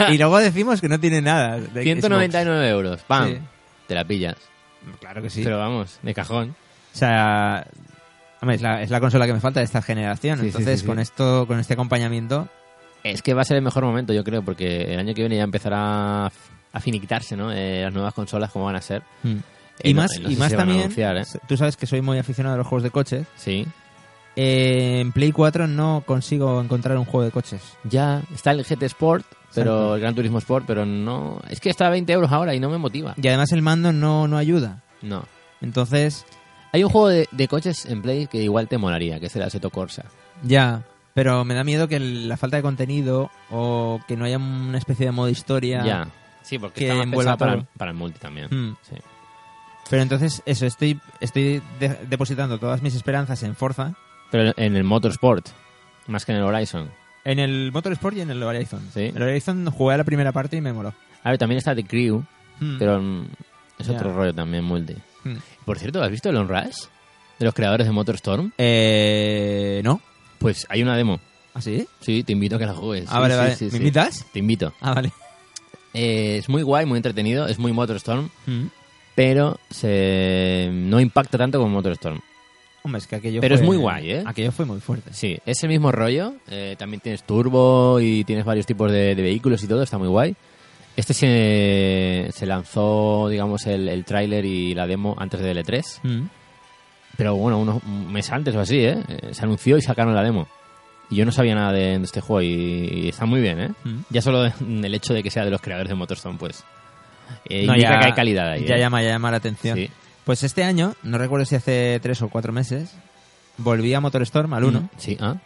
[SPEAKER 3] y luego decimos que no tiene nada. de
[SPEAKER 1] 199 euros. ¡Pam!
[SPEAKER 3] Sí.
[SPEAKER 1] Te la pillas.
[SPEAKER 3] Xbox. Claro que sí.
[SPEAKER 1] Pero vamos, de cajón.
[SPEAKER 3] O sea, hombre, es, la, es la consola que me falta de esta generación.
[SPEAKER 1] Sí, sí, sí,
[SPEAKER 3] Entonces,
[SPEAKER 1] sí.
[SPEAKER 3] con esto, con este acompañamiento,
[SPEAKER 1] Es que va a ser el mejor momento, yo creo, porque el año que viene ya empezará a f- a finiquitarse, ¿no? Eh, las nuevas consolas, cómo van a ser. Eh,
[SPEAKER 3] y
[SPEAKER 1] no-
[SPEAKER 3] más,
[SPEAKER 1] eh, no
[SPEAKER 3] y
[SPEAKER 1] sé si
[SPEAKER 3] más
[SPEAKER 1] se van a
[SPEAKER 3] también,
[SPEAKER 1] anunciar, ¿eh?
[SPEAKER 3] tú sabes que soy muy aficionado a los juegos de coches.
[SPEAKER 1] Sí.
[SPEAKER 3] Eh, en Play 4 no consigo encontrar un juego de coches.
[SPEAKER 1] Ya está el GT Sport, pero
[SPEAKER 3] Exacto.
[SPEAKER 1] el Gran Turismo Sport, pero no. Es que está a 20 euros ahora y no me motiva.
[SPEAKER 3] Y además el mando no, no ayuda.
[SPEAKER 1] No.
[SPEAKER 3] Entonces,
[SPEAKER 1] Hay un juego de, de coches en Play que igual te molaría, que es el Assetto Corsa.
[SPEAKER 3] Ya, pero me da miedo que el- la falta de contenido o que no haya una especie de modo historia.
[SPEAKER 1] Ya. Sí, porque
[SPEAKER 3] Que
[SPEAKER 1] está más
[SPEAKER 3] envuelva
[SPEAKER 1] pensado para,
[SPEAKER 3] todo.
[SPEAKER 1] para el multi también.
[SPEAKER 3] Mm.
[SPEAKER 1] Sí.
[SPEAKER 3] Pero entonces, eso, estoy, estoy de- depositando todas mis esperanzas en Forza,
[SPEAKER 1] Pero en el Motorsport, más que en el Horizon.
[SPEAKER 3] en el Motorsport y en el Horizon.
[SPEAKER 1] Sí.
[SPEAKER 3] El Horizon jugué a la primera parte y me moló.
[SPEAKER 1] A ver, también está The Crew,
[SPEAKER 3] Mm.
[SPEAKER 1] pero mm, es
[SPEAKER 3] Ya.
[SPEAKER 1] otro rollo también multi.
[SPEAKER 3] Mm.
[SPEAKER 1] Por cierto, ¿has visto el Onrush? De los creadores de Motorstorm.
[SPEAKER 3] Eh, ¿No?
[SPEAKER 1] Pues hay una demo.
[SPEAKER 3] ¿Ah, sí?
[SPEAKER 1] Sí, te invito a que la juegues.
[SPEAKER 3] Ah,
[SPEAKER 1] Sí,
[SPEAKER 3] vale,
[SPEAKER 1] sí,
[SPEAKER 3] vale.
[SPEAKER 1] sí,
[SPEAKER 3] ¿Me
[SPEAKER 1] sí.
[SPEAKER 3] invitas?
[SPEAKER 1] Te invito.
[SPEAKER 3] Ah, vale.
[SPEAKER 1] Eh, es muy guay, muy entretenido, es muy Motorstorm,
[SPEAKER 3] Hmm.
[SPEAKER 1] pero se... no impacta tanto como Motorstorm.
[SPEAKER 3] Hombre, es que aquello
[SPEAKER 1] Pero es
[SPEAKER 3] fue-
[SPEAKER 1] muy guay, ¿eh?
[SPEAKER 3] Aquello fue muy fuerte.
[SPEAKER 1] Sí, ese mismo rollo. eh, también tienes turbo y tienes varios tipos de, de vehículos y todo, está muy guay. Este se, se lanzó, digamos, el, el tráiler y la demo antes de L3.
[SPEAKER 3] Hmm.
[SPEAKER 1] Pero bueno, unos meses antes o así, ¿eh? Eh, Se anunció y sacaron la demo. Y yo no sabía nada de, de este juego y, y está muy bien, ¿eh?
[SPEAKER 3] Mm.
[SPEAKER 1] Ya solo *laughs* el hecho de que sea de los creadores de Motorstone, pues... eh,
[SPEAKER 3] No,
[SPEAKER 1] indica
[SPEAKER 3] ya-
[SPEAKER 1] que hay calidad ahí.
[SPEAKER 3] Ya
[SPEAKER 1] ¿eh?
[SPEAKER 3] llama, ya llama la atención.
[SPEAKER 1] Sí.
[SPEAKER 3] Pues este año, no recuerdo si hace tres o cuatro meses, volví a Motor Storm al 1
[SPEAKER 1] Mm, Sí, ah,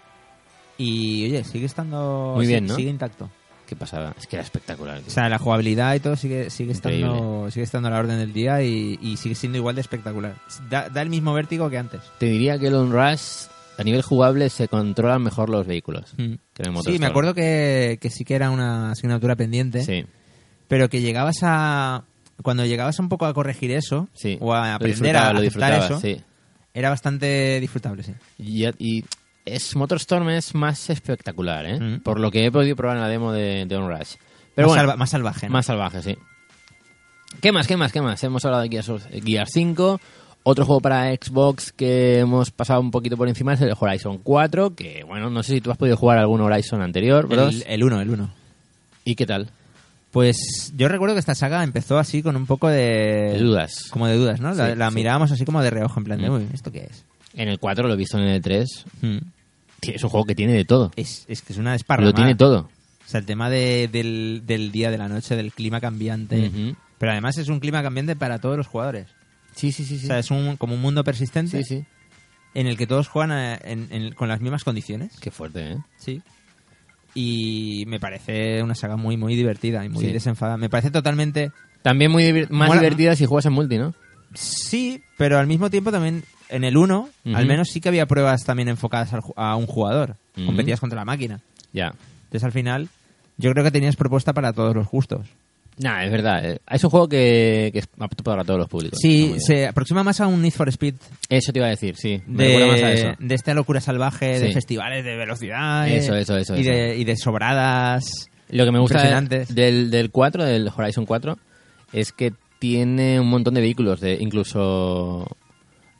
[SPEAKER 3] y, oye, sigue estando...
[SPEAKER 1] Muy
[SPEAKER 3] sí-
[SPEAKER 1] bien, ¿no?
[SPEAKER 3] Sigue intacto.
[SPEAKER 1] qué pasada. Es que era espectacular. tío.
[SPEAKER 3] O sea, la jugabilidad y todo sigue, sigue, estando,
[SPEAKER 1] Increíble.
[SPEAKER 3] sigue estando a la orden del día y, y sigue siendo igual de espectacular. Da, da el mismo vértigo que antes.
[SPEAKER 1] Te diría que el Onrush, a nivel jugable, se controlan mejor los vehículos. que en el
[SPEAKER 3] Mm. Sí,
[SPEAKER 1] Motorstorm.
[SPEAKER 3] me acuerdo que, que sí que era una asignatura pendiente,
[SPEAKER 1] Sí,
[SPEAKER 3] pero que llegabas a... Cuando llegabas un poco a corregir eso,
[SPEAKER 1] sí.
[SPEAKER 3] o a
[SPEAKER 1] Lo
[SPEAKER 3] aprender
[SPEAKER 1] disfrutaba,
[SPEAKER 3] a
[SPEAKER 1] lo
[SPEAKER 3] aceptar
[SPEAKER 1] disfrutaba,
[SPEAKER 3] eso,
[SPEAKER 1] sí.
[SPEAKER 3] era bastante disfrutable, sí.
[SPEAKER 1] Y, y es, Motorstorm es más espectacular, ¿eh?
[SPEAKER 3] Mm.
[SPEAKER 1] Por lo que he podido probar en la demo de, de Onrush. Pero bueno,
[SPEAKER 3] más, salva- más salvaje. ¿no?
[SPEAKER 1] Más salvaje, sí. ¿Qué más? ¿Qué más? ¿Qué más? Hemos hablado de Gears, of- Gears 5. Otro juego para Xbox que hemos pasado un poquito por encima es el Horizon 4, que bueno, no sé si tú has podido jugar algún Horizon anterior, bros.
[SPEAKER 3] El- el 1, el 1.
[SPEAKER 1] ¿Y qué tal?
[SPEAKER 3] Pues yo recuerdo que esta saga empezó así con un poco de...
[SPEAKER 1] De dudas.
[SPEAKER 3] Como de dudas, ¿no? La,
[SPEAKER 1] Sí,
[SPEAKER 3] la
[SPEAKER 1] sí.
[SPEAKER 3] mirábamos así como de reojo, en plan de,
[SPEAKER 1] Mm.
[SPEAKER 3] uy, ¿esto qué es?
[SPEAKER 1] En el 4 lo he visto en el 3. Es un juego que tiene de todo.
[SPEAKER 3] Es, es que es una desparramada.
[SPEAKER 1] Lo tiene todo.
[SPEAKER 3] O sea, el tema de- del, del día, de la noche, del clima cambiante.
[SPEAKER 1] Ujú.
[SPEAKER 3] Pero además es un clima cambiante para todos los jugadores.
[SPEAKER 1] Sí, sí, sí.
[SPEAKER 3] O sea, es un, como un mundo persistente
[SPEAKER 1] Sí, sí.
[SPEAKER 3] en el que todos juegan eh, en- en- con las mismas condiciones.
[SPEAKER 1] Qué fuerte, ¿eh?
[SPEAKER 3] Sí. Y me parece una saga muy, muy divertida y muy
[SPEAKER 1] Sí.
[SPEAKER 3] desenfadada. Me parece totalmente...
[SPEAKER 1] También muy divir- más
[SPEAKER 3] Mola, ¿no?
[SPEAKER 1] divertida si juegas en multi, ¿no?
[SPEAKER 3] Sí, pero al mismo tiempo también en el 1,
[SPEAKER 1] Ujú.
[SPEAKER 3] al menos sí que había pruebas también enfocadas al ju- a un jugador.
[SPEAKER 1] Ujú.
[SPEAKER 3] Competías contra la máquina.
[SPEAKER 1] Ya.
[SPEAKER 3] Entonces al final yo creo que tenías propuesta para todos los gustos.
[SPEAKER 1] Nah, es verdad. eh, Es un juego que, que es apto para todos los públicos. Está muy
[SPEAKER 3] Sí,
[SPEAKER 1] bien.
[SPEAKER 3] se aproxima más a un Need for Speed
[SPEAKER 1] Eso te iba a decir, sí. Me
[SPEAKER 3] de,
[SPEAKER 1] recuerda más a eso.
[SPEAKER 3] de esta locura salvaje, de
[SPEAKER 1] Sí.
[SPEAKER 3] festivales de velocidad eh,
[SPEAKER 1] Eso, eso, eso,
[SPEAKER 3] y, De, y de sobradas.
[SPEAKER 1] Lo que me gusta de-
[SPEAKER 3] Impresionantes.
[SPEAKER 1] del, del 4, del Horizon 4, es que tiene un montón de vehículos. De, incluso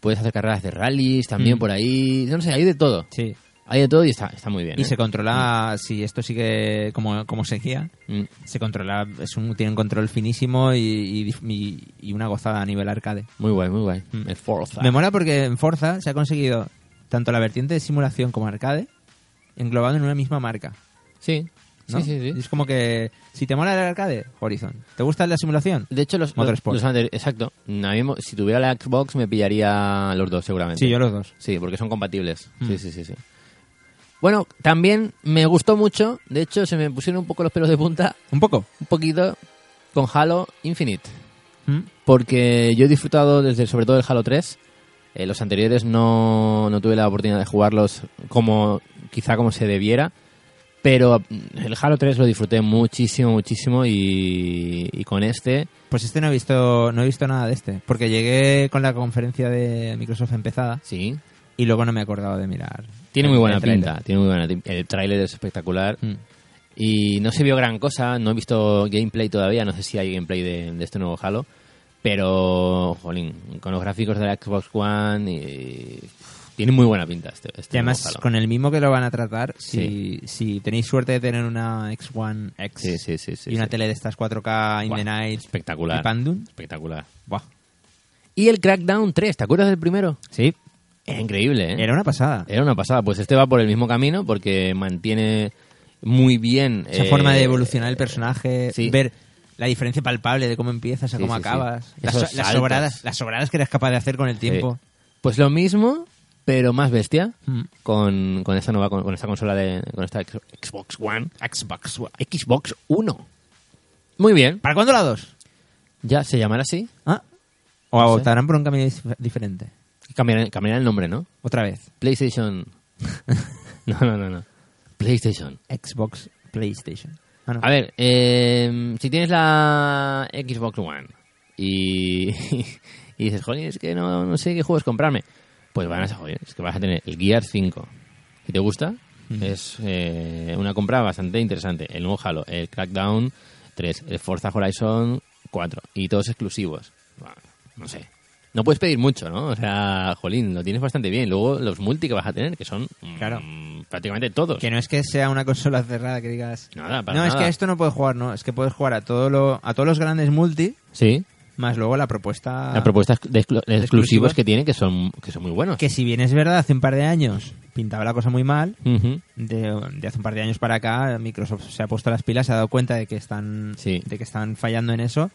[SPEAKER 1] puedes hacer carreras de rallies también
[SPEAKER 3] Mm.
[SPEAKER 1] por ahí. No sé, hay de todo.
[SPEAKER 3] Sí.
[SPEAKER 1] Hay de todo y está, está muy bien.
[SPEAKER 3] Y
[SPEAKER 1] ¿eh?
[SPEAKER 3] se controla, si esto sigue como, como seguía,
[SPEAKER 1] Mm.
[SPEAKER 3] se controla, es un, tiene un control finísimo y, y dif- y- y una gozada a nivel arcade.
[SPEAKER 1] Muy guay, muy guay.
[SPEAKER 3] Mm.
[SPEAKER 1] El Forza.
[SPEAKER 3] Me mola porque en Forza se ha conseguido tanto la vertiente de simulación como arcade englobado en una misma marca.
[SPEAKER 1] Sí.
[SPEAKER 3] ¿no?
[SPEAKER 1] sí, sí, sí.
[SPEAKER 3] Es como que si te mola el arcade, Horizon. ¿Te gusta la simulación?
[SPEAKER 1] De hecho, los, los,
[SPEAKER 3] Motorsport.
[SPEAKER 1] los anteri- exacto. A mí mo- si tuviera la Xbox me pillaría los dos seguramente.
[SPEAKER 3] Sí, yo los dos.
[SPEAKER 1] Sí, porque son compatibles.
[SPEAKER 3] Mm.
[SPEAKER 1] Sí, sí, sí, sí. Bueno, también me gustó mucho. De hecho, se me pusieron un poco los pelos de punta,
[SPEAKER 3] Un poco.
[SPEAKER 1] un poquito, con Halo Infinite.
[SPEAKER 3] Mm.
[SPEAKER 1] Porque yo he disfrutado desde, sobre todo, el Halo 3. Eh, los anteriores no, no tuve la oportunidad de jugarlos como quizá como se debiera. Pero mm, el Halo 3 lo disfruté muchísimo, muchísimo. Y, y con este,
[SPEAKER 3] Pues este no he visto, no he visto nada de este. Porque llegué con la conferencia de Microsoft empezada
[SPEAKER 1] sí.
[SPEAKER 3] y luego no me he acordado de mirar.
[SPEAKER 1] Tiene muy
[SPEAKER 3] el-
[SPEAKER 1] buena
[SPEAKER 3] el tráiler.
[SPEAKER 1] pinta. Tiene muy buena tim- El tráiler es espectacular.
[SPEAKER 3] Mm.
[SPEAKER 1] Y no se vio gran cosa, no he visto gameplay todavía, no sé si hay gameplay de, de este nuevo Halo, pero, jolín, con los gráficos de la Xbox One, y, uf, tiene muy buena pinta este, este
[SPEAKER 3] Y además,
[SPEAKER 1] nuevo Halo.
[SPEAKER 3] con el mismo que lo van a tratar, si, si tenéis suerte de tener una X1 X
[SPEAKER 1] Sí, sí, sí, sí,
[SPEAKER 3] y una
[SPEAKER 1] sí.
[SPEAKER 3] tele de estas 4K in
[SPEAKER 1] Buah,
[SPEAKER 3] the night
[SPEAKER 1] espectacular.
[SPEAKER 3] y Pandun,
[SPEAKER 1] Espectacular.
[SPEAKER 3] buah.
[SPEAKER 1] Y el Crackdown 3, ¿te acuerdas del primero?
[SPEAKER 3] Sí,
[SPEAKER 1] Era increíble, ¿eh?
[SPEAKER 3] era una pasada.
[SPEAKER 1] Era una pasada. Pues este va por el mismo camino porque mantiene muy bien...
[SPEAKER 3] Esa
[SPEAKER 1] eh,
[SPEAKER 3] forma de evolucionar el personaje,
[SPEAKER 1] sí.
[SPEAKER 3] ver la diferencia palpable de cómo empiezas a
[SPEAKER 1] Sí,
[SPEAKER 3] cómo
[SPEAKER 1] sí, sí.
[SPEAKER 3] acabas, Las,
[SPEAKER 1] Esos
[SPEAKER 3] las
[SPEAKER 1] saltos.
[SPEAKER 3] sobradas, las sobradas que eres capaz de hacer con el tiempo.
[SPEAKER 1] Pues lo mismo, pero más bestia,
[SPEAKER 3] Mm.
[SPEAKER 1] con, con esta nueva, con, con esta consola de, con esta ex- Xbox One,
[SPEAKER 3] Xbox One.
[SPEAKER 1] Xbox 1. Muy bien,
[SPEAKER 3] ¿Para cuándo la 2?
[SPEAKER 1] ya se llamará así.
[SPEAKER 3] ¿Ah? O
[SPEAKER 1] No sé.
[SPEAKER 3] optarán por un camino dif- diferente.
[SPEAKER 1] Cambiarán cambiarán el nombre, ¿no?
[SPEAKER 3] Otra vez. *laughs*
[SPEAKER 1] PlayStation. no, no, no, no. PlayStation.
[SPEAKER 3] Xbox PlayStation. Ah, no.
[SPEAKER 1] A ver, eh, si tienes la Xbox One y, *laughs* y dices, joder, es que no, no sé qué juegos comprarme, pues van a ser, joder, es que vas a tener el Gear 5. Si te gusta, es eh, una compra bastante interesante. El nuevo Halo, el Crackdown 3, el Forza Horizon 4 y todos exclusivos. Buah, no sé. No puedes pedir mucho, ¿no? O sea, jolín, lo tienes bastante bien. Luego los multi que vas a tener, que son mm,
[SPEAKER 3] Claro.
[SPEAKER 1] prácticamente todos.
[SPEAKER 3] Que no es que sea una consola cerrada que digas.
[SPEAKER 1] Nada, pues. para
[SPEAKER 3] no, es
[SPEAKER 1] nada.
[SPEAKER 3] que a esto no puedes jugar, no. Es que puedes jugar a, todo lo, a todos los grandes multi,
[SPEAKER 1] Sí.
[SPEAKER 3] más luego la propuesta.
[SPEAKER 1] La propuesta de, exclu- de exclusivos
[SPEAKER 3] exclusivos.
[SPEAKER 1] que tiene que son, que son muy buenos.
[SPEAKER 3] Que si bien es verdad, hace un par de años pintaba la cosa muy mal.
[SPEAKER 1] Ujú.
[SPEAKER 3] De, de hace un par de años para acá, Microsoft se ha puesto las pilas, se ha dado cuenta de que están,
[SPEAKER 1] Sí.
[SPEAKER 3] de que están fallando en eso.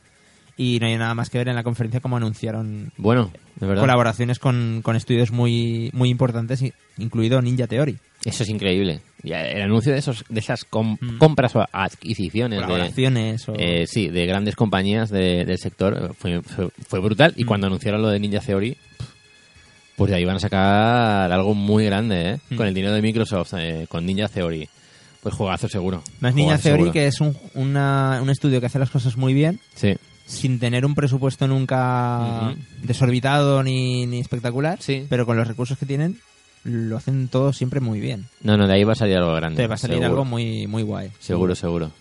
[SPEAKER 3] Y no hay nada más que ver en la conferencia como anunciaron
[SPEAKER 1] Bueno, de verdad.
[SPEAKER 3] colaboraciones con, con estudios muy, muy importantes, i- incluido Ninja Theory.
[SPEAKER 1] Eso es increíble. Y el anuncio de esos de esas com-
[SPEAKER 3] Mm.
[SPEAKER 1] compras o adquisiciones de,
[SPEAKER 3] Colaboraciones. o-
[SPEAKER 1] eh, sí, de grandes compañías de- del sector eh, fue, fue- fue brutal.
[SPEAKER 3] Mm.
[SPEAKER 1] Y cuando anunciaron lo de Ninja Theory, pff, pues de ahí van a sacar algo muy grande,
[SPEAKER 3] Mm.
[SPEAKER 1] ¿eh? Con el dinero de Microsoft, eh, con Ninja Theory. Pues juegazo seguro.
[SPEAKER 3] Más Ninja
[SPEAKER 1] Juegazo
[SPEAKER 3] Theory,
[SPEAKER 1] seguro.
[SPEAKER 3] que es un, una- un estudio que hace las cosas muy bien,
[SPEAKER 1] Sí,
[SPEAKER 3] sin tener un presupuesto nunca
[SPEAKER 1] Ujú.
[SPEAKER 3] desorbitado ni, ni espectacular,
[SPEAKER 1] Sí.
[SPEAKER 3] pero con los recursos que tienen lo hacen todo siempre muy bien.
[SPEAKER 1] no, no, de ahí va a salir algo grande.
[SPEAKER 3] Te va a salir
[SPEAKER 1] seguro.
[SPEAKER 3] algo muy, muy guay.
[SPEAKER 1] Seguro, seguro.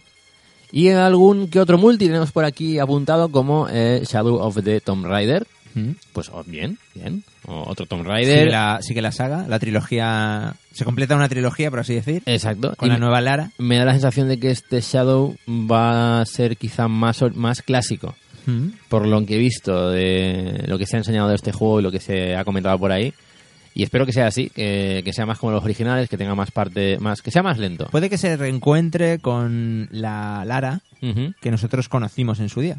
[SPEAKER 1] Y algún que otro multi tenemos por aquí apuntado como eh, Shadow of the Tomb Raider.
[SPEAKER 3] Ujú.
[SPEAKER 1] Pues oh, bien, bien. O otro Tomb
[SPEAKER 3] Sí,
[SPEAKER 1] Raider.
[SPEAKER 3] la- sí que la saga, la trilogía... Se completa una trilogía, por así decir,
[SPEAKER 1] Exacto.
[SPEAKER 3] con
[SPEAKER 1] Eh, Y
[SPEAKER 3] la nueva Lara.
[SPEAKER 1] Me da la sensación de que este Shadow va a ser quizá más, or- más clásico.
[SPEAKER 3] Ujú.
[SPEAKER 1] Por lo que he visto, de lo que se ha enseñado de este juego y lo que se ha comentado por ahí. Y espero que sea así, que, que sea más como los originales, que tenga más parte, más, que sea más lento.
[SPEAKER 3] Puede que se reencuentre con la Lara
[SPEAKER 1] Ujú.
[SPEAKER 3] que nosotros conocimos en su día.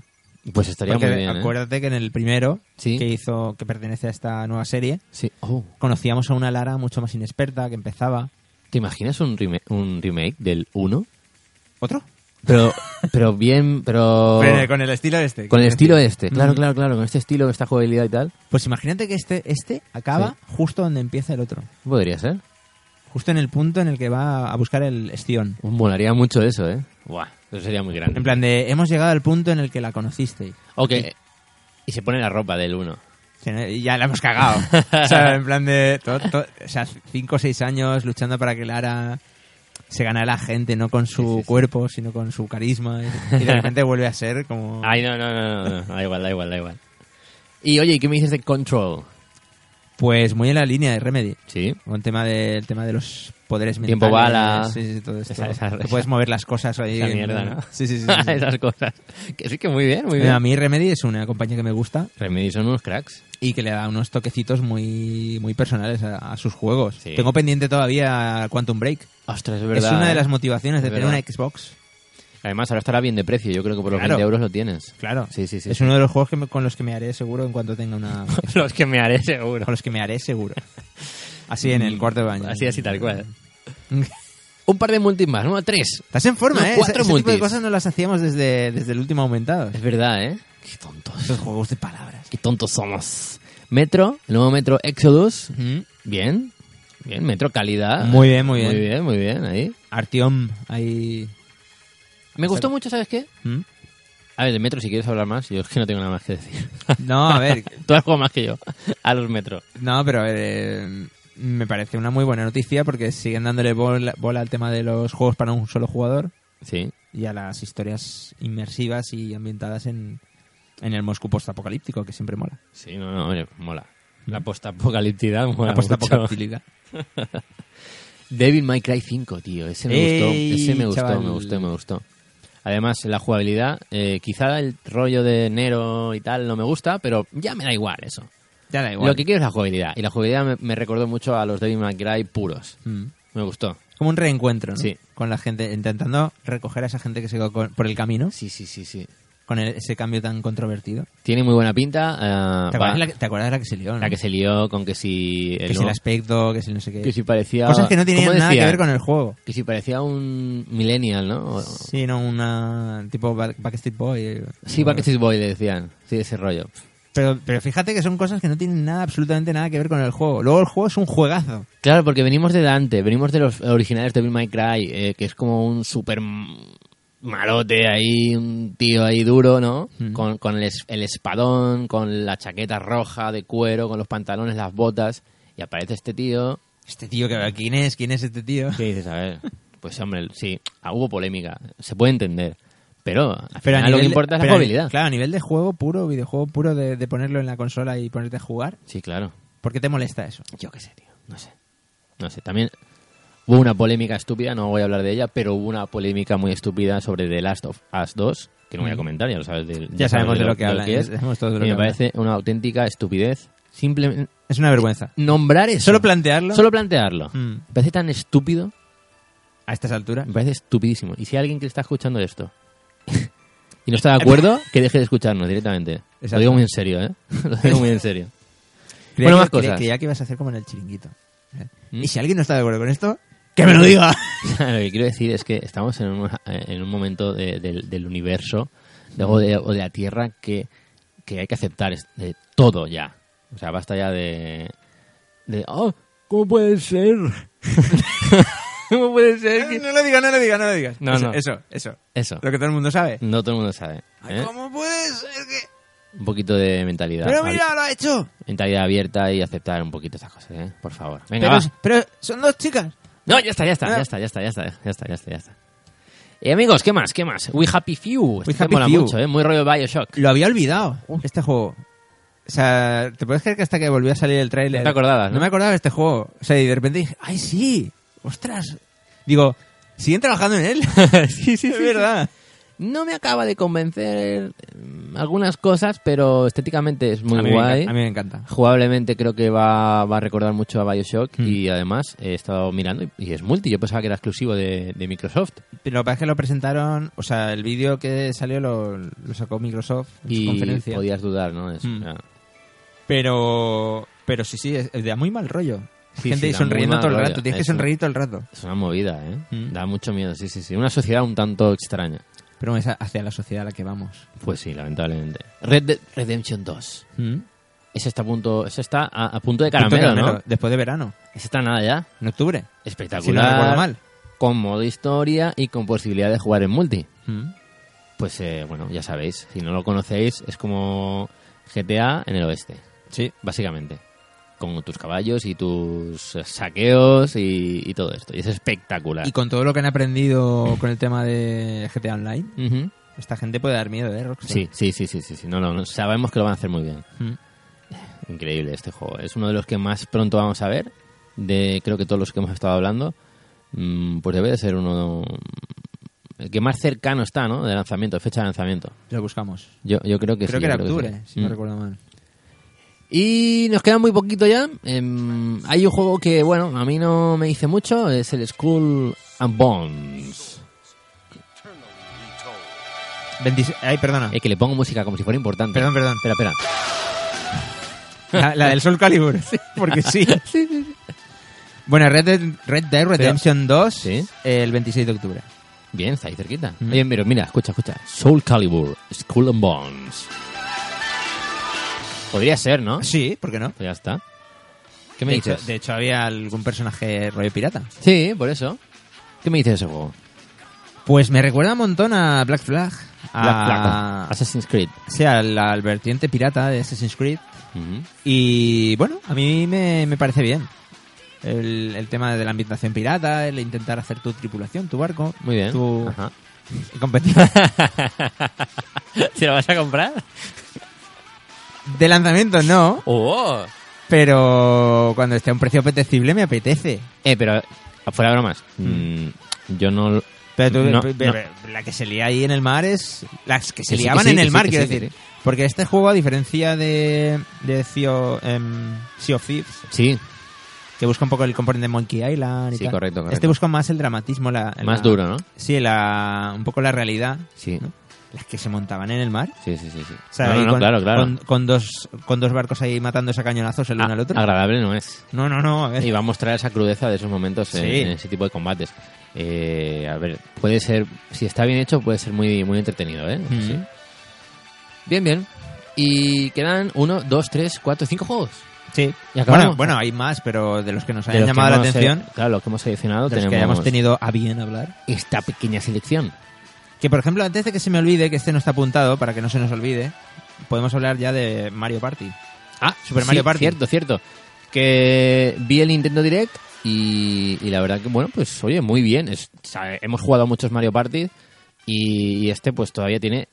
[SPEAKER 1] Pues estaría
[SPEAKER 3] Porque
[SPEAKER 1] muy bien. ¿eh?
[SPEAKER 3] acuérdate que en el primero
[SPEAKER 1] Sí.
[SPEAKER 3] que hizo, que pertenece a esta nueva serie,
[SPEAKER 1] Sí. Oh.
[SPEAKER 3] conocíamos a una Lara mucho más inexperta que empezaba.
[SPEAKER 1] ¿Te imaginas un, reme- un remake del 1?
[SPEAKER 3] ¿Otro?
[SPEAKER 1] Pero, pero bien,
[SPEAKER 3] *laughs*
[SPEAKER 1] pero...
[SPEAKER 3] con el estilo este.
[SPEAKER 1] Oh. Con el estilo
[SPEAKER 3] este.
[SPEAKER 1] este, claro,
[SPEAKER 3] Mm.
[SPEAKER 1] claro, claro, con este estilo, esta jugabilidad y tal.
[SPEAKER 3] Pues imagínate que este, este acaba justo donde empieza el otro.
[SPEAKER 1] Podría ser.
[SPEAKER 3] Justo en el punto en el que va a buscar el Estion.
[SPEAKER 1] Molaría mucho eso, ¿eh? Buah, eso sería muy grande.
[SPEAKER 3] En plan de, hemos llegado al punto en el que la conociste.
[SPEAKER 1] Ok, y se pone la ropa del 1.
[SPEAKER 3] Que no- y Ya la
[SPEAKER 1] *laughs*
[SPEAKER 3] hemos cagado. o sea, en plan de, to- to- o sea, cinco o seis años luchando para que Lara se gane a la gente, no con su
[SPEAKER 1] Sí, sí, sí.
[SPEAKER 3] cuerpo, sino con su carisma. Y, y
[SPEAKER 1] *laughs*
[SPEAKER 3] de repente vuelve a ser como...
[SPEAKER 1] Ay, no, no, no, no, no, da igual, da igual, da igual. Y oye, ¿y ¿qué me dices de Control?
[SPEAKER 3] Pues muy en la línea de Remedy.
[SPEAKER 1] Sí.
[SPEAKER 3] Con tema de, el tema de los poderes mentales.
[SPEAKER 1] Tiempo bala.
[SPEAKER 3] Sí, sí, todo esto.
[SPEAKER 1] Esa- esa-
[SPEAKER 3] que puedes mover las cosas ahí.
[SPEAKER 1] Esa
[SPEAKER 3] en-
[SPEAKER 1] mierda, ¿no?
[SPEAKER 3] *laughs*
[SPEAKER 1] *laughs*
[SPEAKER 3] Sí, sí, sí. sí, sí.
[SPEAKER 1] Esas cosas. Que sí que muy bien, muy
[SPEAKER 3] Eh, A
[SPEAKER 1] bien.
[SPEAKER 3] mí Remedy es una compañía que me gusta
[SPEAKER 1] Remedy son unos cracks.
[SPEAKER 3] y que le da unos toquecitos muy, muy personales a, a sus juegos.
[SPEAKER 1] Sí.
[SPEAKER 3] Tengo pendiente todavía Quantum Break.
[SPEAKER 1] Ostras, es
[SPEAKER 3] es una de
[SPEAKER 1] ¿eh?
[SPEAKER 3] las motivaciones de
[SPEAKER 1] Es
[SPEAKER 3] tener
[SPEAKER 1] verdad.
[SPEAKER 3] una Xbox.
[SPEAKER 1] Además, ahora estará bien de precio. Yo creo que por los
[SPEAKER 3] Claro.
[SPEAKER 1] 20 euros lo tienes.
[SPEAKER 3] Claro.
[SPEAKER 1] Sí, sí, sí.
[SPEAKER 3] es uno de los juegos que me- con los que me haré seguro en cuanto
[SPEAKER 1] *laughs*
[SPEAKER 3] tenga una...
[SPEAKER 1] los que me haré seguro.
[SPEAKER 3] con los que me haré seguro. Así en el cuarto de baño.
[SPEAKER 1] Mm, Así, así, tal
[SPEAKER 3] *laughs*
[SPEAKER 1] cual. Un par de multis más, ¿no? Tres.
[SPEAKER 3] Estás en forma,
[SPEAKER 1] No,
[SPEAKER 3] ¿eh?
[SPEAKER 1] cuatro
[SPEAKER 3] Ese- ese tipo de
[SPEAKER 1] multis.
[SPEAKER 3] cosas no las hacíamos desde, desde el último aumentado.
[SPEAKER 1] Es verdad, ¿eh? Qué tontos.
[SPEAKER 3] Esos juegos de palabras.
[SPEAKER 1] Qué tontos somos. Metro, el nuevo Metro Exodus. Bien. Bien, Metro, calidad.
[SPEAKER 3] Muy bien, muy bien.
[SPEAKER 1] Muy bien, muy bien, ahí.
[SPEAKER 3] Artiom, ahí...
[SPEAKER 1] Me gustó mucho, ¿sabes qué?
[SPEAKER 3] ¿Mm?
[SPEAKER 1] A ver, de Metro, si quieres hablar más, yo es que no tengo nada más que decir.
[SPEAKER 3] *laughs*
[SPEAKER 1] *laughs*
[SPEAKER 3] No, a ver.
[SPEAKER 1] Tú has jugado más que yo a los Metro.
[SPEAKER 3] No, pero eh, me parece una muy buena noticia porque siguen dándole bola, bola al tema de los juegos para un solo jugador
[SPEAKER 1] Sí.
[SPEAKER 3] y a las historias inmersivas y ambientadas en, en el Moscú postapocalíptico, que siempre mola.
[SPEAKER 1] Sí, no, no, hombre, mola. La postapocaliptidad mola
[SPEAKER 3] Mm. La
[SPEAKER 1] mucho.
[SPEAKER 3] postapocalíptica.
[SPEAKER 1] Devil May Cry 5, tío. Ese me
[SPEAKER 3] Ey,
[SPEAKER 1] gustó. Ese me gustó,
[SPEAKER 3] chaval.
[SPEAKER 1] me gustó, me gustó. Además, la jugabilidad, eh, quizá el rollo de Nero y tal no me gusta, pero ya me da igual eso.
[SPEAKER 3] Ya da igual.
[SPEAKER 1] Lo que quiero es la jugabilidad. Y la jugabilidad me, me recordó mucho a los Devil May Cry puros.
[SPEAKER 3] Mm.
[SPEAKER 1] Me gustó.
[SPEAKER 3] Como un reencuentro, ¿no?
[SPEAKER 1] Sí.
[SPEAKER 3] Con la gente, intentando recoger a esa gente que se quedó con- por el camino
[SPEAKER 1] Sí, sí, sí, sí.
[SPEAKER 3] con el- ese cambio tan controvertido.
[SPEAKER 1] Tiene muy buena pinta. eh,
[SPEAKER 3] ¿Te
[SPEAKER 1] va-
[SPEAKER 3] acuerdas, de la, que- te acuerdas de la que se lió? no?
[SPEAKER 1] la que se lió con que si... el
[SPEAKER 3] Que si el
[SPEAKER 1] nuevo-
[SPEAKER 3] aspecto, que si no sé qué.
[SPEAKER 1] que si parecía...
[SPEAKER 3] Cosas que no tenían
[SPEAKER 1] ¿cómo
[SPEAKER 3] nada que
[SPEAKER 1] decía?
[SPEAKER 3] ver con el juego.
[SPEAKER 1] Que si parecía un millennial, ¿no? O-
[SPEAKER 3] Sí, no, una tipo Back- Backstreet Boy. eh,
[SPEAKER 1] Sí,
[SPEAKER 3] bueno.
[SPEAKER 1] Backstreet Boy le decían. Sí, ese rollo.
[SPEAKER 3] Pero, pero fíjate que son cosas que no tienen nada, absolutamente nada que ver con el juego. Luego el juego es un juegazo.
[SPEAKER 1] Claro, porque venimos de Dante, venimos de los originales de Bill My Cry, eh, que es como un super m- malote ahí, un tío ahí duro, ¿no? Con, con el, es- el espadón, con la chaqueta roja de cuero, con los pantalones, las botas, y aparece este tío
[SPEAKER 3] Este tío, que- ¿quién es? ¿Quién es este tío?
[SPEAKER 1] que dices, a ver, pues hombre, sí, ah, hubo polémica, se puede entender, pero al
[SPEAKER 3] *laughs* Pero a
[SPEAKER 1] final lo
[SPEAKER 3] nivel
[SPEAKER 1] que
[SPEAKER 3] de-
[SPEAKER 1] importa es la
[SPEAKER 3] pero a-
[SPEAKER 1] jugabilidad.
[SPEAKER 3] Claro, a nivel de juego puro, videojuego puro, de, de ponerlo en la consola y ponerte a jugar,
[SPEAKER 1] Sí, claro.
[SPEAKER 3] ¿por qué te molesta eso?
[SPEAKER 1] Yo qué sé, tío. No sé. No sé. También hubo una polémica estúpida, no voy a hablar de ella, pero hubo una polémica muy estúpida sobre The Last of Us 2, que no voy a comentar, ya lo sabes. del-
[SPEAKER 3] Mm. Ya sabemos de lo que hablan,
[SPEAKER 1] es.
[SPEAKER 3] ya sabemos todos de lo
[SPEAKER 1] y
[SPEAKER 3] que
[SPEAKER 1] me
[SPEAKER 3] hablan.
[SPEAKER 1] parece una auténtica estupidez. Simplemente
[SPEAKER 3] Es una vergüenza.
[SPEAKER 1] nombrar eso.
[SPEAKER 3] Solo plantearlo
[SPEAKER 1] Solo plantearlo.
[SPEAKER 3] Mm.
[SPEAKER 1] Me parece tan estúpido,
[SPEAKER 3] a estas alturas.
[SPEAKER 1] me parece estupidísimo. Y si hay alguien que está escuchando esto *laughs* y no está de
[SPEAKER 3] *laughs*
[SPEAKER 1] acuerdo, que deje de escucharnos directamente. Lo
[SPEAKER 3] Exacto.
[SPEAKER 1] digo muy en serio, ¿eh? *laughs* Lo digo muy en serio.
[SPEAKER 3] Creía
[SPEAKER 1] Bueno,
[SPEAKER 3] que-
[SPEAKER 1] más
[SPEAKER 3] cre-
[SPEAKER 1] cosas.
[SPEAKER 3] creía que ibas a hacer como en el chiringuito. ¿eh?
[SPEAKER 1] ¿Mm?
[SPEAKER 3] Y si alguien no está de acuerdo con esto, ¡que me lo
[SPEAKER 1] *laughs*
[SPEAKER 3] diga! *laughs*
[SPEAKER 1] lo que quiero decir es que estamos en un, en un momento de- del, del universo de- o, de, o de la Tierra que, que hay que aceptar es- de todo ya. O sea, basta ya de... de oh, ¿Cómo puede ser? *laughs* ¿Cómo puede ser que...?
[SPEAKER 3] no lo digas, no lo digas, no lo digas.
[SPEAKER 1] No,
[SPEAKER 3] eso,
[SPEAKER 1] no. ¿Eh?
[SPEAKER 3] eso, eso.
[SPEAKER 1] Eso.
[SPEAKER 3] Lo que todo el mundo sabe.
[SPEAKER 1] No todo el mundo sabe.
[SPEAKER 3] Ay,
[SPEAKER 1] ¿eh?
[SPEAKER 3] ¿Cómo puede ser que...?
[SPEAKER 1] Un poquito de mentalidad.
[SPEAKER 3] Pero
[SPEAKER 1] abi-
[SPEAKER 3] mira, lo ha hecho.
[SPEAKER 1] Mentalidad abierta y aceptar un poquito estas cosas, ¿eh? Por favor. Venga,
[SPEAKER 3] Pero,
[SPEAKER 1] va.
[SPEAKER 3] pero son dos chicas.
[SPEAKER 1] No, ya está, ya está,
[SPEAKER 3] Ah.
[SPEAKER 1] ya está, ya está, ya está, ya está, ya está, ya está. Eh, amigos, ¿qué más? ¿Qué más? We Happy Few. Este
[SPEAKER 3] Happy
[SPEAKER 1] mola
[SPEAKER 3] Few.
[SPEAKER 1] mucho, ¿eh? Muy rollo Bioshock.
[SPEAKER 3] Lo había olvidado, este juego. O sea, ¿te puedes creer que hasta que volvió a salir el tráiler...
[SPEAKER 1] No te acordabas, ¿no?
[SPEAKER 3] me acordaba de este juego. O sea, y de repente dije, ¡ay, sí! ¡Ostras! Digo, ¿siguen trabajando
[SPEAKER 1] *laughs*
[SPEAKER 3] en él? sí, sí, *laughs* Es verdad.
[SPEAKER 1] No me acaba de convencer mm, algunas cosas, pero estéticamente es muy
[SPEAKER 3] a mí me
[SPEAKER 1] guay.
[SPEAKER 3] enca- a mí me encanta.
[SPEAKER 1] Jugablemente creo que va, va a recordar mucho a Bioshock
[SPEAKER 3] Hmm.
[SPEAKER 1] y además he estado mirando y, y es multi. Yo pensaba que era exclusivo de, de Microsoft.
[SPEAKER 3] Pero lo que pasa es que lo presentaron... O sea, el vídeo que salió lo, lo sacó Microsoft en su
[SPEAKER 1] Y
[SPEAKER 3] conferencia.
[SPEAKER 1] podías dudar, ¿no? Es-
[SPEAKER 3] Mm.
[SPEAKER 1] ah.
[SPEAKER 3] Pero... Pero sí, sí, es, es de muy mal rollo.
[SPEAKER 1] Sí,
[SPEAKER 3] Gente
[SPEAKER 1] sí, da muy
[SPEAKER 3] sonriendo
[SPEAKER 1] mal
[SPEAKER 3] todo el
[SPEAKER 1] rollo.
[SPEAKER 3] rato. Tienes que
[SPEAKER 1] Eso.
[SPEAKER 3] sonreír todo el rato.
[SPEAKER 1] Es una movida, ¿eh?
[SPEAKER 3] Mm.
[SPEAKER 1] Da mucho miedo, sí, sí, sí. Una sociedad un tanto extraña.
[SPEAKER 3] Pero es hacia la sociedad a la que vamos.
[SPEAKER 1] Pues sí, lamentablemente. Red Dead Redemption 2. Ese está a punto, ese está a, a punto de
[SPEAKER 3] Punto
[SPEAKER 1] ¿Mm? caramelo, ¿no?
[SPEAKER 3] caramelo, Después de verano,
[SPEAKER 1] Ese está nada ya.
[SPEAKER 3] en octubre. Si no
[SPEAKER 1] Espectacular.
[SPEAKER 3] recuerdo mal.
[SPEAKER 1] Con modo historia y con posibilidad de jugar en multi.
[SPEAKER 3] Mm.
[SPEAKER 1] Pues eh, bueno, ya sabéis, si no lo conocéis, es como GTA en el oeste,
[SPEAKER 3] Sí.
[SPEAKER 1] básicamente. Con tus caballos y tus eh, saqueos y, y todo esto. Y es espectacular.
[SPEAKER 3] Y con todo lo que han aprendido con el tema de GTA Online,
[SPEAKER 1] Ujú.
[SPEAKER 3] esta gente puede dar miedo, ¿eh, Rockstar?
[SPEAKER 1] sí, sí, sí, sí, sí, sí. No, no, no, sabemos que lo van a hacer muy bien.
[SPEAKER 3] Mm.
[SPEAKER 1] Increíble este juego. Es uno de los que más pronto vamos a ver. De creo que todos los que hemos estado hablando. Mm, Pues debe de ser uno. El que más cercano está, ¿no? De lanzamiento, fecha de lanzamiento.
[SPEAKER 3] Lo buscamos.
[SPEAKER 1] Yo, yo creo que
[SPEAKER 3] creo
[SPEAKER 1] sí,
[SPEAKER 3] que era
[SPEAKER 1] yo
[SPEAKER 3] octubre,
[SPEAKER 1] sí.
[SPEAKER 3] si no
[SPEAKER 1] Mm.
[SPEAKER 3] recuerdo mal.
[SPEAKER 1] Y nos queda muy poquito ya. Em, hay un juego que, bueno, a mí no me dice mucho. Es el School and Bones.
[SPEAKER 3] 26 Ay, perdona.
[SPEAKER 1] Es que le pongo música como si fuera importante.
[SPEAKER 3] Perdón, perdón.
[SPEAKER 1] Espera, espera.
[SPEAKER 3] *laughs* La, la del Soul Calibur. *laughs* Sí, porque sí. Bueno, Red Dead, Red Dead Redemption 2,
[SPEAKER 1] Sí.
[SPEAKER 3] el 26 de octubre.
[SPEAKER 1] Bien, está ahí cerquita.
[SPEAKER 3] Mm.
[SPEAKER 1] Oye, pero mira, escucha, escucha. Soul Calibur, School and Bones. Podría ser, ¿no? Pues
[SPEAKER 3] Sí, ¿por qué no?
[SPEAKER 1] ya está. ¿Qué me
[SPEAKER 3] de,
[SPEAKER 1] dices?
[SPEAKER 3] hecho, de hecho, había algún personaje rollo pirata.
[SPEAKER 1] Sí, por eso. ¿Qué me dices de ese juego?
[SPEAKER 3] Pues me recuerda un montón a Black Flag. A,
[SPEAKER 1] Black Flag, Assassin's Creed.
[SPEAKER 3] Sí, al, al vertiente pirata de Assassin's Creed.
[SPEAKER 1] Ujú.
[SPEAKER 3] Y bueno, a mí me, me parece bien. El, el tema de la ambientación pirata, el intentar hacer tu tripulación, tu barco.
[SPEAKER 1] Muy bien.
[SPEAKER 3] Tu
[SPEAKER 1] Ajá.
[SPEAKER 3] competir.
[SPEAKER 1] *laughs* ¿Te lo vas a comprar?
[SPEAKER 3] *laughs* De lanzamiento no,
[SPEAKER 1] ¡Oh!
[SPEAKER 3] pero cuando esté a un precio apetecible me apetece.
[SPEAKER 1] Eh, pero fuera de bromas. Mm, yo no...
[SPEAKER 3] Pero tú-
[SPEAKER 1] No,
[SPEAKER 3] pe- pe-
[SPEAKER 1] no.
[SPEAKER 3] pe- la que se lía ahí en el mar es. Las que se
[SPEAKER 1] Que sí, que
[SPEAKER 3] liaban
[SPEAKER 1] sí,
[SPEAKER 3] en
[SPEAKER 1] que
[SPEAKER 3] el
[SPEAKER 1] sí,
[SPEAKER 3] mar,
[SPEAKER 1] que
[SPEAKER 3] quiero
[SPEAKER 1] sí, que
[SPEAKER 3] decir.
[SPEAKER 1] sí.
[SPEAKER 3] Porque este juego, a diferencia de, de Sea, of- em, Sea of Thieves,
[SPEAKER 1] Sí.
[SPEAKER 3] que busca un poco el componente de Monkey Island y
[SPEAKER 1] Sí,
[SPEAKER 3] tal.
[SPEAKER 1] correcto, correcto.
[SPEAKER 3] Este busca más el dramatismo, la,
[SPEAKER 1] Más
[SPEAKER 3] la-
[SPEAKER 1] duro, ¿no?
[SPEAKER 3] Sí, la, un poco la realidad.
[SPEAKER 1] Sí.
[SPEAKER 3] ¿no? Las que se montaban en el mar.
[SPEAKER 1] Sí, sí, sí. sí.
[SPEAKER 3] O sea,
[SPEAKER 1] no,
[SPEAKER 3] ahí
[SPEAKER 1] no, no,
[SPEAKER 3] con,
[SPEAKER 1] claro, claro. Ah,
[SPEAKER 3] Con, con dos, con dos barcos ahí matándose a cañonazos el uno
[SPEAKER 1] A-
[SPEAKER 3] al otro.
[SPEAKER 1] Agradable no
[SPEAKER 3] *laughs*
[SPEAKER 1] es.
[SPEAKER 3] No, no, no, a ver.
[SPEAKER 1] Y va a mostrar esa crudeza de esos momentos en,
[SPEAKER 3] Sí.
[SPEAKER 1] en ese tipo de combates. Eh, a ver, puede ser, si está bien hecho, puede ser muy, muy entretenido, ¿eh?
[SPEAKER 3] Mm.
[SPEAKER 1] Sí. Bien, bien. Y quedan uno, dos, tres, cuatro, cinco juegos.
[SPEAKER 3] Sí.
[SPEAKER 1] ¿Y
[SPEAKER 3] Bueno,
[SPEAKER 1] acabamos?
[SPEAKER 3] bueno, hay más, pero de los que nos
[SPEAKER 1] De
[SPEAKER 3] hayan
[SPEAKER 1] los que
[SPEAKER 3] llamado la
[SPEAKER 1] hemos, eh,
[SPEAKER 3] atención,
[SPEAKER 1] claro, los que hemos seleccionado
[SPEAKER 3] de los
[SPEAKER 1] tenemos
[SPEAKER 3] que hayamos tenido a bien hablar.
[SPEAKER 1] esta pequeña selección.
[SPEAKER 3] Que, por ejemplo, antes de que se me olvide, que este no está apuntado, para que no se nos olvide, podemos hablar ya de Mario Party.
[SPEAKER 1] Ah,
[SPEAKER 3] Super Mario Party.
[SPEAKER 1] Cierto, cierto. Que vi el Nintendo Direct y, y la verdad que, bueno, pues oye, muy bien. Es- o sea, hemos jugado a muchos Mario Party y, y este pues todavía tiene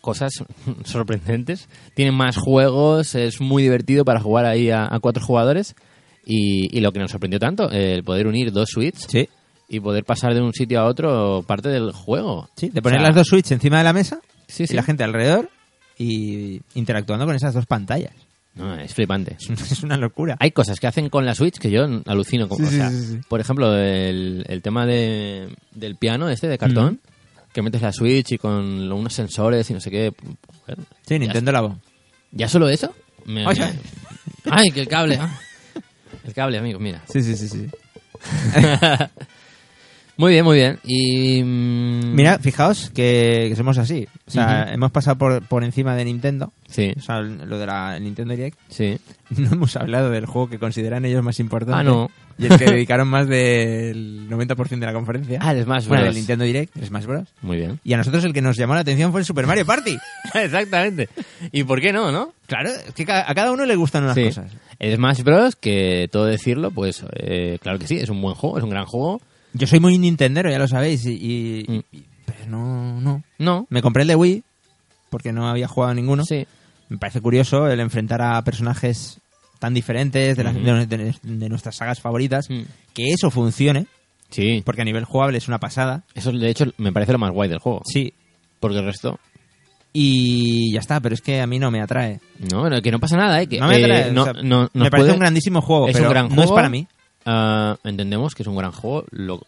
[SPEAKER 1] cosas *laughs* sorprendentes. Tiene más juegos, es muy divertido para jugar ahí a, a cuatro jugadores. Y, y lo que nos sorprendió tanto, el poder unir dos Switch
[SPEAKER 3] Sí.
[SPEAKER 1] y poder pasar de un sitio a otro parte del juego.
[SPEAKER 3] Sí, de poner
[SPEAKER 1] O sea,
[SPEAKER 3] las dos Switch encima de la mesa
[SPEAKER 1] Sí, sí.
[SPEAKER 3] y la gente alrededor y interactuando con esas dos pantallas. *laughs*
[SPEAKER 1] No, es flipante.
[SPEAKER 3] Es una locura.
[SPEAKER 1] Hay cosas que hacen con la Switch que yo alucino. con-
[SPEAKER 3] Sí,
[SPEAKER 1] o
[SPEAKER 3] sí,
[SPEAKER 1] sea,
[SPEAKER 3] sí, sí.
[SPEAKER 1] Por ejemplo, el, el tema de, del piano este de cartón, que metes la Switch y con unos sensores y no sé qué. Joder,
[SPEAKER 3] Sí, Nintendo Labo.
[SPEAKER 1] ¿Ya solo eso? Me-
[SPEAKER 3] Oye.
[SPEAKER 1] me- Ay, que el cable. ah. El cable, amigo, mira.
[SPEAKER 3] Sí, sí, sí, sí.
[SPEAKER 1] Muy bien, muy bien. Y... mm,
[SPEAKER 3] Mira, fijaos que, que somos así. O sea,
[SPEAKER 1] Ujú.
[SPEAKER 3] hemos pasado por, por encima de Nintendo.
[SPEAKER 1] Sí,
[SPEAKER 3] O sea, lo de la Nintendo Direct. *laughs*
[SPEAKER 1] sí.
[SPEAKER 3] No hemos hablado del juego que consideran ellos más importante.
[SPEAKER 1] Ah, no.
[SPEAKER 3] Y el que dedicaron más del 90% de la conferencia.
[SPEAKER 1] Ah, el Smash
[SPEAKER 3] Bueno,
[SPEAKER 1] Bros.
[SPEAKER 3] el Nintendo Direct, el Smash Bros.
[SPEAKER 1] Muy
[SPEAKER 3] *laughs*
[SPEAKER 1] bien.
[SPEAKER 3] Y a nosotros el que nos llamó la atención fue el Super Mario Party.
[SPEAKER 1] Exactamente. ¿Y por qué no, no?
[SPEAKER 3] Claro, es que ca- a cada uno le gustan unas
[SPEAKER 1] Sí.
[SPEAKER 3] cosas.
[SPEAKER 1] El Smash Bros, que todo decirlo, pues eh, claro que sí, es un buen juego, es un gran juego.
[SPEAKER 3] Yo soy muy Nintendero, ya lo sabéis, y, y-
[SPEAKER 1] Mm.
[SPEAKER 3] y- pero no, no.
[SPEAKER 1] No,
[SPEAKER 3] Me compré el de Wii porque no había jugado ninguno.
[SPEAKER 1] sí.
[SPEAKER 3] Me parece curioso el enfrentar a personajes tan diferentes de, las-
[SPEAKER 1] Ujú.
[SPEAKER 3] de- de- de nuestras sagas favoritas,
[SPEAKER 1] Mm.
[SPEAKER 3] que eso funcione,
[SPEAKER 1] Sí,
[SPEAKER 3] porque a nivel jugable es una pasada.
[SPEAKER 1] eso de hecho me parece lo más guay del juego.
[SPEAKER 3] Sí.
[SPEAKER 1] Porque el resto,
[SPEAKER 3] Y ya está, pero es que a mí no me atrae.
[SPEAKER 1] no, no, que no pasa nada, ¿eh? Que,
[SPEAKER 3] No me
[SPEAKER 1] eh,
[SPEAKER 3] atrae. o
[SPEAKER 1] no-
[SPEAKER 3] sea,
[SPEAKER 1] no- nos
[SPEAKER 3] me parece
[SPEAKER 1] puede-
[SPEAKER 3] un grandísimo juego,
[SPEAKER 1] es un
[SPEAKER 3] pero
[SPEAKER 1] gran
[SPEAKER 3] no es
[SPEAKER 1] juego.
[SPEAKER 3] para mí.
[SPEAKER 1] Ah, entendemos que es un gran juego, lo-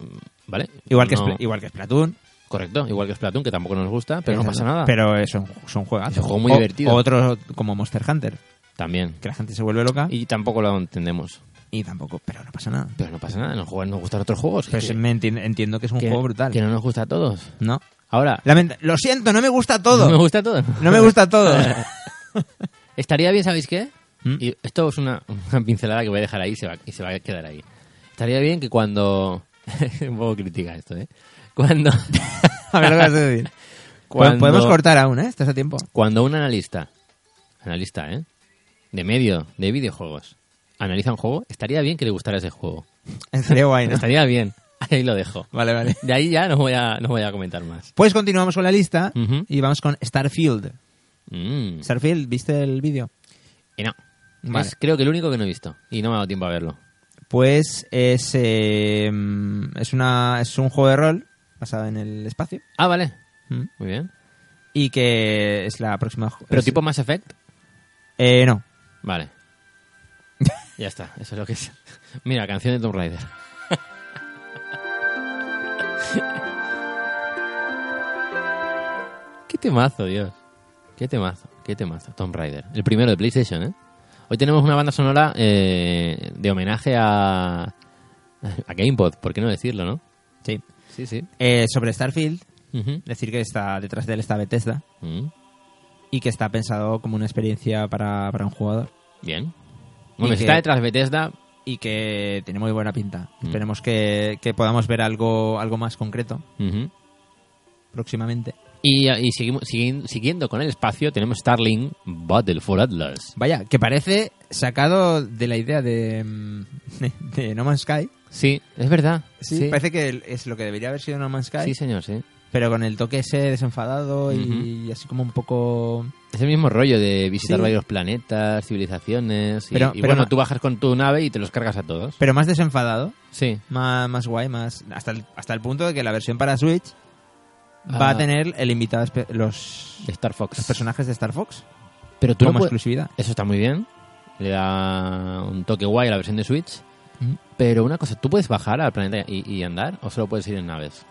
[SPEAKER 1] ¿vale?
[SPEAKER 3] Igual que,
[SPEAKER 1] No-
[SPEAKER 3] Spl- igual que Splatoon.
[SPEAKER 1] Correcto, igual que Splatoon, que tampoco nos gusta, pero no
[SPEAKER 3] Exacto.
[SPEAKER 1] pasa nada.
[SPEAKER 3] Pero eh, son, son juegazos.
[SPEAKER 1] Es un juego muy
[SPEAKER 3] O-
[SPEAKER 1] divertido.
[SPEAKER 3] O otro como Monster Hunter,
[SPEAKER 1] También.
[SPEAKER 3] que la gente se vuelve loca y,
[SPEAKER 1] Y tampoco lo entendemos.
[SPEAKER 3] tampoco, pero no pasa nada.
[SPEAKER 1] Pero no pasa nada, nos, juegan- nos gustan otros juegos.
[SPEAKER 3] Pero
[SPEAKER 1] que-
[SPEAKER 3] se- me enti- entiendo que es un
[SPEAKER 1] que-
[SPEAKER 3] juego brutal.
[SPEAKER 1] Que no nos gusta a todos.
[SPEAKER 3] No.
[SPEAKER 1] Ahora,
[SPEAKER 3] Lamenta- lo siento, no me gusta
[SPEAKER 1] no me
[SPEAKER 3] todo.
[SPEAKER 1] gusta todo.
[SPEAKER 3] No me gusta todo.
[SPEAKER 1] Estaría bien, ¿sabéis qué?
[SPEAKER 3] ¿Mm?
[SPEAKER 1] Y esto es una, una pincelada que voy a dejar ahí y se va, y se va a quedar ahí. Estaría bien que cuando... *laughs* un poco crítica esto, ¿eh? Cuando, *laughs*
[SPEAKER 3] a ver lo que vas a decir.
[SPEAKER 1] Cuando-
[SPEAKER 3] Podemos cortar aún, ¿eh? Estás a tiempo.
[SPEAKER 1] cuando un analista, analista, ¿eh? De medio, de videojuegos, analiza un juego, estaría bien que le gustara ese juego.
[SPEAKER 3] Estaría guay, ¿no?
[SPEAKER 1] Estaría bien. Ahí lo dejo.
[SPEAKER 3] Vale, vale.
[SPEAKER 1] De ahí ya no voy a, no voy a comentar más.
[SPEAKER 3] Pues continuamos con la lista
[SPEAKER 1] Ujú.
[SPEAKER 3] y vamos con Starfield.
[SPEAKER 1] Mm.
[SPEAKER 3] Starfield, ¿viste el vídeo?
[SPEAKER 1] Y no.
[SPEAKER 3] Vale.
[SPEAKER 1] Es creo que el único que no he visto. Y no me ha dado tiempo a verlo.
[SPEAKER 3] Pues es, eh, mm, es, una, es un juego de rol basado en el espacio.
[SPEAKER 1] Ah, vale.
[SPEAKER 3] Mm.
[SPEAKER 1] Muy bien. Pues
[SPEAKER 3] Y que es la próxima. ju-
[SPEAKER 1] Pero
[SPEAKER 3] es-
[SPEAKER 1] tipo Mass Effect.
[SPEAKER 3] Eh, no.
[SPEAKER 1] Vale. ya está, eso es lo que es. Mira, canción de Tomb Raider. *laughs* qué temazo, Dios. Qué temazo, qué temazo. Tomb Raider. El primero de PlayStation, ¿eh? Hoy tenemos una banda sonora eh, de homenaje a, a GamePod, ¿por qué no decirlo, no?
[SPEAKER 3] Sí.
[SPEAKER 1] Sí, sí.
[SPEAKER 3] Eh, sobre Starfield,
[SPEAKER 1] Ujú.
[SPEAKER 3] decir que está detrás de él está Bethesda
[SPEAKER 1] Mm,
[SPEAKER 3] y que está pensado como una experiencia para, para un jugador
[SPEAKER 1] Bien. Bueno,
[SPEAKER 3] Y
[SPEAKER 1] está
[SPEAKER 3] que-
[SPEAKER 1] detrás Bethesda.
[SPEAKER 3] y que tiene muy buena pinta.
[SPEAKER 1] Mm.
[SPEAKER 3] Esperemos que, que podamos ver algo, algo más concreto
[SPEAKER 1] Ujú.
[SPEAKER 3] próximamente.
[SPEAKER 1] Y, y seguimos, siguiendo, siguiendo con el espacio, tenemos Starlink Battle for Atlas.
[SPEAKER 3] Vaya, que parece sacado de la idea de, mm, *laughs* de No Man's Sky.
[SPEAKER 1] Sí, es verdad.
[SPEAKER 3] Sí,
[SPEAKER 1] sí,
[SPEAKER 3] Parece que es lo que debería haber sido No Man's Sky,
[SPEAKER 1] Sí, señor, sí.
[SPEAKER 3] pero con el toque ese desenfadado y así como un poco...
[SPEAKER 1] Es el mismo rollo de visitar
[SPEAKER 3] Sí.
[SPEAKER 1] varios planetas, civilizaciones. y-
[SPEAKER 3] Pero-
[SPEAKER 1] y,
[SPEAKER 3] pero
[SPEAKER 1] bueno,
[SPEAKER 3] no.
[SPEAKER 1] tú bajas con tu nave y te los cargas a todos.
[SPEAKER 3] Pero más desenfadado.
[SPEAKER 1] Sí.
[SPEAKER 3] más, más guay, más hasta el, hasta el punto de que la versión para Switch
[SPEAKER 1] Ah.
[SPEAKER 3] va a tener el invitado espe- los,
[SPEAKER 1] de Star Fox.
[SPEAKER 3] los personajes de Star Fox
[SPEAKER 1] Pero tú no
[SPEAKER 3] como
[SPEAKER 1] puedes-
[SPEAKER 3] exclusividad.
[SPEAKER 1] Eso está muy bien. Le da un toque guay a la versión de Switch. Pero una cosa, ¿tú puedes bajar al planeta y, y andar o solo puedes ir en naves?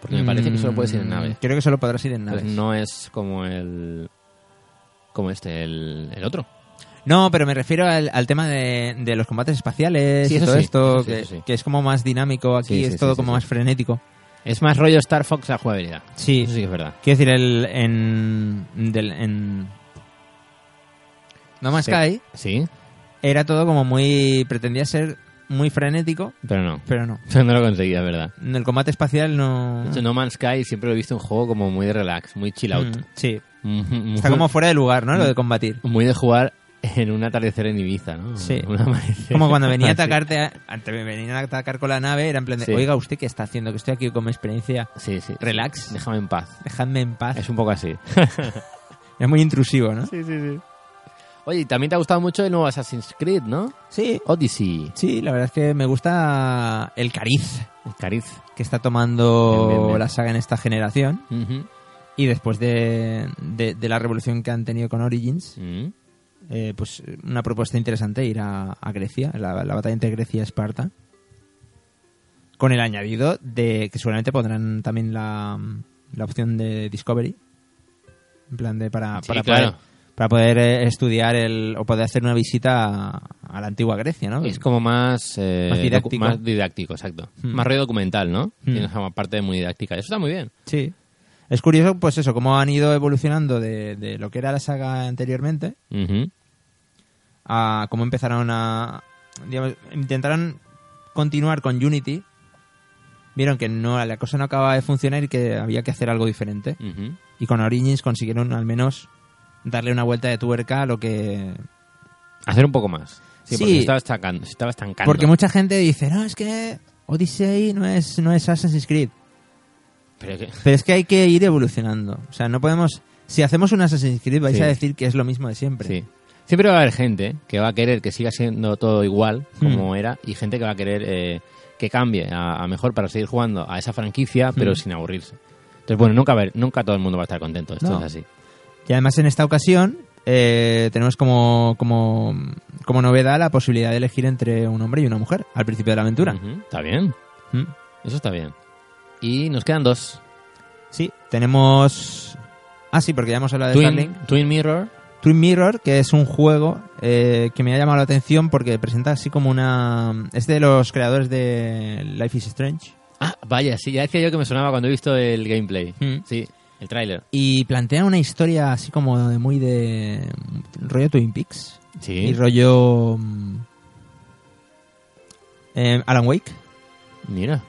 [SPEAKER 1] Porque me parece que solo puedes ir en naves.
[SPEAKER 3] nave. Mm, Creo que solo podrás ir en
[SPEAKER 1] Pues
[SPEAKER 3] naves.
[SPEAKER 1] no es como el. Como este, el, el otro.
[SPEAKER 3] No, pero me refiero al, al tema de, de los combates espaciales
[SPEAKER 1] Sí,
[SPEAKER 3] y
[SPEAKER 1] eso
[SPEAKER 3] todo
[SPEAKER 1] sí,
[SPEAKER 3] esto,
[SPEAKER 1] eso sí,
[SPEAKER 3] que,
[SPEAKER 1] eso sí.
[SPEAKER 3] que es como más dinámico aquí,
[SPEAKER 1] Sí, sí,
[SPEAKER 3] es
[SPEAKER 1] sí,
[SPEAKER 3] todo
[SPEAKER 1] sí,
[SPEAKER 3] como
[SPEAKER 1] sí.
[SPEAKER 3] más frenético.
[SPEAKER 1] Es más rollo Star Fox la jugabilidad.
[SPEAKER 3] Sí.
[SPEAKER 1] Eso sí que es verdad.
[SPEAKER 3] Quiero decir, el, en, del, en No Man's
[SPEAKER 1] Sí.
[SPEAKER 3] Sky
[SPEAKER 1] Sí,
[SPEAKER 3] era todo como muy... pretendía ser muy frenético,
[SPEAKER 1] pero no. *laughs*
[SPEAKER 3] pero no.
[SPEAKER 1] Pero no lo conseguía, es verdad.
[SPEAKER 3] En el combate espacial no...
[SPEAKER 1] De hecho, No Man's Sky siempre lo he visto un juego como muy de relax, muy chill out.
[SPEAKER 3] Mm, sí.
[SPEAKER 1] Ujú, ujú.
[SPEAKER 3] Está como fuera de lugar, ¿no? Lo de combatir.
[SPEAKER 1] Muy de jugar en un atardecer en Ibiza, ¿no? *laughs*
[SPEAKER 3] Sí.
[SPEAKER 1] Un amanecer.
[SPEAKER 3] Como cuando venía a
[SPEAKER 1] Sí.
[SPEAKER 3] atacarte, a- antes me venían a atacar con la nave, era en plan de,
[SPEAKER 1] Sí.
[SPEAKER 3] oiga, ¿usted qué está haciendo? Que estoy aquí con mi experiencia,
[SPEAKER 1] Sí, sí.
[SPEAKER 3] Relax.
[SPEAKER 1] Déjame en paz.
[SPEAKER 3] dejadme en paz.
[SPEAKER 1] Es un poco así.
[SPEAKER 3] Es muy intrusivo, ¿no?
[SPEAKER 1] Ah. Sí, sí, sí. Oye, y también te ha gustado mucho el nuevo Assassin's Creed, ¿no?
[SPEAKER 3] Sí,
[SPEAKER 1] Odyssey.
[SPEAKER 3] sí, la verdad es que me gusta el cariz
[SPEAKER 1] El cariz.
[SPEAKER 3] que está tomando
[SPEAKER 1] Bien, bien, bien.
[SPEAKER 3] la saga en esta generación.
[SPEAKER 1] Ujú.
[SPEAKER 3] Y después de, de- de la revolución que han tenido con Origins,
[SPEAKER 1] Mm.
[SPEAKER 3] eh, pues una propuesta interesante ir a, a Grecia, la, la batalla entre Grecia y Esparta. Con el añadido de que seguramente pondrán también la, la opción de Discovery. En plan de para,
[SPEAKER 1] Sí,
[SPEAKER 3] para
[SPEAKER 1] claro.
[SPEAKER 3] poder para poder eh, estudiar el, o poder hacer una visita a, a la antigua Grecia, ¿no?
[SPEAKER 1] Es como más, eh,
[SPEAKER 3] Más didáctico.
[SPEAKER 1] docu- más didáctico, exacto.
[SPEAKER 3] Mm.
[SPEAKER 1] Más rollo documental, ¿no?
[SPEAKER 3] Mm.
[SPEAKER 1] Tiene esa parte muy didáctica. Eso está muy bien.
[SPEAKER 3] Sí. Es curioso, pues eso, cómo han ido evolucionando de, de lo que era la saga anteriormente
[SPEAKER 1] Ujú.
[SPEAKER 3] a cómo empezaron a... Digamos, intentaron continuar con Unity. Vieron que no la cosa no acababa de funcionar y que había que hacer algo diferente.
[SPEAKER 1] Ujú.
[SPEAKER 3] Y con Origins consiguieron al menos darle una vuelta de tuerca a lo que...
[SPEAKER 1] Hacer un poco más. Sí, porque
[SPEAKER 3] Sí.
[SPEAKER 1] se estaba estancando. se estaba estancando.
[SPEAKER 3] Porque mucha gente dice, no, es que Odyssey no es, no es Assassin's Creed.
[SPEAKER 1] Pero que-
[SPEAKER 3] Pero es que hay que ir evolucionando. O sea, no podemos... Si hacemos un Assassin's Creed vais
[SPEAKER 1] Sí.
[SPEAKER 3] a decir que es lo mismo de siempre.
[SPEAKER 1] sí. Siempre va a haber gente que va a querer que siga siendo todo igual
[SPEAKER 3] Hmm.
[SPEAKER 1] como era y gente que va a querer eh, que cambie a, a mejor para seguir jugando a esa franquicia
[SPEAKER 3] Hmm.
[SPEAKER 1] pero sin aburrirse. Entonces, bueno, nunca, va a haber- nunca todo el mundo va a estar contento. Esto
[SPEAKER 3] No.
[SPEAKER 1] es así.
[SPEAKER 3] Y además en esta ocasión eh, tenemos como, como, como novedad la posibilidad de elegir entre un hombre y una mujer al principio de la aventura.
[SPEAKER 1] Ujú. Está bien.
[SPEAKER 3] Mm.
[SPEAKER 1] Eso está bien. Y nos quedan dos.
[SPEAKER 3] Sí, tenemos... Ah, sí, porque ya hemos hablado de
[SPEAKER 1] Twin,
[SPEAKER 3] Starlink.
[SPEAKER 1] Twin Mirror.
[SPEAKER 3] Twin Mirror, que es un juego eh, que me ha llamado la atención porque presenta así como una... Es de los creadores de Life is Strange.
[SPEAKER 1] Ah, vaya, sí, ya decía yo que me sonaba cuando he visto el gameplay.
[SPEAKER 3] Mm.
[SPEAKER 1] Sí, el tráiler.
[SPEAKER 3] Y plantea una historia así como de muy de... rollo Twin Peaks. Y
[SPEAKER 1] Sí,
[SPEAKER 3] rollo... mm, eh, Alan Wake.
[SPEAKER 1] mira.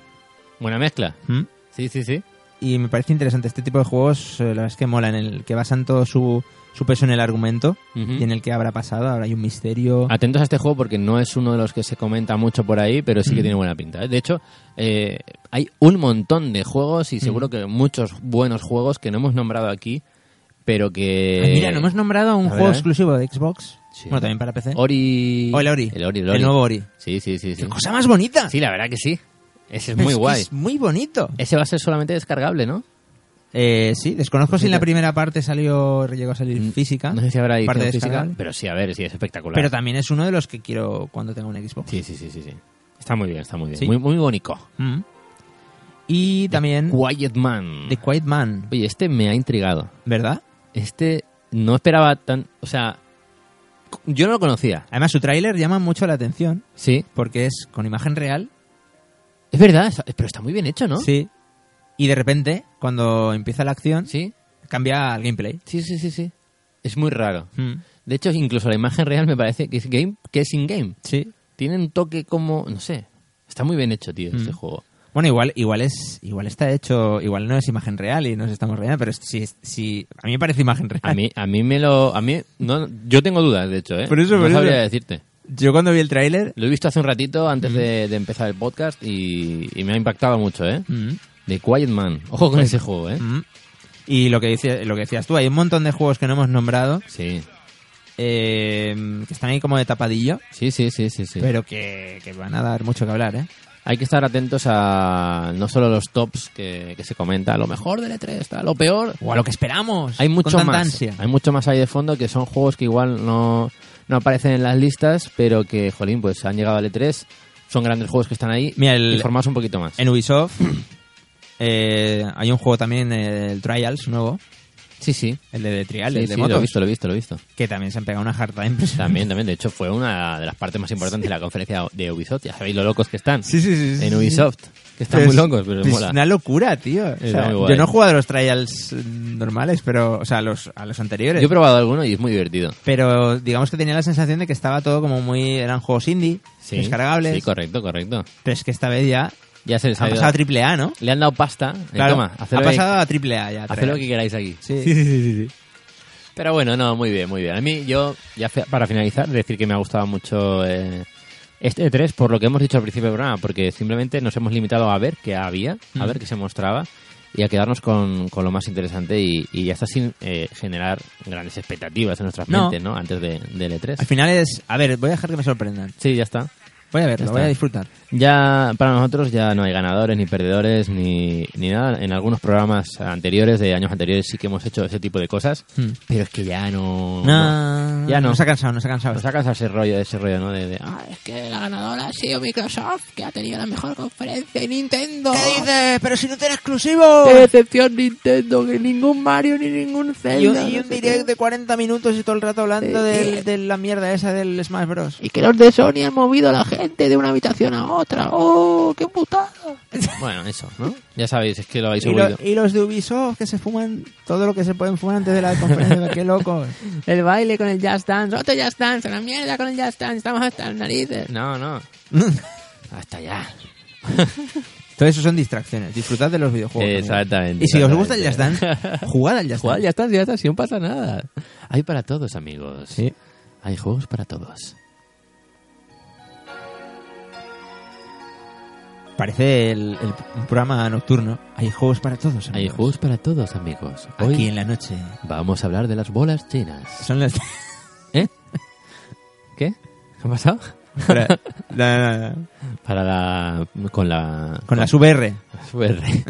[SPEAKER 1] Buena mezcla.
[SPEAKER 3] Mm.
[SPEAKER 1] Sí, sí, sí.
[SPEAKER 3] y me parece interesante este tipo de juegos eh, la verdad es que mola en el que basan todo su, su peso en el argumento
[SPEAKER 1] Ujú.
[SPEAKER 3] y en el que habrá pasado ahora hay un misterio
[SPEAKER 1] Atentos a este juego porque no es uno de los que se comenta mucho por ahí, pero sí
[SPEAKER 3] Mm.
[SPEAKER 1] que tiene buena pinta. ¿eh? De hecho, eh, hay un montón de
[SPEAKER 3] Mm.
[SPEAKER 1] juegos y seguro que muchos buenos juegos que no hemos nombrado aquí, pero que...
[SPEAKER 3] Ah, mira no hemos nombrado a un
[SPEAKER 1] a ver,
[SPEAKER 3] juego
[SPEAKER 1] a ver.
[SPEAKER 3] exclusivo de Xbox
[SPEAKER 1] ¿eh? Sí.
[SPEAKER 3] bueno también para PC
[SPEAKER 1] Ori...
[SPEAKER 3] Oh, el Ori.
[SPEAKER 1] El Ori, el
[SPEAKER 3] El
[SPEAKER 1] Ori.
[SPEAKER 3] nuevo Ori.
[SPEAKER 1] Sí, sí, sí. Sí,
[SPEAKER 3] ¡Qué cosa más bonita
[SPEAKER 1] sí la verdad que sí. Ese es
[SPEAKER 3] Pero
[SPEAKER 1] muy
[SPEAKER 3] que
[SPEAKER 1] guay.
[SPEAKER 3] es muy bonito
[SPEAKER 1] Ese va a ser solamente descargable, ¿no?
[SPEAKER 3] Eh, sí desconozco si en
[SPEAKER 1] Fíjate.
[SPEAKER 3] la primera parte salió llegó a salir física
[SPEAKER 1] Mm, No sé si habrá edición
[SPEAKER 3] parte
[SPEAKER 1] física,
[SPEAKER 3] descargable,
[SPEAKER 1] pero sí, a ver, sí, es espectacular.
[SPEAKER 3] pero también es uno de los que quiero cuando tenga un Xbox
[SPEAKER 1] Sí, sí, sí, sí, sí. Está muy bien, está muy bien.
[SPEAKER 3] Sí.
[SPEAKER 1] Muy, muy bonito.
[SPEAKER 3] Mm. y también
[SPEAKER 1] Quiet Man.
[SPEAKER 3] The Quiet Man
[SPEAKER 1] Oye, este me ha intrigado.
[SPEAKER 3] ¿verdad?
[SPEAKER 1] Este no esperaba tan... O sea, yo no lo conocía.
[SPEAKER 3] además su tráiler llama mucho la atención
[SPEAKER 1] Sí.
[SPEAKER 3] porque es con imagen real.
[SPEAKER 1] Es verdad, es- pero está muy bien hecho, ¿no?
[SPEAKER 3] Sí. Y de repente, cuando empieza la acción,
[SPEAKER 1] Sí,
[SPEAKER 3] cambia al gameplay.
[SPEAKER 1] sí, sí, sí. sí. Es muy raro.
[SPEAKER 3] Mm.
[SPEAKER 1] De hecho, incluso la imagen real me parece que es game, que es in-game.
[SPEAKER 3] Sí.
[SPEAKER 1] Tiene un toque como... No sé. Está muy bien hecho, tío, este
[SPEAKER 3] Mm.
[SPEAKER 1] juego.
[SPEAKER 3] Bueno, igual, igual es, igual está hecho, igual no es imagen real y nos estamos riendo, pero si, si a mí me parece imagen real.
[SPEAKER 1] A mí, a mí me lo... A mí... No, yo tengo dudas, de hecho, ¿eh?
[SPEAKER 3] Por eso,
[SPEAKER 1] no
[SPEAKER 3] por eso.
[SPEAKER 1] sabría decirte.
[SPEAKER 3] Yo cuando vi el tráiler,
[SPEAKER 1] Lo he visto hace un ratito antes de, de empezar el podcast y, y me ha impactado mucho, ¿eh?
[SPEAKER 3] mm,
[SPEAKER 1] The Quiet Man. Ojo con ese juego, ¿eh?
[SPEAKER 3] mm, y lo que dice, lo que decías tú, hay un montón de juegos que no hemos nombrado
[SPEAKER 1] Sí,
[SPEAKER 3] eh, que están ahí como de tapadillo,
[SPEAKER 1] sí, sí, sí, sí. sí.
[SPEAKER 3] pero que, que van a dar mucho que hablar, ¿eh?
[SPEAKER 1] Hay que estar atentos a no solo los tops que, que se comenta, lo mejor del E3, tal, lo peor.
[SPEAKER 3] O a lo que esperamos.
[SPEAKER 1] Hay mucho
[SPEAKER 3] con tanta
[SPEAKER 1] más.
[SPEAKER 3] ansia.
[SPEAKER 1] Hay mucho más ahí de fondo que son juegos que igual no, no aparecen en las listas, pero que, jolín, pues han llegado al E3, Son grandes juegos que están ahí.
[SPEAKER 3] Mira, el-
[SPEAKER 1] Informaos un poquito más.
[SPEAKER 3] En Ubisoft *clears throat* eh, hay un juego también, el Trials nuevo,
[SPEAKER 1] Sí, sí.
[SPEAKER 3] el de, Trials,
[SPEAKER 1] Sí,
[SPEAKER 3] el
[SPEAKER 1] sí,
[SPEAKER 3] de
[SPEAKER 1] lo he
[SPEAKER 3] motos,
[SPEAKER 1] visto, lo he visto, lo he visto.
[SPEAKER 3] que también se han pegado una hard time.
[SPEAKER 1] *laughs* También, también. De hecho, fue una de las partes más importantes de la conferencia de Ubisoft. Ya sabéis lo locos que están.
[SPEAKER 3] Sí, sí, sí, Pues, sí,
[SPEAKER 1] En
[SPEAKER 3] sí.
[SPEAKER 1] Ubisoft. Que están
[SPEAKER 3] Pero
[SPEAKER 1] muy
[SPEAKER 3] es-
[SPEAKER 1] locos, pero
[SPEAKER 3] es
[SPEAKER 1] mola.
[SPEAKER 3] una locura, tío. O
[SPEAKER 1] Está
[SPEAKER 3] sea,
[SPEAKER 1] muy guay.
[SPEAKER 3] yo no he jugado a los Trials eh, normales, pero, o sea, a los, a los anteriores.
[SPEAKER 1] Yo he probado alguno y es muy divertido.
[SPEAKER 3] pero digamos que tenía la sensación de que estaba todo como muy... Eran juegos indie,
[SPEAKER 1] Sí.
[SPEAKER 3] descargables.
[SPEAKER 1] Sí, correcto, correcto.
[SPEAKER 3] Pero es que esta vez ya
[SPEAKER 1] Ya se les ha
[SPEAKER 3] ha
[SPEAKER 1] ido.
[SPEAKER 3] pasado a triple A, ¿no?
[SPEAKER 1] Le han dado pasta. Eh,
[SPEAKER 3] Claro,
[SPEAKER 1] toma, haced
[SPEAKER 3] ha
[SPEAKER 1] lo que-
[SPEAKER 3] pasado a triple A ya.
[SPEAKER 1] haced lo
[SPEAKER 3] Trials.
[SPEAKER 1] que queráis aquí. *laughs*
[SPEAKER 3] Sí. Sí, sí,
[SPEAKER 1] Pero bueno, no, muy bien, muy bien. A mí, yo, ya fe- para finalizar, decir que me ha gustado mucho eh, este 3 por lo que hemos dicho al principio del programa, porque simplemente nos hemos limitado a ver qué había, a ver qué se mostraba y a quedarnos con, con lo más interesante y, y ya está sin eh, generar grandes expectativas en nuestras
[SPEAKER 3] No.
[SPEAKER 1] mentes, ¿no? Antes de, del
[SPEAKER 3] Al
[SPEAKER 1] E3.
[SPEAKER 3] final es... A ver, voy a dejar que me sorprendan.
[SPEAKER 1] Sí, ya está.
[SPEAKER 3] Voy a verlo,
[SPEAKER 1] Ya
[SPEAKER 3] voy
[SPEAKER 1] está.
[SPEAKER 3] a disfrutar.
[SPEAKER 1] Ya para nosotros ya no hay ganadores ni perdedores ni, ni nada. En algunos programas anteriores, de años anteriores, sí que hemos hecho ese tipo de cosas,
[SPEAKER 3] Hmm.
[SPEAKER 1] pero es que ya no...
[SPEAKER 3] No,
[SPEAKER 1] Ya no.
[SPEAKER 3] se ha cansado, no se ha cansado.
[SPEAKER 1] Nos sacas ese rollo, ese rollo, ¿no? De, de, *laughs* "Ah, es que
[SPEAKER 4] La ganadora ha sido Microsoft, que ha tenido la mejor conferencia y Nintendo.
[SPEAKER 3] dices? ¡Pero si no tiene exclusivo!
[SPEAKER 4] ¡Qué decepción Nintendo! Que ningún Mario ni ningún Zelda.
[SPEAKER 3] Y un,
[SPEAKER 4] no
[SPEAKER 3] y un
[SPEAKER 4] sé
[SPEAKER 3] direct de 40 minutos y todo el rato hablando
[SPEAKER 4] Sí.
[SPEAKER 3] del- de, la mierda esa del Smash Bros.
[SPEAKER 4] qué. Y que los de Sony han movido a la gente de una habitación a otra. ¡Oh, qué putada!
[SPEAKER 1] Bueno, eso, ¿no? Ya sabéis, es que lo habéis
[SPEAKER 3] Y, lo-
[SPEAKER 1] oído.
[SPEAKER 3] y los de Ubisoft que se fuman todo lo que se pueden fumar antes de la conferencia. ¡Qué locos!
[SPEAKER 4] El baile con el Just Dance. ¡Otro Just Dance! ¡Una mierda con el Just Dance! ¡Estamos hasta las narices!
[SPEAKER 1] No, no. *laughs* Hasta ya.
[SPEAKER 3] Todo eso son distracciones. Disfrutad de los videojuegos. amigos.
[SPEAKER 1] Exactamente,
[SPEAKER 3] Y si os
[SPEAKER 1] exactamente.
[SPEAKER 3] gusta el Just Dance, jugad al Just
[SPEAKER 1] Juan,
[SPEAKER 3] Dance.
[SPEAKER 1] ya está, ya está, si no pasa nada. Hay para todos, amigos.
[SPEAKER 3] Sí.
[SPEAKER 1] Hay juegos para todos.
[SPEAKER 3] Parece el, el- un programa nocturno. Hay juegos para todos.
[SPEAKER 1] Hay
[SPEAKER 3] amigos.
[SPEAKER 1] juegos para todos, amigos. Hoy
[SPEAKER 3] Aquí en la noche.
[SPEAKER 1] vamos a hablar de las bolas chinas.
[SPEAKER 3] Son las... *laughs*
[SPEAKER 1] ¿Eh? *laughs* ¿Qué? ¿Qué ha pasado?
[SPEAKER 3] Espera. No, no, no.
[SPEAKER 1] Para la... Con la...
[SPEAKER 3] Con las VR.
[SPEAKER 1] VR. *laughs*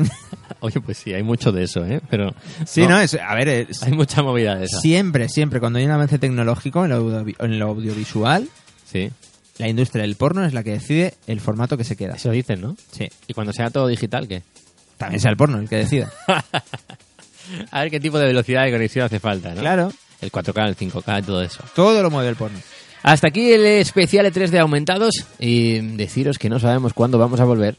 [SPEAKER 1] Oye, pues sí, hay mucho de eso, ¿eh? Pero...
[SPEAKER 3] Sí, no, es, a ver, es-
[SPEAKER 1] Hay mucha movida de esa.
[SPEAKER 3] siempre, siempre, cuando hay un avance tecnológico en lo, audiovi- en lo audiovisual,
[SPEAKER 1] Sí.
[SPEAKER 3] la industria del porno es la que decide el formato que se queda.
[SPEAKER 1] Eso dicen, ¿no?
[SPEAKER 3] Sí,
[SPEAKER 1] Y cuando sea todo digital, ¿qué? *laughs*
[SPEAKER 3] también sea el porno el que decida.
[SPEAKER 1] A ver qué tipo de velocidad de conexión hace falta, ¿no?
[SPEAKER 3] *laughs* Claro,
[SPEAKER 1] El 4K, el 5K, todo eso.
[SPEAKER 3] todo lo mueve el porno.
[SPEAKER 1] Hasta aquí el especial E3 de aumentados. Y deciros que no sabemos cuándo vamos a volver.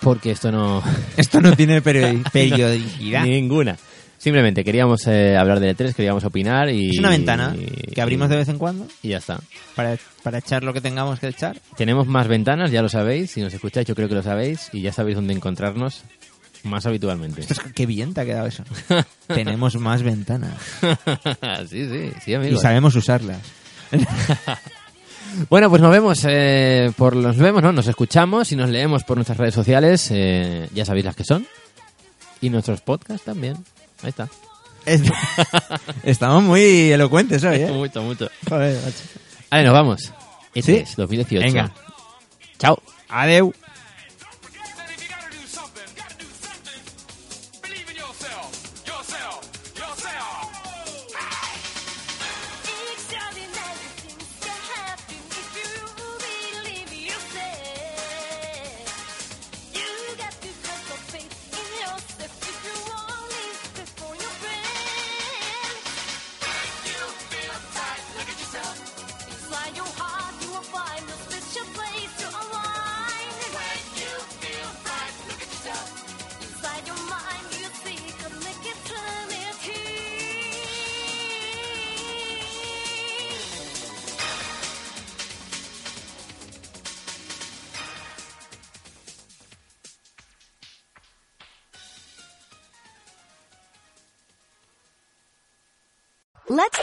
[SPEAKER 1] Porque esto
[SPEAKER 3] *laughs*
[SPEAKER 1] no...
[SPEAKER 3] Esto no tiene *laughs* periodi- periodicidad.
[SPEAKER 1] Ninguna. Simplemente queríamos eh, hablar del E3, queríamos opinar y...
[SPEAKER 3] Es una ventana que abrimos de vez en cuando
[SPEAKER 1] Y ya está.
[SPEAKER 3] para, para echar lo que tengamos que echar.
[SPEAKER 1] Tenemos más ventanas, ya lo sabéis. Si nos escucháis, yo creo que lo sabéis. Y ya sabéis dónde encontrarnos más
[SPEAKER 3] *laughs*
[SPEAKER 1] habitualmente. *laughs*
[SPEAKER 3] Esto es, qué bien te ha quedado *laughs* eso. Tenemos más ventanas
[SPEAKER 1] sí, sí, sí,
[SPEAKER 3] y
[SPEAKER 1] amigos.
[SPEAKER 3] sabemos usarlas.
[SPEAKER 1] Bueno, pues nos vemos, eh, por nos vemos, ¿no? Nos escuchamos y nos leemos por nuestras redes sociales, eh, ya sabéis las que son. Y nuestros podcasts también. Ahí está.
[SPEAKER 3] *laughs* Es- Estamos muy elocuentes hoy,
[SPEAKER 1] *laughs*
[SPEAKER 3] ¿eh?
[SPEAKER 1] Mucho, mucho.
[SPEAKER 3] Joder, macho.
[SPEAKER 1] Ahí nos vamos. Este E3
[SPEAKER 3] Sí.
[SPEAKER 1] 2018.
[SPEAKER 3] Venga.
[SPEAKER 1] Chao.
[SPEAKER 3] Adeu.
[SPEAKER 5] If you gotta do something, gotta do something. Believe in yourself, yourself, yourself.
[SPEAKER 6] Extraordinary things can happen if you believe yourself. You got to have the faith in yourself if you want to live before your friends. You feel tight, look at yourself. Inside your heart, you will find the special place to align. When you feel tight, look at yourself. Inside your mind, you see a naked eternity.
[SPEAKER 7] Let's